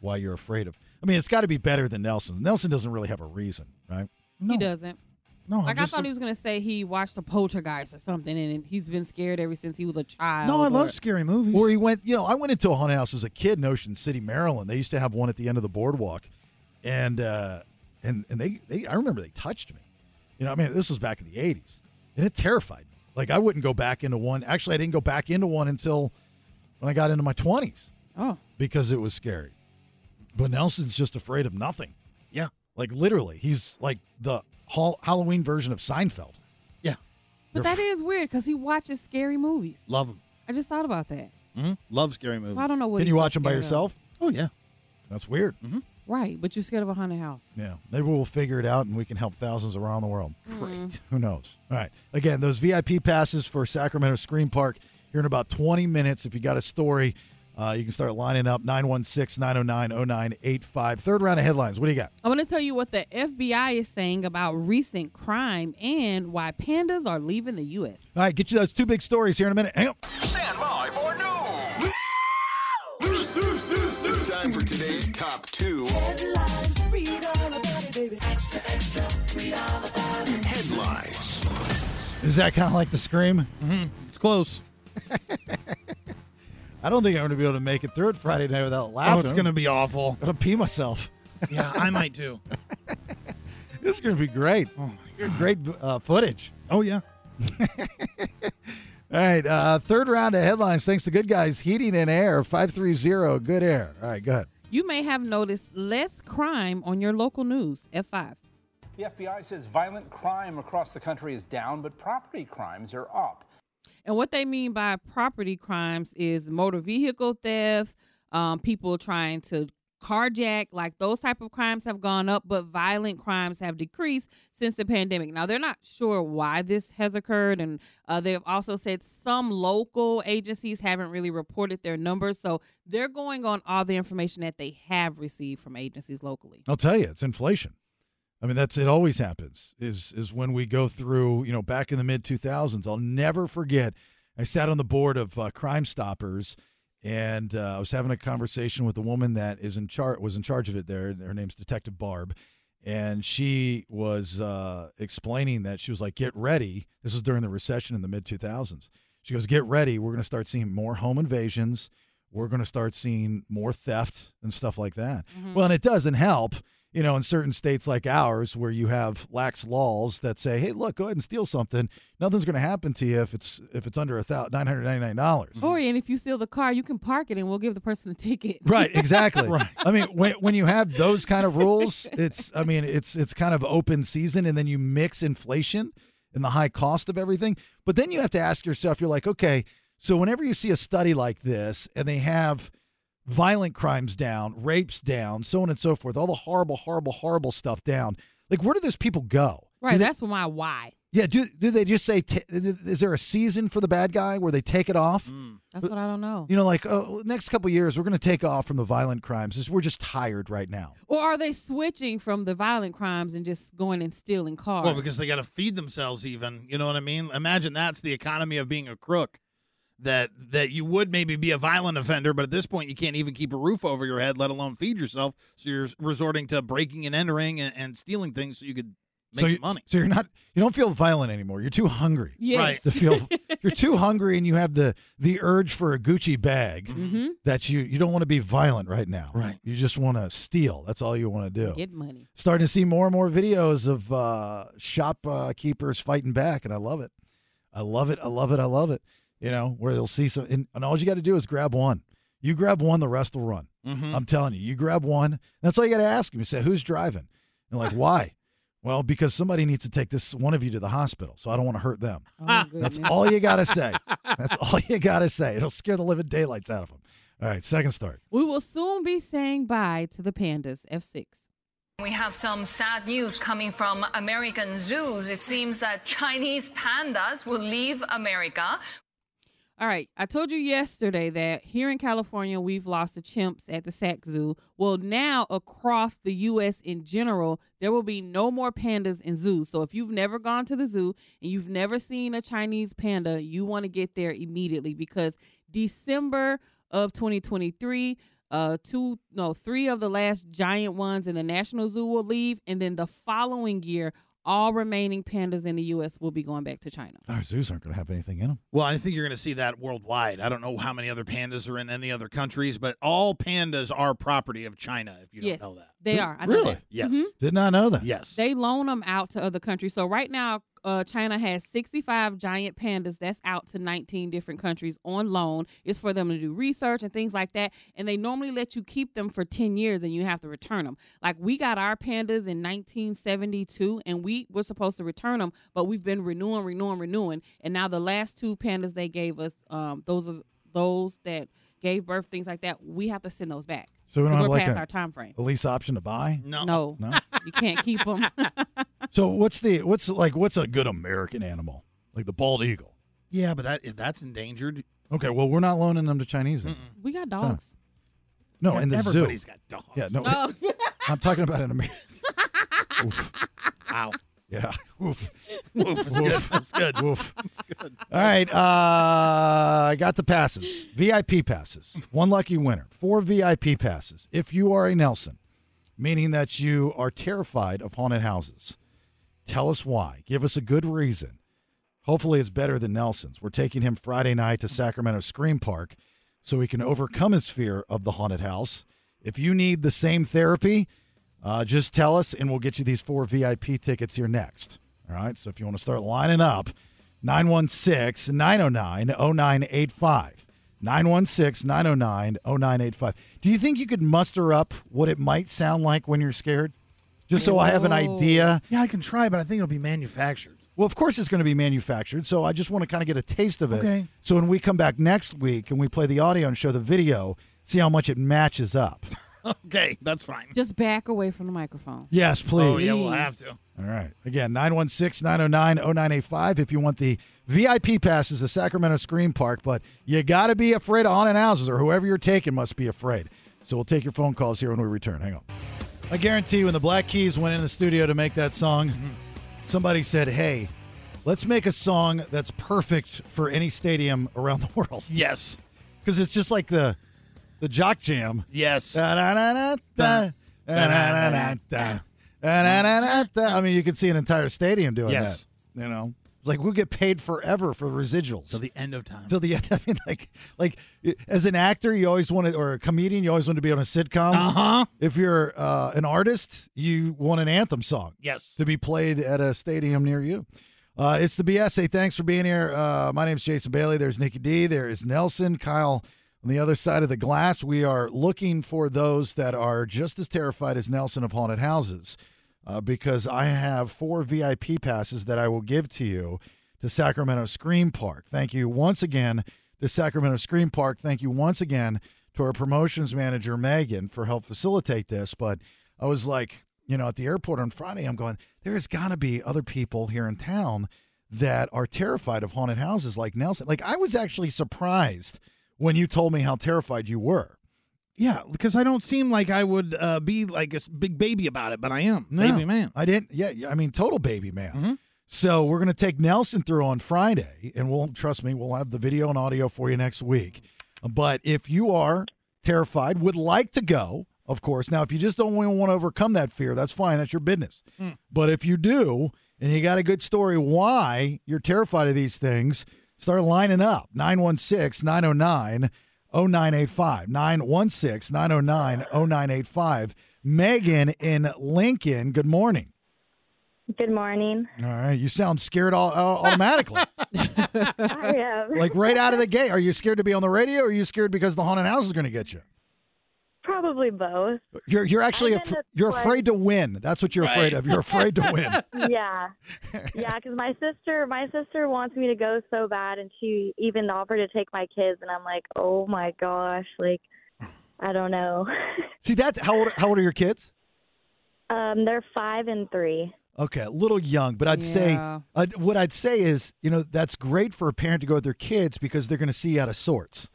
Speaker 8: why you're afraid of. I mean, it's got to be better than Nelson. Nelson doesn't really have a reason, right?
Speaker 7: He doesn't.
Speaker 9: No,
Speaker 7: like
Speaker 8: Oh,
Speaker 7: I
Speaker 8: just
Speaker 7: thought
Speaker 8: a-
Speaker 7: he was gonna say he watched a poltergeist or something, and he's been scared ever since he was a child.
Speaker 8: No, I love
Speaker 7: or-
Speaker 9: scary movies.
Speaker 8: Or he went, you know, I went into a haunted house as a kid in Ocean City, Maryland. They used to have one at the end of the boardwalk, and uh, and and they, they, I remember they touched me. You know, I mean, this was back in the '80s, and it terrified me. Like I wouldn't go back into one. Actually, I didn't go back into one until when I got into my 20s.
Speaker 7: Oh,
Speaker 8: because it was scary. But Nelson's just afraid of nothing.
Speaker 9: Yeah,
Speaker 8: like literally, he's like the hall- Halloween version of Seinfeld.
Speaker 9: Yeah,
Speaker 7: But that is weird because he watches scary movies.
Speaker 9: love him.
Speaker 7: I just thought about that.
Speaker 9: hmm Love scary movies.
Speaker 7: I don't know what.
Speaker 8: Can
Speaker 7: he's
Speaker 8: you
Speaker 7: so
Speaker 8: watch him by
Speaker 7: scared of.
Speaker 8: yourself?
Speaker 9: Oh yeah,
Speaker 8: that's weird.
Speaker 7: Right, but you're scared of a haunted house.
Speaker 8: Yeah, maybe we'll figure it out and we can help thousands around the world.
Speaker 7: Great.
Speaker 8: Who knows? All right. Again, those VIP passes for Sacramento Screen Park here in about 20 minutes. If you got a story, uh, you can start lining up 916 909 0985. Third round of headlines. What do you got?
Speaker 7: I want to tell you what the FBI is saying about recent crime and why pandas are leaving the U.S.
Speaker 8: All right, get you those two big stories here in a minute. Hang on.
Speaker 3: Stand by for news.
Speaker 4: News, news, news, news. It's time for today's top two headlines.
Speaker 8: Is that kind of like the scream?
Speaker 9: Mm-hmm. It's close.
Speaker 8: I don't think I'm going to be able to make it through it Friday night without laughing.
Speaker 9: Oh, it's gonna be awful. I'm
Speaker 8: going to pee myself.
Speaker 9: Yeah, I might too.
Speaker 8: This is going to be great. great uh, footage.
Speaker 9: Oh, yeah.
Speaker 8: All right. Uh, third round of headlines. Thanks to Good Guys Heating and Air, 530 Good Air. All right, go ahead.
Speaker 7: You may have noticed less crime on your local news. F5.
Speaker 5: The FBI says violent crime across the country is down, but property crimes are up.
Speaker 7: And what they mean by property crimes is motor vehicle theft, um, people trying to carjack, like those type of crimes have gone up, but violent crimes have decreased since the pandemic. Now they're not sure why this has occurred, and uh, they have also said some local agencies haven't really reported their numbers, so they're going on all the information that they have received from agencies locally.
Speaker 8: I'll tell you, it's inflation. I mean, that's it. Always happens. Is is when we go through. You know, back in the mid two thousands, I'll never forget. I sat on the board of uh, Crime Stoppers, and uh, I was having a conversation with a woman that is in char- was in charge of it. There, her name's Detective Barb, and she was uh, explaining that she was like, "Get ready." This was during the recession in the mid two thousands. She goes, "Get ready. We're going to start seeing more home invasions. We're going to start seeing more theft and stuff like that."
Speaker 6: Mhm.
Speaker 8: Well, and it doesn't help, you know, in certain states like ours where you have lax laws that say, "Hey, look, go ahead and steal something. Nothing's going to happen to you if it's if it's under a thousand nine hundred ninety nine dollars."
Speaker 7: Or and if you steal the car, you can park it, and we'll give the person a ticket.
Speaker 8: Right, exactly. I mean, when, when you have those kind of rules, it's I mean, it's it's kind of open season, and then you mix inflation and the high cost of everything. But then you have to ask yourself, you're like, okay, so whenever you see a study like this, and they have violent crimes down, rapes down, so on and so forth, all the horrible, horrible, horrible stuff down. Like, where do those people go?
Speaker 7: Right, that's my why.
Speaker 8: Yeah, do do they just say? T- is there a season for the bad guy where they take it off?
Speaker 7: That's what I don't know.
Speaker 8: You know, like oh, next couple years, we're going to take off from the violent crimes. This- We're just tired right now.
Speaker 7: Or are they switching from the violent crimes and just going and stealing cars?
Speaker 9: Well, because they got to feed themselves, even. You know what I mean? Imagine that's the economy of being a crook. That that you would maybe be a violent offender, but at this point you can't even keep a roof over your head, let alone feed yourself. So you're resorting to breaking and entering and, and stealing things so you could
Speaker 8: so you, money. So you're not you don't feel violent anymore. You're too hungry.
Speaker 7: Yes. Right.
Speaker 8: To feel you're too hungry and you have the the urge for a Gucci bag
Speaker 7: Mhm.
Speaker 8: that you you don't want to be violent right now.
Speaker 9: Right.
Speaker 8: You just want to steal. That's all you want to do.
Speaker 7: Get money.
Speaker 8: Starting to see more and more videos of uh, shopkeepers fighting back, and I love it. I love it. I love it. I love it. You know where they'll see some, and, and all you got to do is grab one. You grab one, the rest will run.
Speaker 9: Mhm.
Speaker 8: I'm telling you, you grab one. That's all you got to ask them. You say, "Who's driving?" And like, why? Well, because somebody needs to take this one of you to the hospital, so I don't want to hurt them.
Speaker 7: Oh,
Speaker 8: That's all you got to say. That's all you got to say. It'll scare the living daylights out of them. All right, second start.
Speaker 7: We will soon be saying bye to the pandas, F6.
Speaker 6: We have some sad news coming from American zoos. It seems that Chinese pandas will leave America.
Speaker 7: All right. I told you yesterday that here in California, we've lost the chimps at the Sac Zoo. Well, now across the U.S. in general, there will be no more pandas in zoos. So if you've never gone to the zoo and you've never seen a Chinese panda, you want to get there immediately because December of 2023, uh, two no three of the last giant ones in the National Zoo will leave, and then the following year, all remaining pandas in the U.S. will be going back to China.
Speaker 8: Our Oh, zoos aren't going to have anything in them.
Speaker 9: Well, I think you're going to see that worldwide. I don't know how many other pandas are in any other countries, but all pandas are property of China. If you
Speaker 7: yes,
Speaker 9: don't know that,
Speaker 7: they are. I know
Speaker 9: really?
Speaker 7: that.
Speaker 9: Yes.
Speaker 7: Mhm.
Speaker 8: Did not know that.
Speaker 9: Yes.
Speaker 7: They loan them out to other countries. So right now, uh, China has 65 giant pandas that's out to 19 different countries on loan. It's for them to do research and things like that. And they normally let you keep them for 10 years and you have to return them. Like we got our pandas in 1972 and we were supposed to return them, but we've been renewing, renewing, renewing. And now the last two pandas they gave us, um, those are those that gave birth, things like that. We have to send those back.
Speaker 8: So we don't
Speaker 7: 'Cause
Speaker 8: have
Speaker 7: we're
Speaker 8: like
Speaker 7: past
Speaker 8: a,
Speaker 7: our time frame.
Speaker 8: a lease option to buy.
Speaker 9: No.
Speaker 7: No,
Speaker 8: No.
Speaker 7: you can't keep them.
Speaker 8: So what's the what's like what's a good American animal? Like the bald eagle.
Speaker 9: Yeah, but that if that's endangered.
Speaker 8: Okay, well we're not loaning them to Chinese. then.
Speaker 7: We got
Speaker 8: China.
Speaker 7: dogs.
Speaker 8: No,
Speaker 9: Yeah,
Speaker 8: in the zoo.
Speaker 9: everybody's got Oh. dogs.
Speaker 8: Yeah, no.
Speaker 7: No.
Speaker 8: I'm talking about an American. Oof.
Speaker 9: Wow.
Speaker 8: Yeah. Oof.
Speaker 9: Woof. It's good. It's good.
Speaker 8: Woof.
Speaker 9: It's good.
Speaker 8: All right. Uh, I got the passes. VIP passes. One lucky winner. Four VIP passes. If you are a Nelson, meaning that you are terrified of haunted houses, tell us why. Give us a good reason. Hopefully, it's better than Nelson's. We're taking him Friday night to Sacramento Scream Park so he can overcome his fear of the haunted house. If you need the same therapy, uh, just tell us and we'll get you these four VIP tickets here next. All right. So if you want to start lining up, 916 909 0985. 916 909 0985. Do you think you could muster up what it might sound like when you're scared? Just so I have an idea.
Speaker 9: Yeah, I can try, but I think it'll be manufactured.
Speaker 8: Well, of course, it's going to be manufactured. So I just want to kind of get a taste of it.
Speaker 9: Okay.
Speaker 8: So when we come back next week and we play the audio and show the video, see how much it matches up.
Speaker 9: Okay, that's fine.
Speaker 7: Just back away from the microphone.
Speaker 8: Yes, please.
Speaker 9: Oh yeah, we'll have to.
Speaker 8: All right. Again, 916 909 0985 if you want the VIP passes to Sacramento Screen Park, but you got to be afraid of haunted houses or whoever you're taking must be afraid. So we'll take your phone calls here when we return. Hang on. I guarantee you, when the Black Keys went in the studio to make that song, somebody said, hey, let's make a song that's perfect for any stadium around the world.
Speaker 9: Yes.
Speaker 8: Because it's just like the the jock jam.
Speaker 9: Yes.
Speaker 8: Da-da-da-da, da-da-da-da, da-da-da-da. I mean, you could see an entire stadium doing
Speaker 9: Yes.
Speaker 8: that. You know, it's like we'll get paid forever for residuals
Speaker 9: Till the end of time.
Speaker 8: till the end. I mean, like, like as an actor, you always want to, or a comedian, you always want to be on a sitcom. Uh
Speaker 9: huh.
Speaker 8: If you're uh, an artist, you want an anthem song.
Speaker 9: Yes.
Speaker 8: To be played at a stadium near you. Uh, it's the BSA. Thanks for being here. Uh, my name's Jason Bailey. There's Nikki D. There is Nelson, Kyle. On the other side of the glass, we are looking for those that are just as terrified as Nelson of haunted houses uh, because I have four VIP passes that I will give to you to Sacramento Scream Park. Thank you once again to Sacramento Scream Park. Thank you once again to our promotions manager, Megan, for help facilitate this. But I was like, you know, at the airport on Friday, I'm going, there's got to be other people here in town that are terrified of haunted houses like Nelson. Like, I was actually surprised when you told me how terrified you were.
Speaker 9: Yeah, because I don't seem like I would uh, be like a s- big baby about it, but I am.
Speaker 8: No,
Speaker 9: Baby man. Mm-hmm.
Speaker 8: I didn't. Yeah, yeah, I mean, total baby man. So we're going to take Nelson through on Friday, and we'll trust me, we'll have the video and audio for you next week. But if you are terrified, would like to go, of course. Now, if you just don't want to overcome that fear, that's fine. That's your business.
Speaker 9: Hmm.
Speaker 8: But if you do, and you got a good story why you're terrified of these things, start lining up 916 909 0985. 916 909 0985. Megan in Lincoln, good morning.
Speaker 16: Good morning.
Speaker 8: All right. You sound scared all, all- automatically.
Speaker 16: I am.
Speaker 8: like right out of the gate. Are you scared to be on the radio or are you scared because the haunted house is going to get you?
Speaker 16: Probably both.
Speaker 8: You're you're actually
Speaker 16: I've been
Speaker 8: af-
Speaker 16: to
Speaker 8: you're
Speaker 16: twice.
Speaker 8: afraid to win. That's what you're afraid of. You're afraid to win.
Speaker 16: yeah, yeah. Because my sister, my sister wants me to go so bad, and she even offered to take my kids, and I'm like, oh my gosh, like, I don't know.
Speaker 8: See that's how old how old are your kids?
Speaker 16: Um, they're five and three.
Speaker 8: Okay, a little young, but I'd say
Speaker 16: Yeah.
Speaker 8: uh, what I'd say is you know that's great for a parent to go with their kids because they're going to see you out of sorts.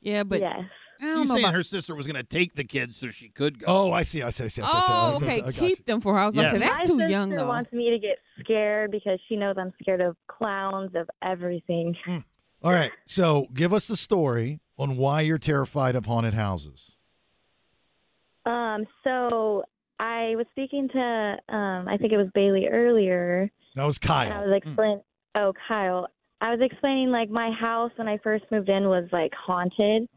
Speaker 7: Yeah, but I don't
Speaker 9: He's
Speaker 7: know
Speaker 9: saying
Speaker 7: about-
Speaker 9: her sister was going to take the kids so she could go.
Speaker 8: Oh, I see. I see. I see. I see,
Speaker 7: Oh, okay. Keep them for her. I was gonna say
Speaker 16: my
Speaker 7: that's too young
Speaker 16: sister
Speaker 7: though.
Speaker 16: wants me to get scared because she knows I'm scared of clowns, of everything.
Speaker 8: All right, so give us the story on why you're terrified of haunted houses.
Speaker 16: Um, so I was speaking to, um, I think it was Bailey earlier.
Speaker 8: That was
Speaker 16: And I
Speaker 8: Kyle.
Speaker 16: was explaining. Oh, Kyle. I was explaining like my house when I first moved in was like haunted,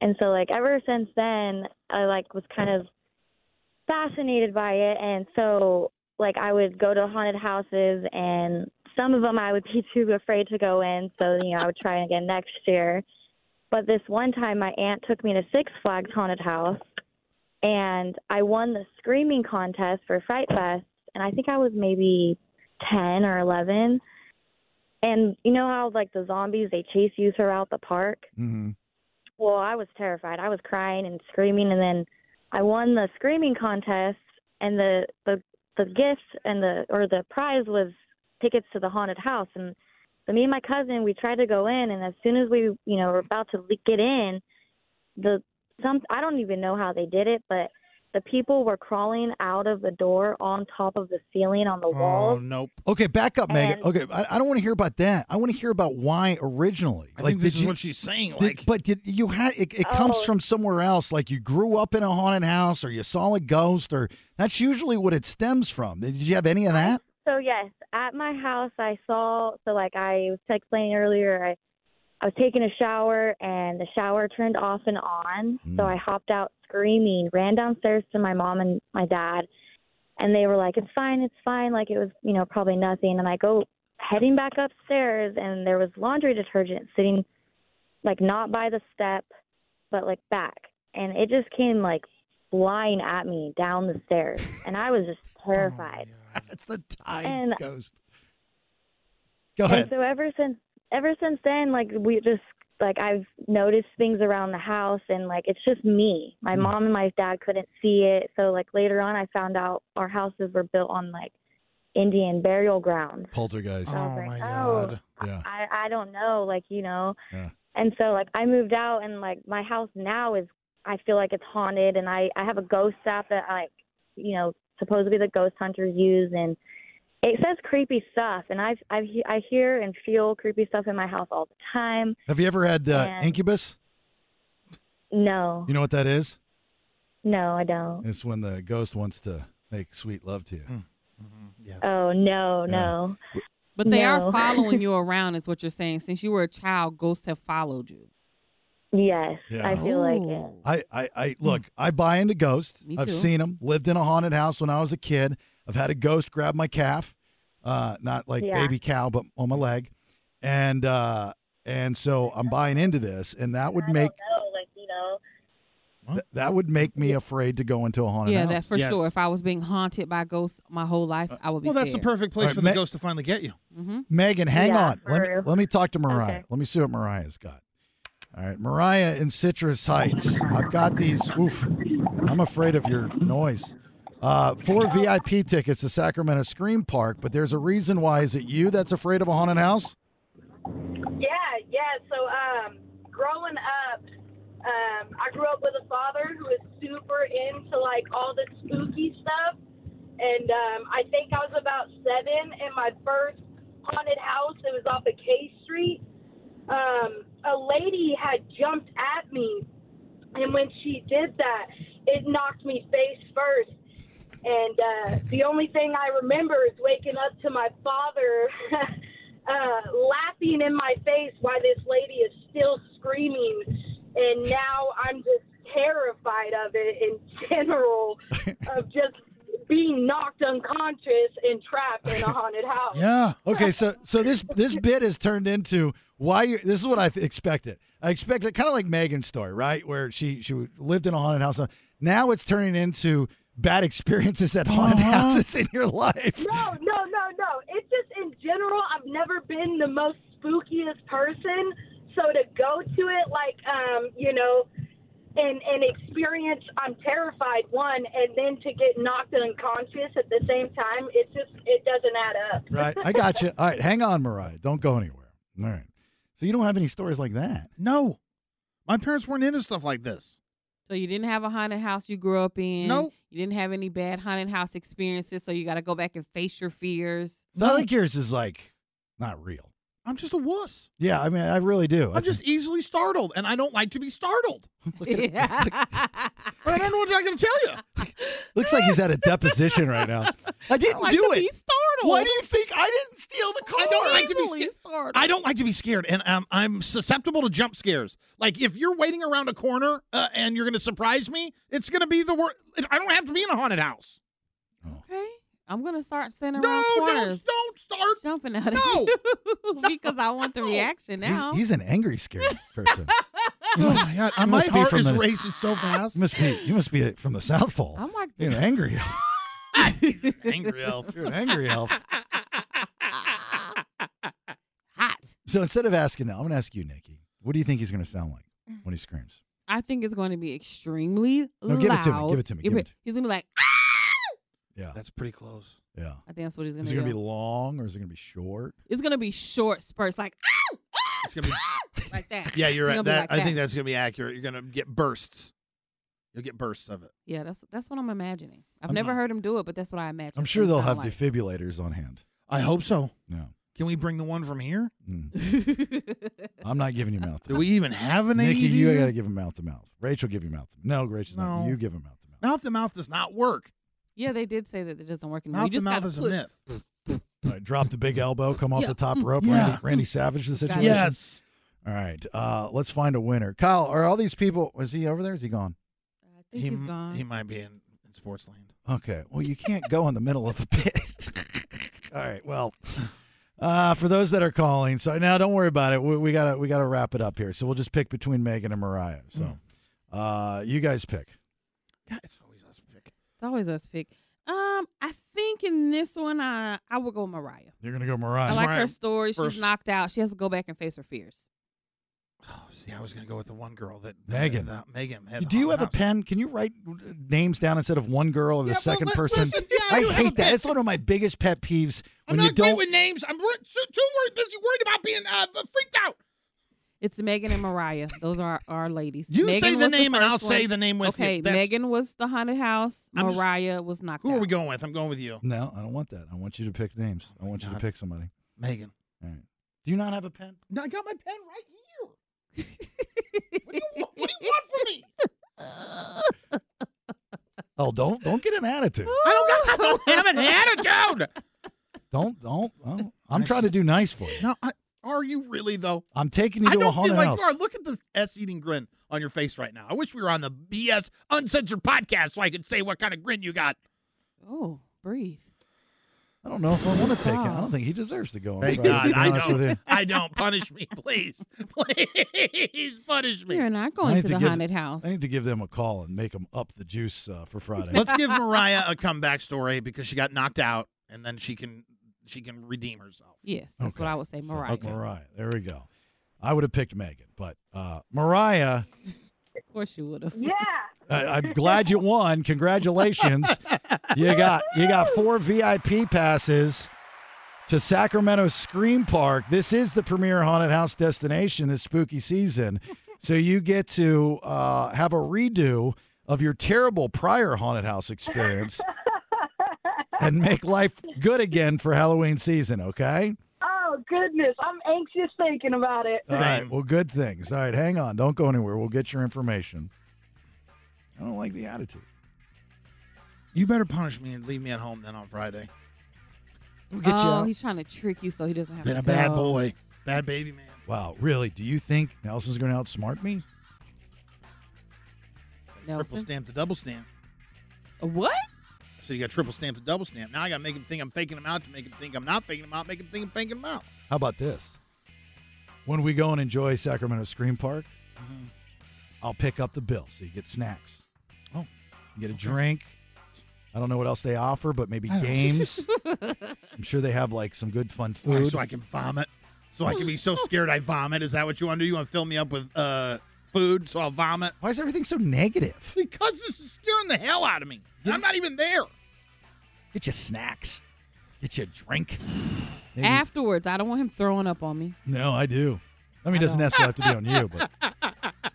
Speaker 16: and so like ever since then I like was kind of fascinated by it, and so like I would go to haunted houses, and some of them I would be too afraid to go in, so you know I would try again next year. But this one time, my aunt took me to Six Flags haunted house, and I won the screaming contest for Fright Fest, and I think I was maybe 10 or 11. And you know how, like, the zombies, they chase you throughout the park?
Speaker 8: Mm-hmm.
Speaker 16: Well, I was terrified. I was crying and screaming, and then I won the screaming contest, and the, the, the gift and the, or the prize was tickets to the haunted house. And so me and my cousin, we tried to go in, and as soon as we, you know, were about to le- get in, the some I don't even know how they did it, but the people were crawling out of the door on top of the ceiling on the walls.
Speaker 9: nope.
Speaker 8: Okay, back up, Megan.
Speaker 16: And-
Speaker 8: Okay, I, I don't want to hear about that. I want to hear about why originally.
Speaker 9: I think this is what she's saying.
Speaker 8: did-
Speaker 9: Like,
Speaker 8: but did you had it, it comes
Speaker 9: Oh.
Speaker 8: from somewhere else. Like you grew up in a haunted house, or you saw a ghost, or that's usually what it stems from. Did you have any of that?
Speaker 16: So yes, at my house I saw so like I was explaining earlier, I I was taking a shower and the shower turned off and on. So I hopped out screaming, ran downstairs to my mom and my dad and they were like, It's fine, it's fine, like it was, you know, probably nothing and I go heading back upstairs and there was laundry detergent sitting like not by the step but like back. And it just came like flying at me down the stairs and I was just
Speaker 8: Oh,
Speaker 16: terrified.
Speaker 8: That's the time
Speaker 16: And-
Speaker 8: ghost. Go
Speaker 16: And so ever since ever since then, like we just like I've noticed things around the house and like it's just me. My
Speaker 8: Hmm.
Speaker 10: Mm.
Speaker 16: mom and my dad couldn't see it. So like later on I found out our houses were built on like Indian burial grounds.
Speaker 8: Poltergeist.
Speaker 16: So I was like, oh,
Speaker 8: Yeah.
Speaker 16: I, I don't know, like, you know.
Speaker 8: Yeah.
Speaker 16: And so like I moved out and like my house now is I feel like it's haunted and I, I have a ghost app that like, you know, supposedly the ghost hunters use and it says creepy stuff and I've I've he- I hear and feel creepy stuff in my house all the time.
Speaker 8: Have you ever had uh,
Speaker 16: And-
Speaker 8: incubus?
Speaker 16: No.
Speaker 8: You know what that is?
Speaker 16: No, I don't.
Speaker 8: It's when the ghost wants to make sweet love to you.
Speaker 16: Oh no, no.
Speaker 7: But they
Speaker 16: No.
Speaker 7: are following you around, is what you're saying. Since you were a child, ghosts have followed you.
Speaker 16: Yes,
Speaker 8: Yeah.
Speaker 16: I feel like
Speaker 9: Oh.
Speaker 16: it.
Speaker 8: I, I, I look. I buy into ghosts.
Speaker 7: Hmm. Me
Speaker 8: I've
Speaker 7: too.
Speaker 8: seen them. Lived in a haunted house when I was a kid. I've had a ghost grab my calf, uh, not like
Speaker 9: Yeah.
Speaker 8: baby cow, but on my leg, and uh, and so I'm buying into this, and that would make
Speaker 16: No, like you know,
Speaker 8: th- that would make me afraid to go into a haunted
Speaker 7: yeah,
Speaker 8: house.
Speaker 7: that's for sure. If I was being haunted by ghosts my whole life, I would be.
Speaker 9: Uh, well, that's the perfect place
Speaker 8: All right,
Speaker 9: for the
Speaker 8: Ma-
Speaker 9: ghost to finally get you.
Speaker 7: Mm-hmm.
Speaker 8: Megan, hang
Speaker 9: Yeah,
Speaker 8: on. Let me
Speaker 9: for-
Speaker 8: let me talk to Mariah.
Speaker 9: Okay.
Speaker 8: Let me see what Mariah's got. All right, Mariah in Citrus Heights. I've got these. Oof, I'm afraid of your noise. Uh, four VIP tickets to Sacramento Scream Park, but there's a reason why. Is it you that's afraid of a haunted house?
Speaker 11: Yeah, yeah. So, um, growing up, um, I grew up with a father who was super into like all the spooky stuff, and um, I think I was about seven, and my first haunted house. It was off of K Street. Um, a lady had jumped at me, and when she did that, it knocked me face first. And uh, the only thing I remember is waking up to my father uh, laughing in my face while this lady is still screaming. And now I'm just terrified of it in general, of just being knocked unconscious and trapped in a haunted
Speaker 9: Oh.
Speaker 11: house.
Speaker 8: Yeah. Okay. So so this this bit has turned into why you. This is what I th- expected. I expected kind of like Megan's story, right, where she she lived in a haunted house. Now it's turning into bad experiences at haunted
Speaker 9: Uh-huh.
Speaker 8: houses in your life.
Speaker 11: No, no, no, no. It's just in general, I've never been the most spookiest person. So to go to it like, um, you know, and and experience, I'm terrified one, and then to get knocked unconscious at the same time, it just it doesn't add up.
Speaker 8: Right. I got you. All right. Hang on, Mariah. Don't go anywhere. All right. So you don't have any stories like that.
Speaker 9: No. My parents weren't into stuff like this.
Speaker 7: So you didn't have a haunted house you grew up in.
Speaker 9: Nope.
Speaker 7: You didn't have any bad haunted house experiences, so you got to go back and face your fears.
Speaker 8: So I think yours is like not real.
Speaker 9: I'm just a wuss.
Speaker 8: Yeah. I mean, I really do.
Speaker 9: I'm just easily startled, and I don't like to be startled. but I don't know what I'm going to tell you.
Speaker 8: Looks like he's at a deposition right now. I didn't
Speaker 9: like
Speaker 8: do
Speaker 9: to
Speaker 8: it.
Speaker 9: be startled.
Speaker 8: Why do you think I didn't steal the car?
Speaker 9: I don't like to be scared. I don't like to be scared, and um, I'm susceptible to jump scares. Like if you're waiting around a corner uh, and you're going to surprise me, it's going to be the worst. I don't have to be in a haunted house.
Speaker 7: I'm gonna start sending
Speaker 9: No,
Speaker 7: around
Speaker 9: don't-
Speaker 7: corners.
Speaker 9: Don't, start
Speaker 7: jumping out of you because I want the reaction
Speaker 8: He's,
Speaker 7: now.
Speaker 8: he's an angry scared person.
Speaker 9: Oh my god,
Speaker 8: You
Speaker 9: my
Speaker 8: must be
Speaker 9: heart
Speaker 8: from
Speaker 9: is
Speaker 8: the-
Speaker 9: racing so fast.
Speaker 8: You must be. You must be from the South Pole.
Speaker 7: I'm like-
Speaker 8: you're an angry elf.
Speaker 9: angry elf.
Speaker 8: You're an angry elf. So instead of asking now, I'm going to ask you, Nikki. What do you think he's going to sound like when he screams?
Speaker 7: I think it's going to be extremely
Speaker 8: No,
Speaker 7: loud.
Speaker 8: give it to me, give it to me, give it to
Speaker 7: He's gonna be like, "Ah!"
Speaker 8: Yeah,
Speaker 9: that's pretty close.
Speaker 8: Yeah.
Speaker 7: I think that's what he's gonna
Speaker 8: Is it going to
Speaker 7: do.
Speaker 8: be long or is it going to be short?
Speaker 7: it's gonna be short spurts, like ow,
Speaker 9: It's gonna
Speaker 7: be like that.
Speaker 9: Yeah, you're
Speaker 7: It's
Speaker 9: right.
Speaker 7: gonna be
Speaker 9: That,
Speaker 7: like
Speaker 9: I think that's going to be accurate. You're going to get bursts. You'll get bursts of it.
Speaker 7: Yeah, that's that's what I'm imagining. I've
Speaker 8: I'm-
Speaker 7: never heard him do it, but that's what I imagine.
Speaker 8: I'm
Speaker 7: it's
Speaker 8: sure
Speaker 7: gonna
Speaker 8: they'll have
Speaker 7: sound like.
Speaker 8: defibrillators on hand.
Speaker 9: I hope so.
Speaker 8: No. Mm.
Speaker 9: Can we bring the one from here?
Speaker 8: I'm not giving you mouth to
Speaker 9: Do we even have an
Speaker 8: Nikki,
Speaker 9: AED?
Speaker 8: you got to give him mouth to mouth. Rachel, give you mouth to mouth. No, Rachel, no.
Speaker 9: No.
Speaker 8: You give him mouth to mouth.
Speaker 9: Mouth to mouth does not work.
Speaker 7: Yeah, they did say that it doesn't work anymore.
Speaker 9: Mouth
Speaker 7: you just
Speaker 9: to mouth
Speaker 7: gotta
Speaker 9: is a
Speaker 7: push.
Speaker 9: myth.
Speaker 8: All right, drop the big elbow, come off
Speaker 7: Yeah.
Speaker 8: the
Speaker 7: Mm.
Speaker 8: top rope.
Speaker 7: Yeah.
Speaker 8: Randy, Randy Savage, the
Speaker 7: Got
Speaker 8: situation.
Speaker 7: it. Yes.
Speaker 8: All right, uh, let's find a winner. Kyle, are all these people? Is he over there? Is he gone?
Speaker 7: I think
Speaker 9: he,
Speaker 7: he's
Speaker 9: m-
Speaker 7: gone.
Speaker 9: he might be in, in Sportsland.
Speaker 8: Okay. Well, you can't go in the middle of a pit. All right. Well, uh, for those that are calling, so now don't worry about it. We, we gotta we gotta wrap it up here. So we'll just pick between Megan and Mariah.
Speaker 9: Hmm.
Speaker 8: So, uh, you guys pick.
Speaker 7: It's always us pick. Um, I think in this one, I I will go with Mariah.
Speaker 8: You're gonna go Mariah.
Speaker 7: I like her story.
Speaker 9: first.
Speaker 7: She's knocked out. She has to go back and face her fears.
Speaker 9: Oh, See, I was going to go with the one girl that, that
Speaker 8: Megan.
Speaker 9: that Megan. Had
Speaker 8: Do you have a
Speaker 9: haunted house.
Speaker 8: pen? Can you write names down instead of one girl or the
Speaker 9: Yeah, but
Speaker 8: second
Speaker 9: li-
Speaker 8: person?
Speaker 9: listen, yeah, I
Speaker 8: I,
Speaker 9: do have a
Speaker 8: hate that.
Speaker 9: pen.
Speaker 8: It's one of my biggest pet peeves
Speaker 9: I'm
Speaker 8: when
Speaker 9: not
Speaker 8: you don't.
Speaker 9: great with names. I'm wor- too, too worried, busy worried about being uh, freaked out.
Speaker 7: It's Megan and Mariah. Those are our, our ladies.
Speaker 9: You
Speaker 7: Megan
Speaker 9: say the
Speaker 7: was
Speaker 9: name and I'll
Speaker 7: first
Speaker 9: say the name with you.
Speaker 7: okay,
Speaker 9: That's-
Speaker 7: Megan was the haunted house.
Speaker 9: I'm just-
Speaker 7: Mariah was knocked
Speaker 9: Who
Speaker 7: out.
Speaker 9: are we going with? I'm going with you,
Speaker 8: No, I don't want that. I want you to pick names. I want you to
Speaker 9: God.
Speaker 8: pick somebody.
Speaker 9: Megan.
Speaker 8: All right. Do you not have a pen?
Speaker 9: No, I got my pen right here. what, do you, want- what do you want from me?
Speaker 8: Oh, don't don't get an attitude.
Speaker 9: I don't, got, I don't have an attitude.
Speaker 8: Don't don't. oh, I'm trying to do nice for you.
Speaker 9: No, I, are you really though?
Speaker 8: I'm taking you
Speaker 9: I
Speaker 8: to a
Speaker 9: don't feel
Speaker 8: haunted
Speaker 9: like
Speaker 8: house.
Speaker 9: you are. Look at the s-eating grin on your face right now. I wish we were on the BS uncensored podcast so I could say what kind of grin you got.
Speaker 7: Oh, breathe.
Speaker 8: I don't know if I want to take it. I don't think he deserves to go. on
Speaker 9: Thank
Speaker 8: Friday, to
Speaker 9: God,
Speaker 8: be
Speaker 9: I
Speaker 8: honest with you.
Speaker 9: don't. I don't punish me, please, please punish me.
Speaker 7: You're not
Speaker 8: I
Speaker 7: going
Speaker 8: need
Speaker 7: to the
Speaker 8: give-
Speaker 7: haunted house.
Speaker 8: I need to give them a call and make them up the juice uh, for Friday.
Speaker 9: Let's give Mariah a comeback story because she got knocked out, and then she can she can redeem herself.
Speaker 7: Yes, that's what I would say. Mariah.
Speaker 8: Mariah. There we go. I would have picked Megan, but uh, Mariah.
Speaker 7: Of course you would have.
Speaker 11: Yeah.
Speaker 8: I, I'm glad you won. Congratulations. you got you got four VIP passes to Sacramento Scream Park. This is the premier haunted house destination this spooky season. So you get to uh, have a redo of your terrible prior haunted house experience and make life good again for Halloween season, okay?
Speaker 11: Oh goodness, I'm anxious thinking about it.
Speaker 8: All right. Well, good things. All right, hang on. Don't go anywhere. We'll get your information.
Speaker 9: I don't like the attitude. You better punish me and leave me at home then on Friday. We'll get you
Speaker 7: oh,
Speaker 9: out.
Speaker 7: he's trying to trick you so he doesn't have
Speaker 9: Been
Speaker 7: to
Speaker 9: a bad
Speaker 7: go.
Speaker 9: boy, bad baby man.
Speaker 8: Wow, really? Do you think Nelson's going to outsmart me?
Speaker 9: Triple stamp to double stamp.
Speaker 7: What?
Speaker 9: So you got triple stamp to double stamp. Now I got to make him think I'm faking him out to make him think I'm not faking him out. Make him think I'm faking him out.
Speaker 8: How about this? When we go and enjoy Sacramento Screen Park, Mm-hmm. I'll pick up the bill so you get snacks.
Speaker 9: Oh.
Speaker 8: You get a drink. I don't know what else they offer, but maybe games. I'm sure they have like some good fun
Speaker 9: Why,
Speaker 8: food.
Speaker 9: so I can vomit. So I can be so scared I vomit. Is that what you want to do? You want to fill me up with uh, food so I'll vomit?
Speaker 8: Why is everything so negative?
Speaker 9: Because this is scaring the hell out of me. And I'm not even there.
Speaker 8: Get you snacks. Get you a drink. Maybe-
Speaker 7: Afterwards, I don't want him throwing up on me.
Speaker 8: no, I do. I mean, it doesn't necessarily have to be on you, but I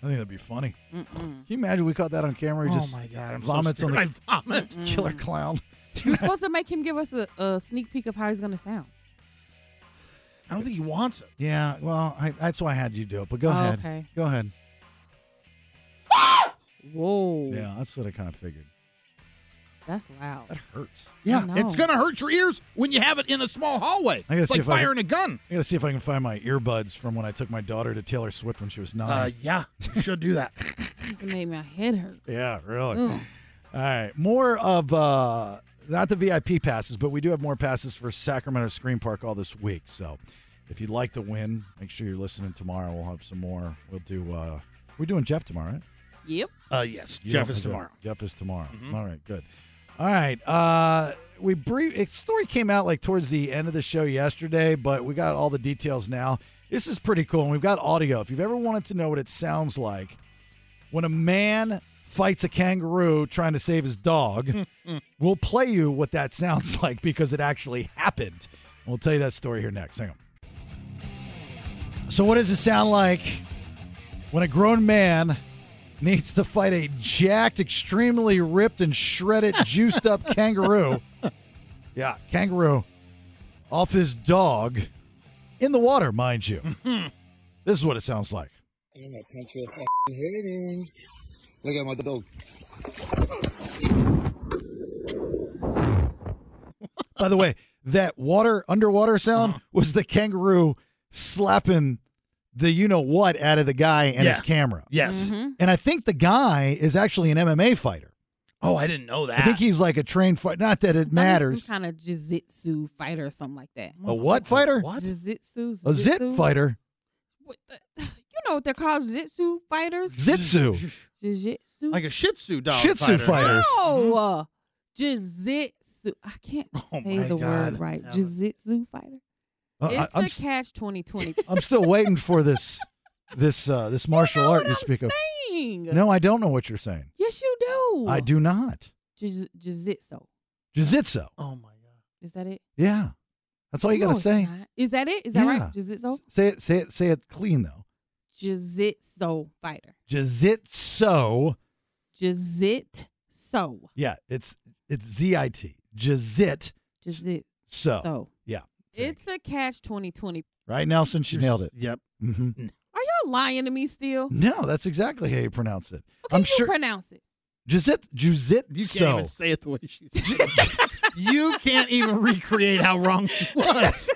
Speaker 8: think that'd be funny. Can you imagine we caught that on camera? He
Speaker 9: Oh
Speaker 8: just
Speaker 9: my God, I'm so
Speaker 8: vomits on the
Speaker 9: scared Mm. I vomit. Mm-mm.
Speaker 8: killer clown.
Speaker 7: You're supposed to make him give us a, a sneak peek of how he's going to sound.
Speaker 9: I don't think he wants it.
Speaker 8: Yeah, well, I, that's why I had you do it. But go
Speaker 7: Oh,
Speaker 8: ahead.
Speaker 7: okay.
Speaker 8: Go ahead.
Speaker 7: Whoa.
Speaker 8: Yeah, that's what I kind of figured.
Speaker 7: That's loud. That
Speaker 8: hurts.
Speaker 9: Yeah, it's going to hurt your ears when you have it in a small hallway.
Speaker 8: I gotta
Speaker 9: it's
Speaker 8: see
Speaker 9: like
Speaker 8: if I can-
Speaker 9: firing a gun.
Speaker 8: I gotta see if I can find my earbuds from when I took my daughter to Taylor Swift when she was nine.
Speaker 9: Uh, yeah, you should do that.
Speaker 7: It made my head hurt.
Speaker 8: yeah, really.
Speaker 7: Ugh.
Speaker 8: All right, more of uh, not the VIP passes, but we do have more passes for Sacramento Screen Park all this week. So, if you'd like to win, make sure you're listening tomorrow. We'll have some more. We'll do. Uh, we're doing Jeff tomorrow, right?
Speaker 7: Yep.
Speaker 9: Uh, yes,
Speaker 8: You
Speaker 9: Jeff
Speaker 8: don't
Speaker 9: is
Speaker 8: forget.
Speaker 9: tomorrow.
Speaker 8: Jeff is tomorrow.
Speaker 9: Mhm.
Speaker 8: All right, good. All right. Uh we brief its story came out like towards the end of the show yesterday, but we got all the details now. This is pretty cool, and we've got audio. If you've ever wanted to know what it sounds like when a man fights a kangaroo trying to save his dog, we'll play you what that sounds like because it actually happened. We'll tell you that story here next. Hang on. So, what does it sound like when a grown man needs to fight a jacked, extremely ripped and shredded, juiced up kangaroo? Yeah, kangaroo off his dog in the water, mind you. this is what it sounds like.
Speaker 10: I'm gonna punch your f***ing head in. Look at my dog.
Speaker 8: By the way, that water underwater
Speaker 10: Uh-huh.
Speaker 8: sound was the kangaroo slapping the you know what out of the guy and his
Speaker 9: Yeah.
Speaker 8: camera.
Speaker 9: Yes. Mhm.
Speaker 7: Mm.
Speaker 8: And I think the guy is actually an MMA fighter.
Speaker 9: Oh, I didn't know that.
Speaker 8: I
Speaker 7: Ah.
Speaker 8: think he's like a trained fight. Not that it matters.
Speaker 7: Some kind of jiu-jitsu fighter or something like that.
Speaker 8: A what fighter?
Speaker 9: What?
Speaker 7: Jiu-jitsu.
Speaker 8: A zit
Speaker 7: jiu-jitsu?
Speaker 8: fighter.
Speaker 7: You know what they're called? Jiu-jitsu fighters?
Speaker 8: Zitsu.
Speaker 7: Jiu-jitsu?
Speaker 9: like a Shih Tzu dog.
Speaker 8: Shih Tzu fighters.
Speaker 7: No.
Speaker 8: Mm-hmm.
Speaker 7: uh, Jiu-jitsu. I can't
Speaker 8: Oh
Speaker 7: say
Speaker 9: my
Speaker 7: the
Speaker 9: God.
Speaker 7: word right.
Speaker 9: Ellen.
Speaker 7: Jiu-jitsu fighter?
Speaker 8: Uh, I-
Speaker 7: it's
Speaker 8: I'm
Speaker 7: a
Speaker 8: s-
Speaker 7: catch 2020.
Speaker 8: I'm still waiting for this this uh this martial art you speak
Speaker 7: saying.
Speaker 8: of. No, I don't know what you're saying.
Speaker 7: Yes, you do.
Speaker 8: I do not.
Speaker 7: Jiu- Jiu-jitsu.
Speaker 8: Jiu-jitsu.
Speaker 9: Oh my.
Speaker 7: Is that it?
Speaker 8: Yeah. That's all you
Speaker 7: No,
Speaker 8: got to
Speaker 7: it's
Speaker 8: say.
Speaker 7: not. Is that it? Is that
Speaker 8: Yeah.
Speaker 7: right? Jiu-jitsu?
Speaker 8: Say it say it say it clean though.
Speaker 7: Jiu-jitsu fighter.
Speaker 8: Jiu-jitsu.
Speaker 7: Jiu-jitsu.
Speaker 8: Yeah, it's it's Z I T. Jiu-jit.
Speaker 7: Jiu-jitsu.
Speaker 8: So.
Speaker 7: So.
Speaker 8: Yeah.
Speaker 7: It's a catch 2020.
Speaker 8: Right, Nelson? She nailed it.
Speaker 9: Yep.
Speaker 8: hmm
Speaker 7: Are y'all lying to me still?
Speaker 8: No, that's exactly how you pronounce it.
Speaker 7: How
Speaker 8: I'm
Speaker 7: you
Speaker 8: sure.
Speaker 7: pronounce it?
Speaker 8: Jiu-jit. Jiu-jitsu.
Speaker 9: You can't even say it the way she said it. You can't even recreate how wrong she was.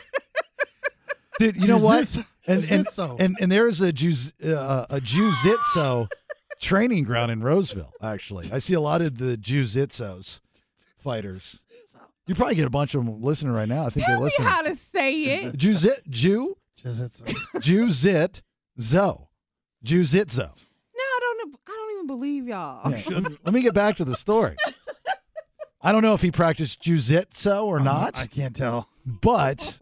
Speaker 8: Dude, you know what?
Speaker 9: Jiu-jitsu.
Speaker 8: And and,
Speaker 9: Jiu-jitsu.
Speaker 8: and and there is a Jew uh, a Jiu-Jitsu training ground in Roseville. Actually, I see a lot of the Jiu-Jitsus fighters. You probably get a bunch of them listening right now. I think
Speaker 7: Tell
Speaker 8: they're
Speaker 7: me
Speaker 8: listening.
Speaker 7: how to say it.
Speaker 8: Jiu-Jit Jew Jiu-Jit Zo Jiu-Jitsu.
Speaker 7: No, I don't. I don't even believe y'all.
Speaker 8: Yeah. Let me get back to the story. I don't know if he practiced jiu-jitsu or not.
Speaker 9: I can't tell.
Speaker 8: But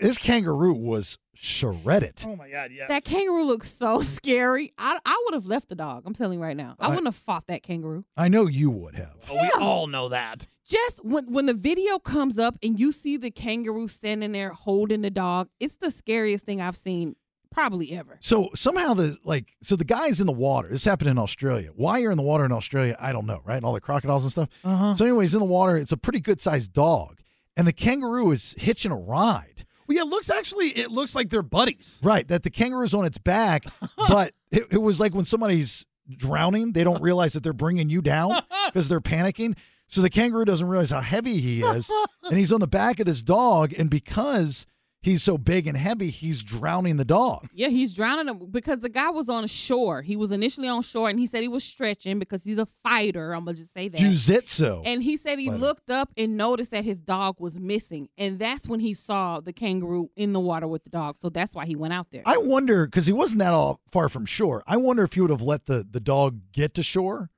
Speaker 8: this kangaroo was shredded.
Speaker 9: Oh my god, yes.
Speaker 7: That kangaroo looks so scary. I I would have left the dog. I'm telling you right now. I,
Speaker 8: I-
Speaker 7: wouldn't have fought that kangaroo.
Speaker 8: I know you would have.
Speaker 9: Oh, we all know that.
Speaker 7: Just when when the video comes up and you see the kangaroo standing there holding the dog, it's the scariest thing I've seen probably ever.
Speaker 8: So somehow the like so the guy's in the water. This happened in Australia. Why you're in the water in Australia, I don't know, right? And all the crocodiles and stuff.
Speaker 9: Uh-huh.
Speaker 8: So anyways, in the water, it's a pretty good sized dog. And the kangaroo is hitching a ride.
Speaker 9: Well, yeah, it looks actually it looks like they're buddies.
Speaker 8: Right. That the kangaroo's on its back, but it, it was like when somebody's drowning, they don't realize that they're bringing you down because they're panicking. So the kangaroo doesn't realize how heavy he is, and he's on the back of this dog, and because he's so big and heavy, he's drowning the dog.
Speaker 7: Yeah, he's drowning him because the guy was on shore. He was initially on shore and he said he was stretching because he's a fighter. I'm going to just say that.
Speaker 8: Jiu-jitsu.
Speaker 7: And he said he
Speaker 8: Fighter.
Speaker 7: looked up and noticed that his dog was missing. And that's when he saw the kangaroo in the water with the dog. So that's why he went out there.
Speaker 8: I wonder because he wasn't that all far from shore. I wonder if you would have let the the dog get to shore,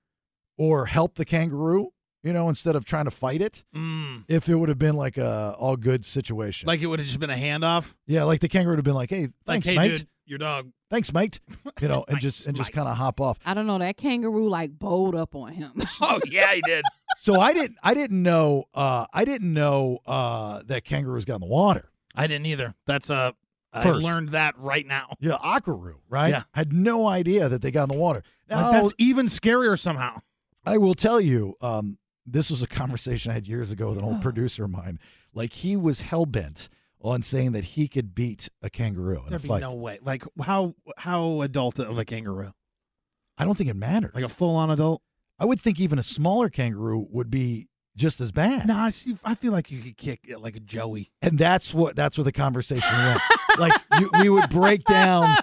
Speaker 8: or help the kangaroo. You know, instead of trying to fight it, if it would have been like a all good situation.
Speaker 9: Like it would have just been a handoff.
Speaker 8: yeah, like the kangaroo would have been like, "Hey,
Speaker 9: Like,
Speaker 8: thanks,
Speaker 9: hey,
Speaker 8: mate.
Speaker 9: dude, your dog.
Speaker 8: Thanks, mate." You know, and just and just kind of hop off.
Speaker 7: I don't know. That kangaroo like bowled up on him.
Speaker 9: Oh yeah, he did.
Speaker 8: So I didn't I didn't know uh I didn't know uh that kangaroos got in the water.
Speaker 9: I didn't either. That's uh, I
Speaker 8: First.
Speaker 9: learned that right now.
Speaker 8: Yeah, Akaru, right?
Speaker 9: Yeah.
Speaker 8: Had no idea that they got in the water.
Speaker 9: Like, that's even scarier somehow.
Speaker 8: I will tell you, um, this was a conversation I had years ago with an old producer of mine. Like he was hell bent on saying that he could beat a kangaroo in
Speaker 9: There'd
Speaker 8: a
Speaker 9: be
Speaker 8: fight.
Speaker 9: no way. Like how how adult of a kangaroo?
Speaker 8: I don't think it matters.
Speaker 9: Like a full on adult.
Speaker 8: I would think even a smaller kangaroo would be just as bad.
Speaker 9: No, I see. I feel like you could kick it like a Joey.
Speaker 8: And that's what that's where the conversation went. like you, we would break down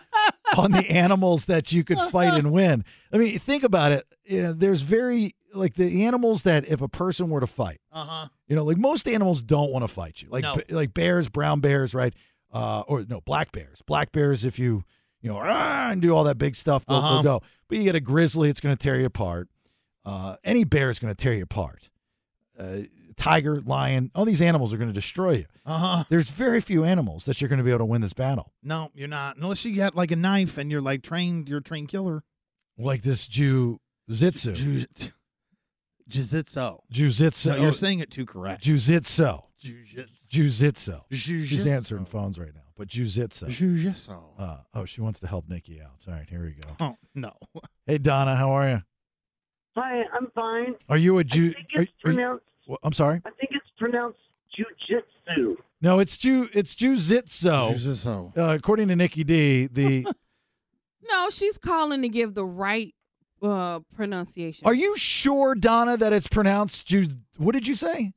Speaker 8: on the animals that you
Speaker 9: Oh,
Speaker 8: could fight and win. I mean, think about it. You know, there's very like the animals that if a person were to fight,
Speaker 9: Uh huh.
Speaker 8: you know, like most animals don't want to fight you. Like
Speaker 9: No.
Speaker 8: b- like bears, brown bears, right? Uh, or no, black bears. Black bears, if you you know "Arr!" and do all that big stuff, they'll, they'll
Speaker 9: Uh-huh.
Speaker 8: go. But you get a grizzly, it's going to tear you apart. Uh, any bear is going to tear you apart. Uh, tiger, lion, all these animals are going to destroy you.
Speaker 9: Uh huh.
Speaker 8: There's very few animals that you're going to be able to win this battle.
Speaker 9: No, you're not. Unless you got like a knife and you're like trained, you're a trained killer.
Speaker 8: Like this jiu-jitsu.
Speaker 9: Jiu- Jiu-jitsu.
Speaker 8: Jiu-jitsu.
Speaker 9: So you're saying it too correct.
Speaker 8: Jiu-jitsu.
Speaker 9: Jiu-jitsu.
Speaker 8: Jiu-jitsu. She's
Speaker 9: Jiu-jitsu.
Speaker 8: answering phones right now, but jiu-jitsu.
Speaker 9: Jiu-jitsu.
Speaker 8: Uh, oh, she wants to help Nikki out. All right, here we go.
Speaker 9: Oh no.
Speaker 8: Hey, Donna, how are you?
Speaker 13: Hi, I'm fine.
Speaker 8: Are you a
Speaker 13: I
Speaker 8: Jew?
Speaker 13: think
Speaker 8: Are,
Speaker 13: it's
Speaker 8: are you-
Speaker 13: pronounced.
Speaker 8: well, I'm sorry.
Speaker 13: I think it's pronounced jujitsu.
Speaker 8: No, it's Jew. It's Jujitsu.
Speaker 9: Jiu-jitsu.
Speaker 8: Uh, according to Nikki D, the
Speaker 7: no, she's calling to give the right uh, pronunciation.
Speaker 8: are you sure, Donna, that it's pronounced Jew? What did you say?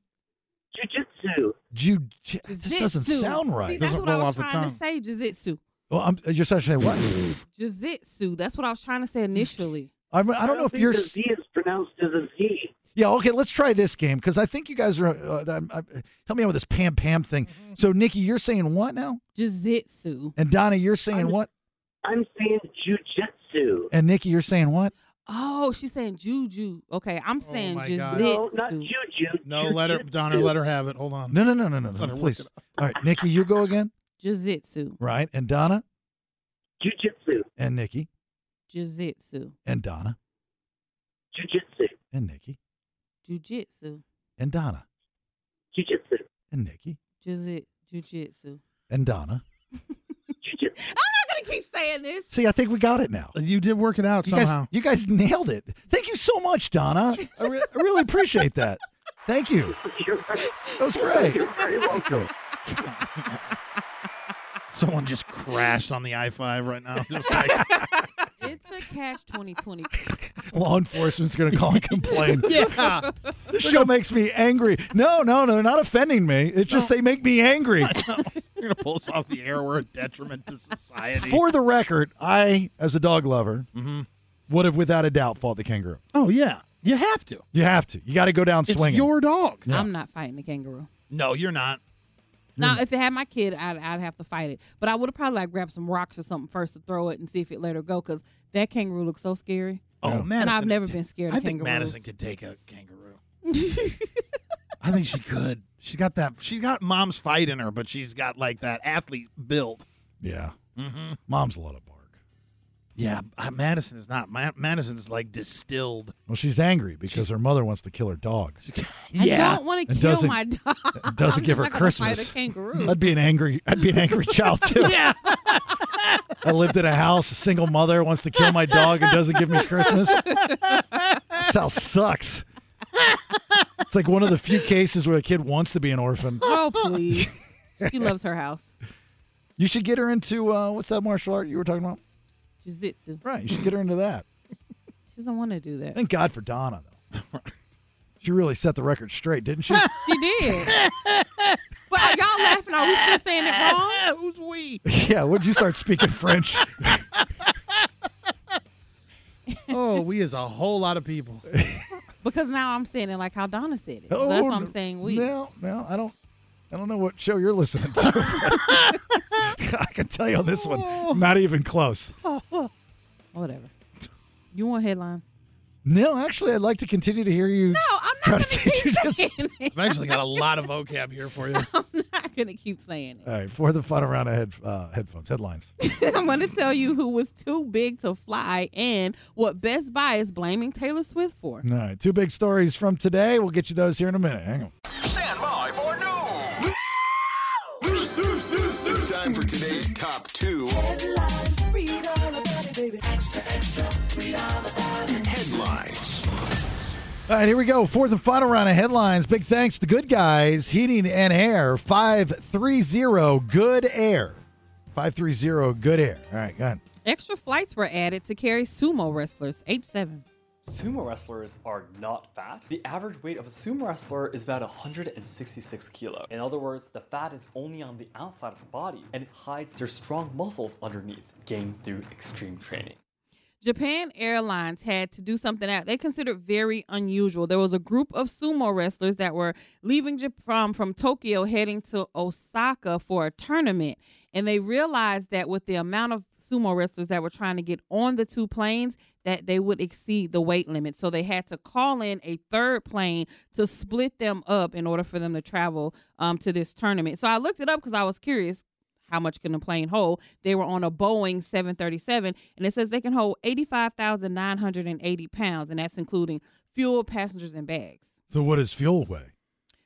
Speaker 13: Jujitsu.
Speaker 8: Jew. This doesn't
Speaker 7: Jujitsu.
Speaker 8: sound right.
Speaker 7: See, that's what I was trying to say. Jiu-jitsu.
Speaker 8: Well, I'm, you're trying to say what?
Speaker 7: Jiu-jitsu. That's what I was trying to say initially.
Speaker 8: I'm, I don't know if
Speaker 13: think
Speaker 8: you're.
Speaker 13: the
Speaker 8: s-
Speaker 13: Z is pronounced as a Z.
Speaker 8: Yeah, okay, let's try this game because I think you guys are. Uh, I'm, i help me out with this Pam Pam thing.
Speaker 7: Mm-hmm.
Speaker 8: So, Nikki, you're saying what now?
Speaker 7: Jiu-jitsu.
Speaker 8: And Donna, you're saying what?
Speaker 13: I'm saying jujitsu.
Speaker 8: And Nikki, you're saying what?
Speaker 7: Oh, she's saying juju. Okay, I'm saying
Speaker 9: my God.
Speaker 7: jiu-jitsu.
Speaker 13: No, not juju.
Speaker 9: No, let her Donna, let her have it. Hold on.
Speaker 8: No, no, no, no, no, no,
Speaker 9: Let her look
Speaker 8: please.
Speaker 9: it
Speaker 8: All right, Nikki, you go again.
Speaker 7: Jiu-jitsu.
Speaker 8: Right, and Donna
Speaker 13: Jujitsu.
Speaker 8: and Nikki
Speaker 7: Jiu-jitsu.
Speaker 8: and Donna
Speaker 13: Jujitsu.
Speaker 8: and Nikki
Speaker 7: Jiu-jitsu.
Speaker 8: and Donna
Speaker 13: Jujitsu.
Speaker 8: and Nikki
Speaker 7: Jiu-jitsu. Jiu-jitsu.
Speaker 8: and Donna.
Speaker 7: I'm not gonna keep saying this.
Speaker 8: See, I think we got it now.
Speaker 9: You did work it out
Speaker 8: You guys,
Speaker 9: somehow.
Speaker 8: you guys nailed it. Thank you so much, Donna. I, re- I really appreciate that. Thank you. That was great.
Speaker 13: You're very welcome.
Speaker 9: Someone just crashed on the I five right now. Just like
Speaker 7: It's a catch 2020.
Speaker 8: Law enforcement's going to call and complain.
Speaker 9: yeah.
Speaker 8: The show makes me angry. No, no, no, they're not offending me. It's just they make me angry.
Speaker 9: You're gonna pull us off the air. We're a detriment to society.
Speaker 8: For the record, I, as a dog lover, would have without a doubt fought the kangaroo.
Speaker 9: oh yeah, you have to.
Speaker 8: You have to. You got to go down
Speaker 9: It's
Speaker 8: swinging.
Speaker 9: your dog.
Speaker 8: Yeah.
Speaker 7: I'm not fighting the kangaroo.
Speaker 9: No, you're not.
Speaker 7: Now, if it had my kid, I'd, I'd have to fight it. But I would have probably like grabbed some rocks or something first to throw it and see if it let her go because that kangaroo looks so scary.
Speaker 9: Oh, Madison.
Speaker 7: And I've
Speaker 9: could
Speaker 7: never
Speaker 9: ta-
Speaker 7: been scared
Speaker 9: I
Speaker 7: of
Speaker 9: think
Speaker 7: kangaroos.
Speaker 9: Madison could take a kangaroo. I think she could. She's got that. She's got mom's fight in her, but she's got like that athlete build.
Speaker 8: yeah.
Speaker 9: Mm-hmm.
Speaker 8: Mom's a lot of bark.
Speaker 9: Yeah, uh, Madison is not. Ma- Madison's like distilled.
Speaker 8: Well, she's angry because her mother wants to kill her dog.
Speaker 7: I
Speaker 9: Yeah.
Speaker 7: don't want to
Speaker 8: And
Speaker 7: kill
Speaker 8: doesn't-
Speaker 7: my dog.
Speaker 8: It doesn't
Speaker 7: I'm
Speaker 8: give her
Speaker 7: just not gonna fight
Speaker 8: Christmas.
Speaker 7: a kangaroo.
Speaker 8: I'd be an angry. I'd be an angry child too.
Speaker 9: yeah.
Speaker 8: I lived in a house. A single mother wants to kill my dog and doesn't give me Christmas. This house sucks. It's like one of the few cases where a kid wants to be an orphan.
Speaker 7: oh, please. She loves her house.
Speaker 8: You should get her into uh, what's that martial art you were talking about?
Speaker 7: Jiu-jitsu.
Speaker 8: Right. You should get her into that.
Speaker 7: She doesn't want to do that.
Speaker 8: Thank God for Donna, though. she really set the record straight, didn't she?
Speaker 7: She did. but are y'all laughing? Are we still saying it wrong?
Speaker 9: Who's we?
Speaker 8: yeah, would you start speaking French?
Speaker 9: oh, we is a whole lot of people.
Speaker 7: Because now I'm saying it like how Donna said it. So
Speaker 8: Oh,
Speaker 7: that's why
Speaker 8: no-
Speaker 7: I'm saying we.
Speaker 8: No, no, I don't. I don't know what show you're listening to. I can tell you on this
Speaker 7: Oh.
Speaker 8: one, not even close.
Speaker 7: Whatever. You want headlines?
Speaker 8: No, actually, I'd like to continue to hear you. No,
Speaker 7: I'm
Speaker 8: not. Try to teach you just-
Speaker 9: I've actually got a lot of vocab here for you.
Speaker 7: I'm gonna keep saying
Speaker 8: All right, for the fun around head, uh, headphones, headlines.
Speaker 7: it. I'm gonna tell you who was too big to fly and what Best Buy is blaming Taylor Swift for.
Speaker 8: All right, two big stories from today. We'll get you those here in a minute. Hang on.
Speaker 4: Stand by for news. It's time for today's top two headlines.
Speaker 8: All right, here we go. Fourth and final round of headlines. Big thanks to Good Guys Heating and Air. 530 Good Air. 530 Good Air. All right, go ahead.
Speaker 7: Extra flights were added to carry sumo wrestlers, H7.
Speaker 14: Sumo wrestlers are not fat. The average weight of a sumo wrestler is about 166 kilo. In other words, the fat is only on the outside of the body and hides their strong muscles underneath, gained through extreme training.
Speaker 7: Japan Airlines had to do something that they considered very unusual. There was a group of sumo wrestlers that were leaving Japan from Tokyo heading to Osaka for a tournament. And they realized that with the amount of sumo wrestlers that were trying to get on the two planes, that they would exceed the weight limit. So they had to call in a third plane to split them up in order for them to travel um, to this tournament. So I looked it up because I was curious how much can a plane hold? They were on a Boeing 737, and it says they can hold 85,980 pounds, and that's including fuel, passengers, and bags.
Speaker 8: So, what is fuel weigh?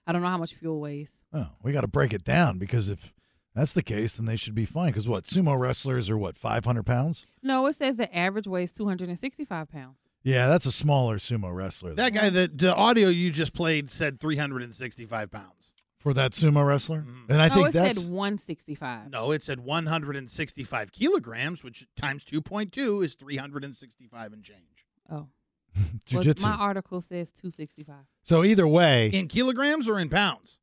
Speaker 7: I don't know how much fuel weighs.
Speaker 8: Oh, we got to break it down because if that's the case, then they should be fine. Because what? Sumo wrestlers are what, 500 pounds?
Speaker 7: No, it says the average weighs 265 pounds.
Speaker 8: Yeah, that's a smaller sumo wrestler.
Speaker 9: That guy, that the audio you just played said 365 pounds.
Speaker 8: for that sumo wrestler? And I
Speaker 7: no,
Speaker 8: think
Speaker 7: it
Speaker 8: that's.
Speaker 7: said 165.
Speaker 9: No, it said 165 kilograms, which times 2.2 is 365 and change.
Speaker 7: Oh. Well,
Speaker 8: Jujitsu.
Speaker 7: my article says 265
Speaker 8: so, either way,
Speaker 9: In kilograms or in pounds?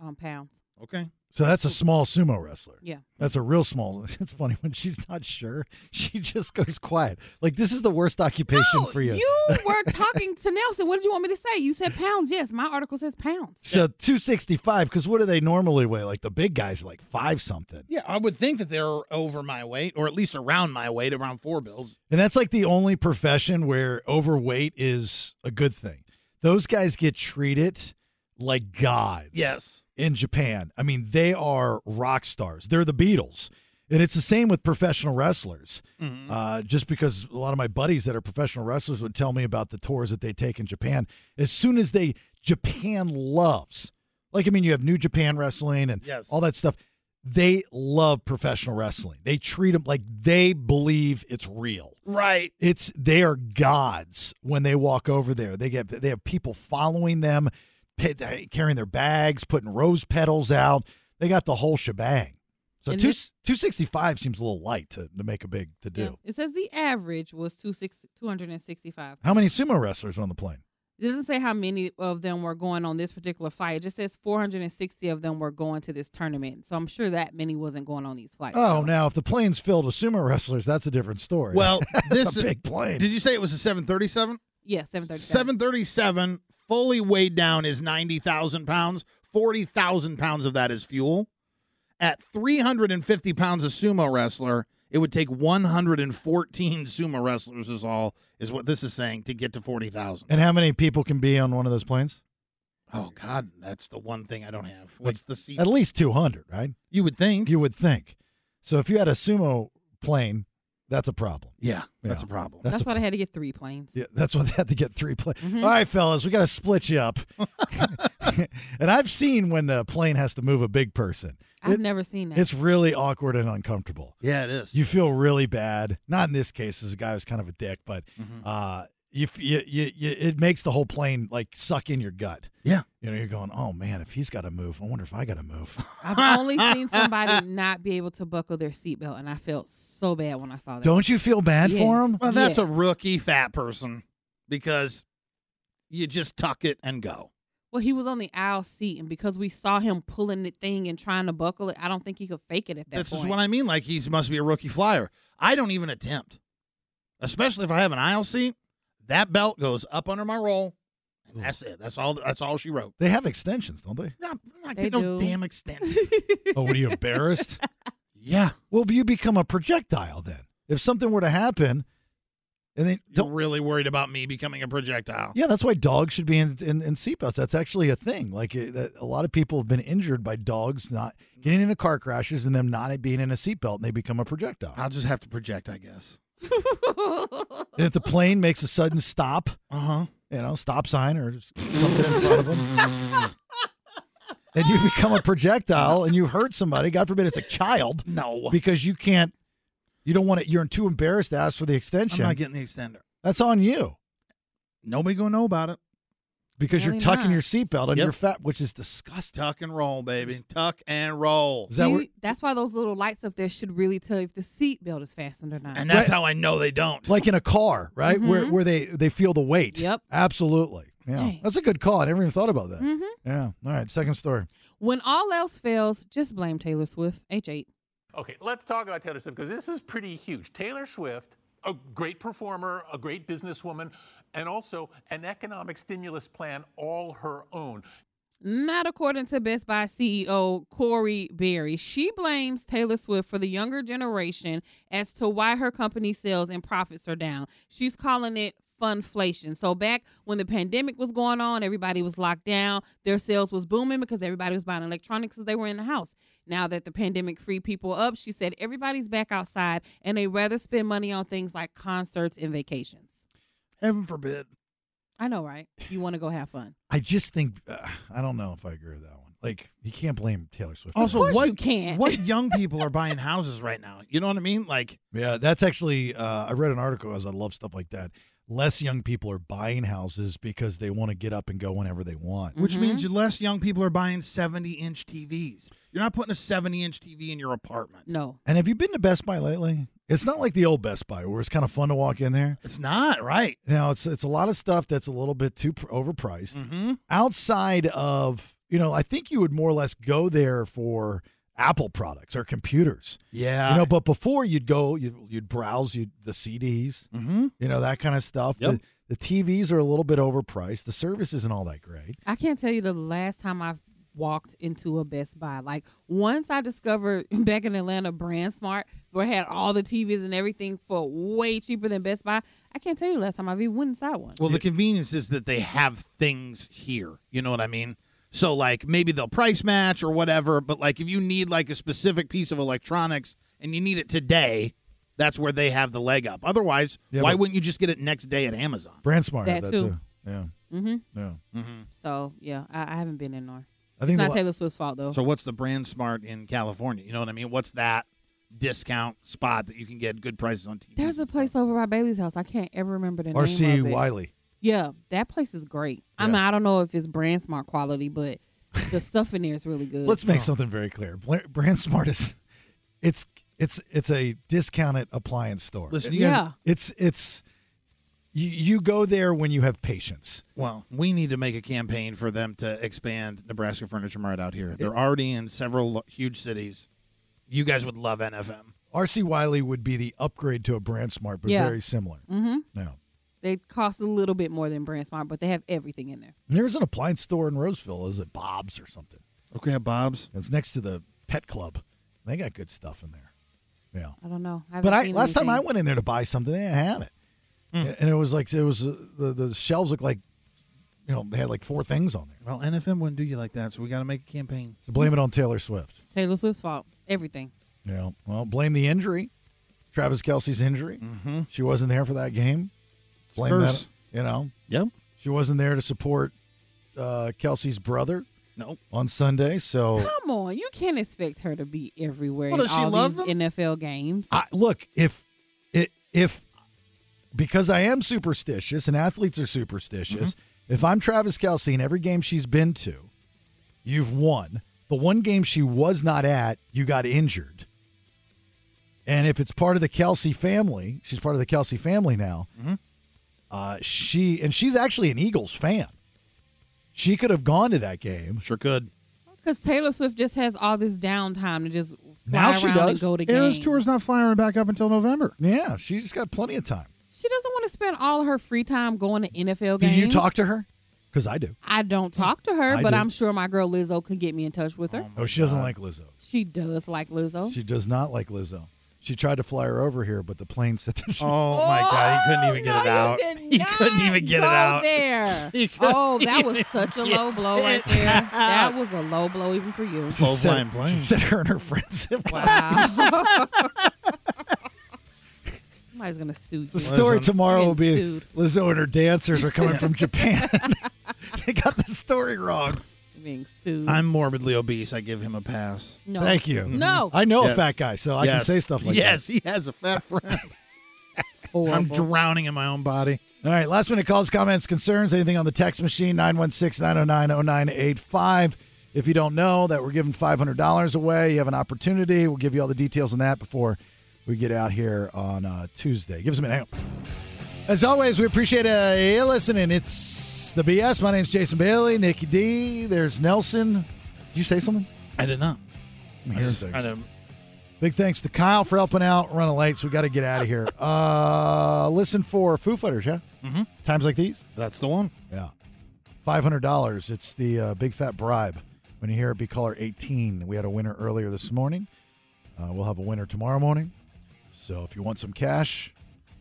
Speaker 7: on um, pounds.
Speaker 9: Okay.
Speaker 8: so that's a small sumo wrestler.
Speaker 7: Yeah.
Speaker 8: That's a real small. It's funny when she's not sure, she just goes quiet. Like this is the worst occupation for you.
Speaker 7: You were talking to Nelson. What did you want me to say? You said pounds. Yes, my article says pounds.
Speaker 8: so 265 cuz what do they normally weigh? Like the big guys are like 5 something.
Speaker 9: Yeah, I would think that they're over my weight, or at least around my weight, around four bills.
Speaker 8: And that's like the only profession where overweight is a good thing. Those guys get treated like gods.
Speaker 9: Yes.
Speaker 8: In Japan. I mean, they are rock stars. They're the Beatles. And it's the same with professional wrestlers.
Speaker 9: Mm-hmm.
Speaker 8: Uh, just because a lot of my buddies that are professional wrestlers would tell me about the tours that they take in Japan. As soon as they, Japan loves, like, I mean, you have New Japan wrestling and
Speaker 9: Yes.
Speaker 8: all that stuff. They love professional wrestling. They treat them like they believe it's real.
Speaker 9: Right.
Speaker 8: It's they are gods when they walk over there. They get they have people following them, pe- carrying their bags, putting rose petals out. They got the whole shebang. So
Speaker 7: And
Speaker 8: two
Speaker 7: this-
Speaker 8: two sixty five seems a little light to, to make a big to do.
Speaker 7: It says the average was 26 265
Speaker 8: How many sumo wrestlers on the plane?
Speaker 7: It doesn't say how many of them were going on this particular flight. It just says 460 of them were going to this tournament. So I'm sure that many wasn't going on these flights.
Speaker 8: Oh, now if the plane's filled with sumo wrestlers, that's a different story.
Speaker 9: Well,
Speaker 8: that's
Speaker 9: this
Speaker 8: a big plane.
Speaker 9: Did you say it was a 737?
Speaker 7: Yeah, 737.
Speaker 9: 737 fully weighed down is 90,000 pounds. 40,000 pounds of that is fuel. At 350 pounds of sumo wrestler, it would take 114 sumo wrestlers is all is what this is saying to get to 40,000.
Speaker 8: and how many people can be on one of those planes?
Speaker 9: Oh God, that's the one thing I don't have. What's the seat?
Speaker 8: At least 200, right?
Speaker 9: You would think.
Speaker 8: You would think. So if you had a sumo plane, that's a problem.
Speaker 9: Yeah, that's
Speaker 8: Yeah.
Speaker 9: a problem.
Speaker 8: That's
Speaker 7: That's,
Speaker 8: a-
Speaker 7: why they had to get three planes.
Speaker 8: Yeah, that's what they had to get three planes.
Speaker 7: Mm-hmm.
Speaker 8: right, fellas, we got to split you up. and I've seen when the plane has to move a big person.
Speaker 7: I've
Speaker 8: It-
Speaker 7: never seen that.
Speaker 8: It's really awkward and uncomfortable.
Speaker 9: Yeah, it is.
Speaker 7: Mm-hmm.
Speaker 8: You feel really bad. Not in this case, this guy was kind of a dick, but uh, you, f- you, you, you, it makes the whole plane like suck in your gut.
Speaker 9: Yeah.
Speaker 8: You know, you're going, oh man, if he's got to move, I wonder if I got to move.
Speaker 7: I've only seen somebody not be able to buckle their seatbelt, and I felt so bad when I saw that.
Speaker 8: Don't you feel bad for him?
Speaker 9: Well, that's
Speaker 7: a
Speaker 9: a rookie fat person because you just tuck it and go.
Speaker 7: Well, he was on the aisle seat, and because we saw him pulling the thing and trying to buckle it, I don't think he could fake it at that
Speaker 9: this
Speaker 7: point.
Speaker 9: is what I mean. Like he must be a rookie flyer. I don't even attempt, especially if I have an aisle seat. That belt goes up under my roll, and that's it. That's all. That's all she wrote.
Speaker 8: They have extensions, don't they?
Speaker 9: No, I'm not
Speaker 8: They
Speaker 9: getting no
Speaker 8: do.
Speaker 9: damn extent.
Speaker 8: oh, what are you embarrassed?
Speaker 9: yeah.
Speaker 8: Well, you become a projectile then. If something were to happen, and they
Speaker 9: Don't really worried about me becoming a projectile.
Speaker 8: Yeah, that's why dogs should be in, in, in seatbelts. That's actually a thing. Like it, that, a lot of people have been injured by dogs not getting into car crashes and them not being in a seatbelt, and they become a projectile.
Speaker 9: I'll just have to project, I guess.
Speaker 8: And if the plane makes a sudden stop,
Speaker 9: uh huh,
Speaker 8: you know, stop sign or just something in front of them, and you become a projectile and you hurt somebody. God forbid, it's a child.
Speaker 9: No,
Speaker 8: because you can't. You don't want it. You're too embarrassed to ask for the
Speaker 9: I'm
Speaker 8: extension.
Speaker 9: not getting the extender.
Speaker 8: That's on you.
Speaker 9: Nobody gonna know about it
Speaker 8: because you're
Speaker 9: Apparently
Speaker 8: tucking your seatbelt and
Speaker 9: Yep.
Speaker 8: your fat, which is disgusting.
Speaker 9: Tuck and roll, baby. Tuck and roll.
Speaker 8: Is that
Speaker 7: See,
Speaker 8: where-
Speaker 7: that's why those little lights up there should really tell you if the seatbelt is fastened or not.
Speaker 9: and that's how I know they don't.
Speaker 8: like in a car, right? Where
Speaker 7: Mhm.
Speaker 8: where they they feel the weight.
Speaker 7: Yep.
Speaker 8: Absolutely. Yeah.
Speaker 7: Dang.
Speaker 8: That's a good call. I never even thought about that.
Speaker 7: Mhm.
Speaker 8: Yeah. All right. Second story.
Speaker 7: When all else fails, just blame Taylor Swift. H8.
Speaker 12: Okay, let's talk about Taylor Swift because this is pretty huge. Taylor Swift, a great performer, a great businesswoman, and also an economic stimulus plan all her own.
Speaker 7: Not according to Best Buy CEO Corey Berry. She blames Taylor Swift for the younger generation as to why her company sales and profits are down. She's calling it funflation. So back when the pandemic was going on, everybody was locked down. Their sales was booming because everybody was buying electronics because they were in the house. Now that the pandemic freed people up, she said everybody's back outside and they rather spend money on things like concerts and vacations.
Speaker 9: Heaven forbid.
Speaker 7: I know, right? You want to go have fun.
Speaker 8: I just think uh, I don't know if I agree with that one. Like you can't blame Taylor Swift. for
Speaker 9: Also,
Speaker 8: that.
Speaker 9: what what young people are buying houses right now? You know what I mean? Like,
Speaker 8: Yeah, that's actually uh, I read an article as I love stuff like that. Less young people are buying houses because they want to get up and go whenever they want.
Speaker 7: Mm.
Speaker 9: which
Speaker 7: Mm-hmm.
Speaker 9: means you less young people are buying seventy inch TVs. You're not putting a seventy inch TV in your apartment.
Speaker 7: No,
Speaker 8: And have you been to Best Buy lately? It's not like the old Best Buy where it's kind of fun to walk in there.
Speaker 9: it's not right.
Speaker 8: Now it's it's a lot of stuff that's a little bit too pr- overpriced.
Speaker 9: Mm-hmm.
Speaker 8: outside of you know i think you would more or less go there for apple products or computers
Speaker 9: Yeah.
Speaker 8: you know but before you'd go you'd, you'd browse you'd, the cds
Speaker 9: Mhm.
Speaker 8: you know that kind of stuff
Speaker 9: Yep.
Speaker 8: the, the tvs are a little bit overpriced the service isn't all that great
Speaker 7: I can't tell you the last time I've walked into a Best Buy. Like once I discovered back in Atlanta Brand Smart, where I had all the TVs and everything for way cheaper than Best Buy. I can't tell you the last time I've even went inside one.
Speaker 9: Well, the convenience is that they have things here. You know what I mean? So like maybe they'll price match or whatever, but like if you need like a specific piece of electronics and you need it today, that's where they have the leg up. Otherwise,
Speaker 8: Yeah,
Speaker 9: why
Speaker 8: but-
Speaker 9: wouldn't you just get it next day at Amazon?
Speaker 8: brand smart had
Speaker 7: That
Speaker 8: that too,
Speaker 7: too.
Speaker 8: yeah
Speaker 7: Mm-hmm.
Speaker 8: yeah
Speaker 9: Mm-hmm.
Speaker 7: So yeah, I, I haven't been in there.
Speaker 8: I
Speaker 7: it's
Speaker 8: think the
Speaker 7: not
Speaker 8: la-
Speaker 7: Taylor Swift's fault though.
Speaker 9: So what's the brand smart in California? You know what I mean? What's that discount spot that you can get good prices on TV?
Speaker 7: There's a place over by Bailey's house. I can't ever remember the name
Speaker 8: rc
Speaker 7: of it.
Speaker 8: wiley
Speaker 7: Yeah, that place is great.
Speaker 8: Yeah.
Speaker 7: I mean, I don't know if it's brand smart quality, but the stuff in there is really good.
Speaker 8: let's make something very clear Bla- brand smart is it's it's it's a discounted appliance store
Speaker 9: Listen, you guys- Yeah.
Speaker 8: it's it's you, you go there when you have patience
Speaker 9: Well, we need to make a campaign for them to expand Nebraska Furniture Mart out here. They're already in several lo- huge cities. You guys would love NFM.
Speaker 8: RC Wiley would be the upgrade to a brand smart, but
Speaker 7: Yeah.
Speaker 8: very similar.
Speaker 7: Mm-hmm.
Speaker 8: Now,
Speaker 7: They cost a little bit more than brand smart, but they have everything in there.
Speaker 8: there's an appliance store in Roseville. Is it Bob's or something?
Speaker 9: Okay, Bob's.
Speaker 8: It's next to the pet club. They got good stuff in there. Yeah.
Speaker 7: I don't know. I
Speaker 8: but I
Speaker 7: haven't seen
Speaker 8: last time I
Speaker 7: anything.
Speaker 8: went in there to buy something, they didn't have it,
Speaker 9: Hmm.
Speaker 8: and, and it was like it was uh, the the shelves looked like, you know, they had like four things on there.
Speaker 9: Well, NFM wouldn't do you like that, so we got to make a campaign.
Speaker 8: So blame it on Taylor Swift.
Speaker 7: Taylor Swift's fault. Everything.
Speaker 8: Yeah. Well, blame the injury, Travis Kelsey's injury.
Speaker 9: Mm-hmm.
Speaker 8: She wasn't there for that game. Blame
Speaker 9: Spurs.
Speaker 8: that. You know.
Speaker 9: Yep.
Speaker 8: She wasn't there to support uh, Kelsey's brother.
Speaker 9: Nope.
Speaker 8: On Sunday, so
Speaker 7: Come on, you can't expect her to be everywhere
Speaker 9: Well,
Speaker 7: in
Speaker 9: does she
Speaker 7: all
Speaker 9: love
Speaker 7: these NFL games.
Speaker 8: I, look if it if because I am superstitious and athletes are superstitious, if I'm Travis Kelsey in every game she's been to, you've won. The one game she was not at, you got injured. And if it's part of the Kelsey family, she's part of the Kelsey family now. Uh, she and she's actually an Eagles fan. She could have gone to that game.
Speaker 9: Sure could.
Speaker 7: Because Taylor Swift just has all this downtime to just fly
Speaker 8: Now
Speaker 7: around
Speaker 8: she does.
Speaker 7: and go to
Speaker 9: Eras
Speaker 7: games.
Speaker 9: tour's not firing back up until November.
Speaker 8: Yeah, she's got plenty of time.
Speaker 7: She doesn't want to spend all her free time going to NFL games.
Speaker 8: Do you talk to her? Because I do.
Speaker 7: I don't talk to her,
Speaker 8: I
Speaker 7: but
Speaker 8: do.
Speaker 7: I'm sure my girl Lizzo could get me in touch with her.
Speaker 8: Oh, she doesn't like Lizzo.
Speaker 7: She does like Lizzo.
Speaker 8: She does not like Lizzo. She tried to fly her over here, but the plane said that she.
Speaker 9: Oh my God, he couldn't even
Speaker 7: Oh,
Speaker 9: get it out. He couldn't even get it
Speaker 7: Go
Speaker 9: out.
Speaker 7: there.
Speaker 9: He couldn't
Speaker 7: oh, that was
Speaker 9: even
Speaker 7: such a
Speaker 9: get
Speaker 7: low blow right
Speaker 9: it
Speaker 7: there.
Speaker 9: out.
Speaker 7: That was a low blow even for you.
Speaker 9: Oh,
Speaker 8: She said- She said her and her friends.
Speaker 7: Wow. Somebody's gonna sue you.
Speaker 8: The story tomorrow will be
Speaker 7: Sued.
Speaker 8: Lizzo and her dancers are coming from Japan. they got the story wrong.
Speaker 7: Being sued.
Speaker 9: I'm morbidly obese. I give him a pass.
Speaker 7: No.
Speaker 8: Thank you.
Speaker 7: No.
Speaker 8: I know a
Speaker 9: Yes.
Speaker 8: fat guy, so I can
Speaker 9: Yes.
Speaker 8: say stuff like
Speaker 9: yes,
Speaker 8: that.
Speaker 9: he has a fat friend. I'm
Speaker 8: Horrible.
Speaker 9: drowning in my own body.
Speaker 8: All right, last minute calls, comments, concerns, anything on the text machine, 916 909 0985. If you don't know that we're giving $500 away, you have an opportunity. We'll give you all the details on that before we get out here on uh, Tuesday. Give us a minute. Hang on. As always, we appreciate uh, you listening. It's the BS. My name's Jason Bailey, Nikki D. There's Nelson. Did you say something?
Speaker 9: I did not.
Speaker 8: I'm
Speaker 9: I
Speaker 8: hearing
Speaker 9: just-
Speaker 8: things.
Speaker 9: I don't-
Speaker 8: Big thanks to Kyle for helping out. Running late, so we got to get out of here. Uh, listen for Foo Fighters, yeah. Mm-hmm. Times like these,
Speaker 9: That's the one.
Speaker 8: yeah. Five hundred dollars. It's the uh, big fat bribe. When you hear it, be caller eighteen. We had a winner earlier this morning. Uh, we'll have a winner tomorrow morning. So if you want some cash,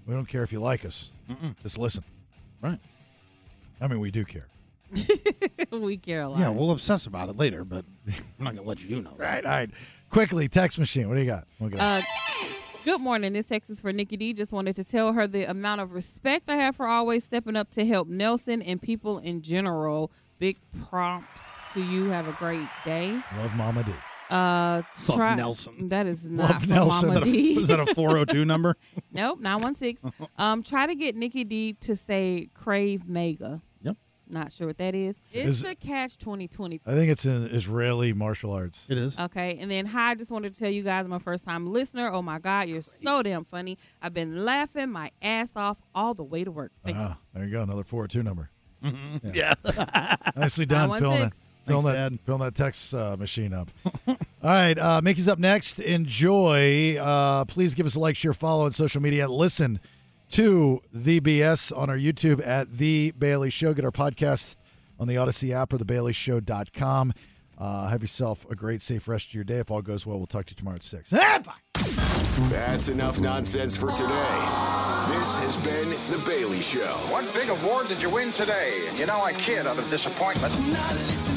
Speaker 8: we don't care if you like us. Just listen.
Speaker 9: Right.
Speaker 8: I mean, we do care.
Speaker 7: we care a lot.
Speaker 9: Yeah, we'll obsess about it later, but I'm not gonna let you know.
Speaker 8: Right. All right. Quickly, text machine. What do you got? We'll go.
Speaker 7: Uh, good morning. This text is for Nikki D. Just wanted to tell her the amount of respect I have for always stepping up to help Nelson and people in general. Big props to you. Have a great day.
Speaker 8: Love Mama D.
Speaker 7: Uh,
Speaker 9: Love
Speaker 7: try-
Speaker 9: Nelson.
Speaker 7: That is not
Speaker 9: Love
Speaker 7: from
Speaker 9: Nelson.
Speaker 7: Mama D.
Speaker 9: Is that a 402 number?
Speaker 7: nope, nine one six. Um, try to get Nikki D to say crave mega.
Speaker 9: Yep.
Speaker 7: Not sure what that is.
Speaker 8: Is-
Speaker 7: It's a catch twenty twenty.
Speaker 8: I think it's an Israeli martial arts.
Speaker 9: It is.
Speaker 7: Okay, and then hi, I just wanted to tell you guys, I'm a first time listener. Oh my God, you're so damn funny. I've been laughing my ass off all the way to work. Thank
Speaker 8: Ah, there you go. Another 402 number.
Speaker 9: Yeah.
Speaker 8: Nicely done, filling that,
Speaker 7: 916.
Speaker 8: filling, that, filling that text uh, machine up. All right, uh, Mickey's up next. Enjoy. Uh, please give us a like, share, follow on social media. Listen to the BS on our YouTube at The Bailey Show. Get our podcast on the Odyssey app or thebaileyshow.com. Uh, have yourself a great, safe rest of your day. If all goes well, we'll talk to you tomorrow at 6.
Speaker 4: That's enough nonsense for today. This has been The Bailey Show.
Speaker 15: What big award did you win today? You know, I kid out of disappointment. Not listening.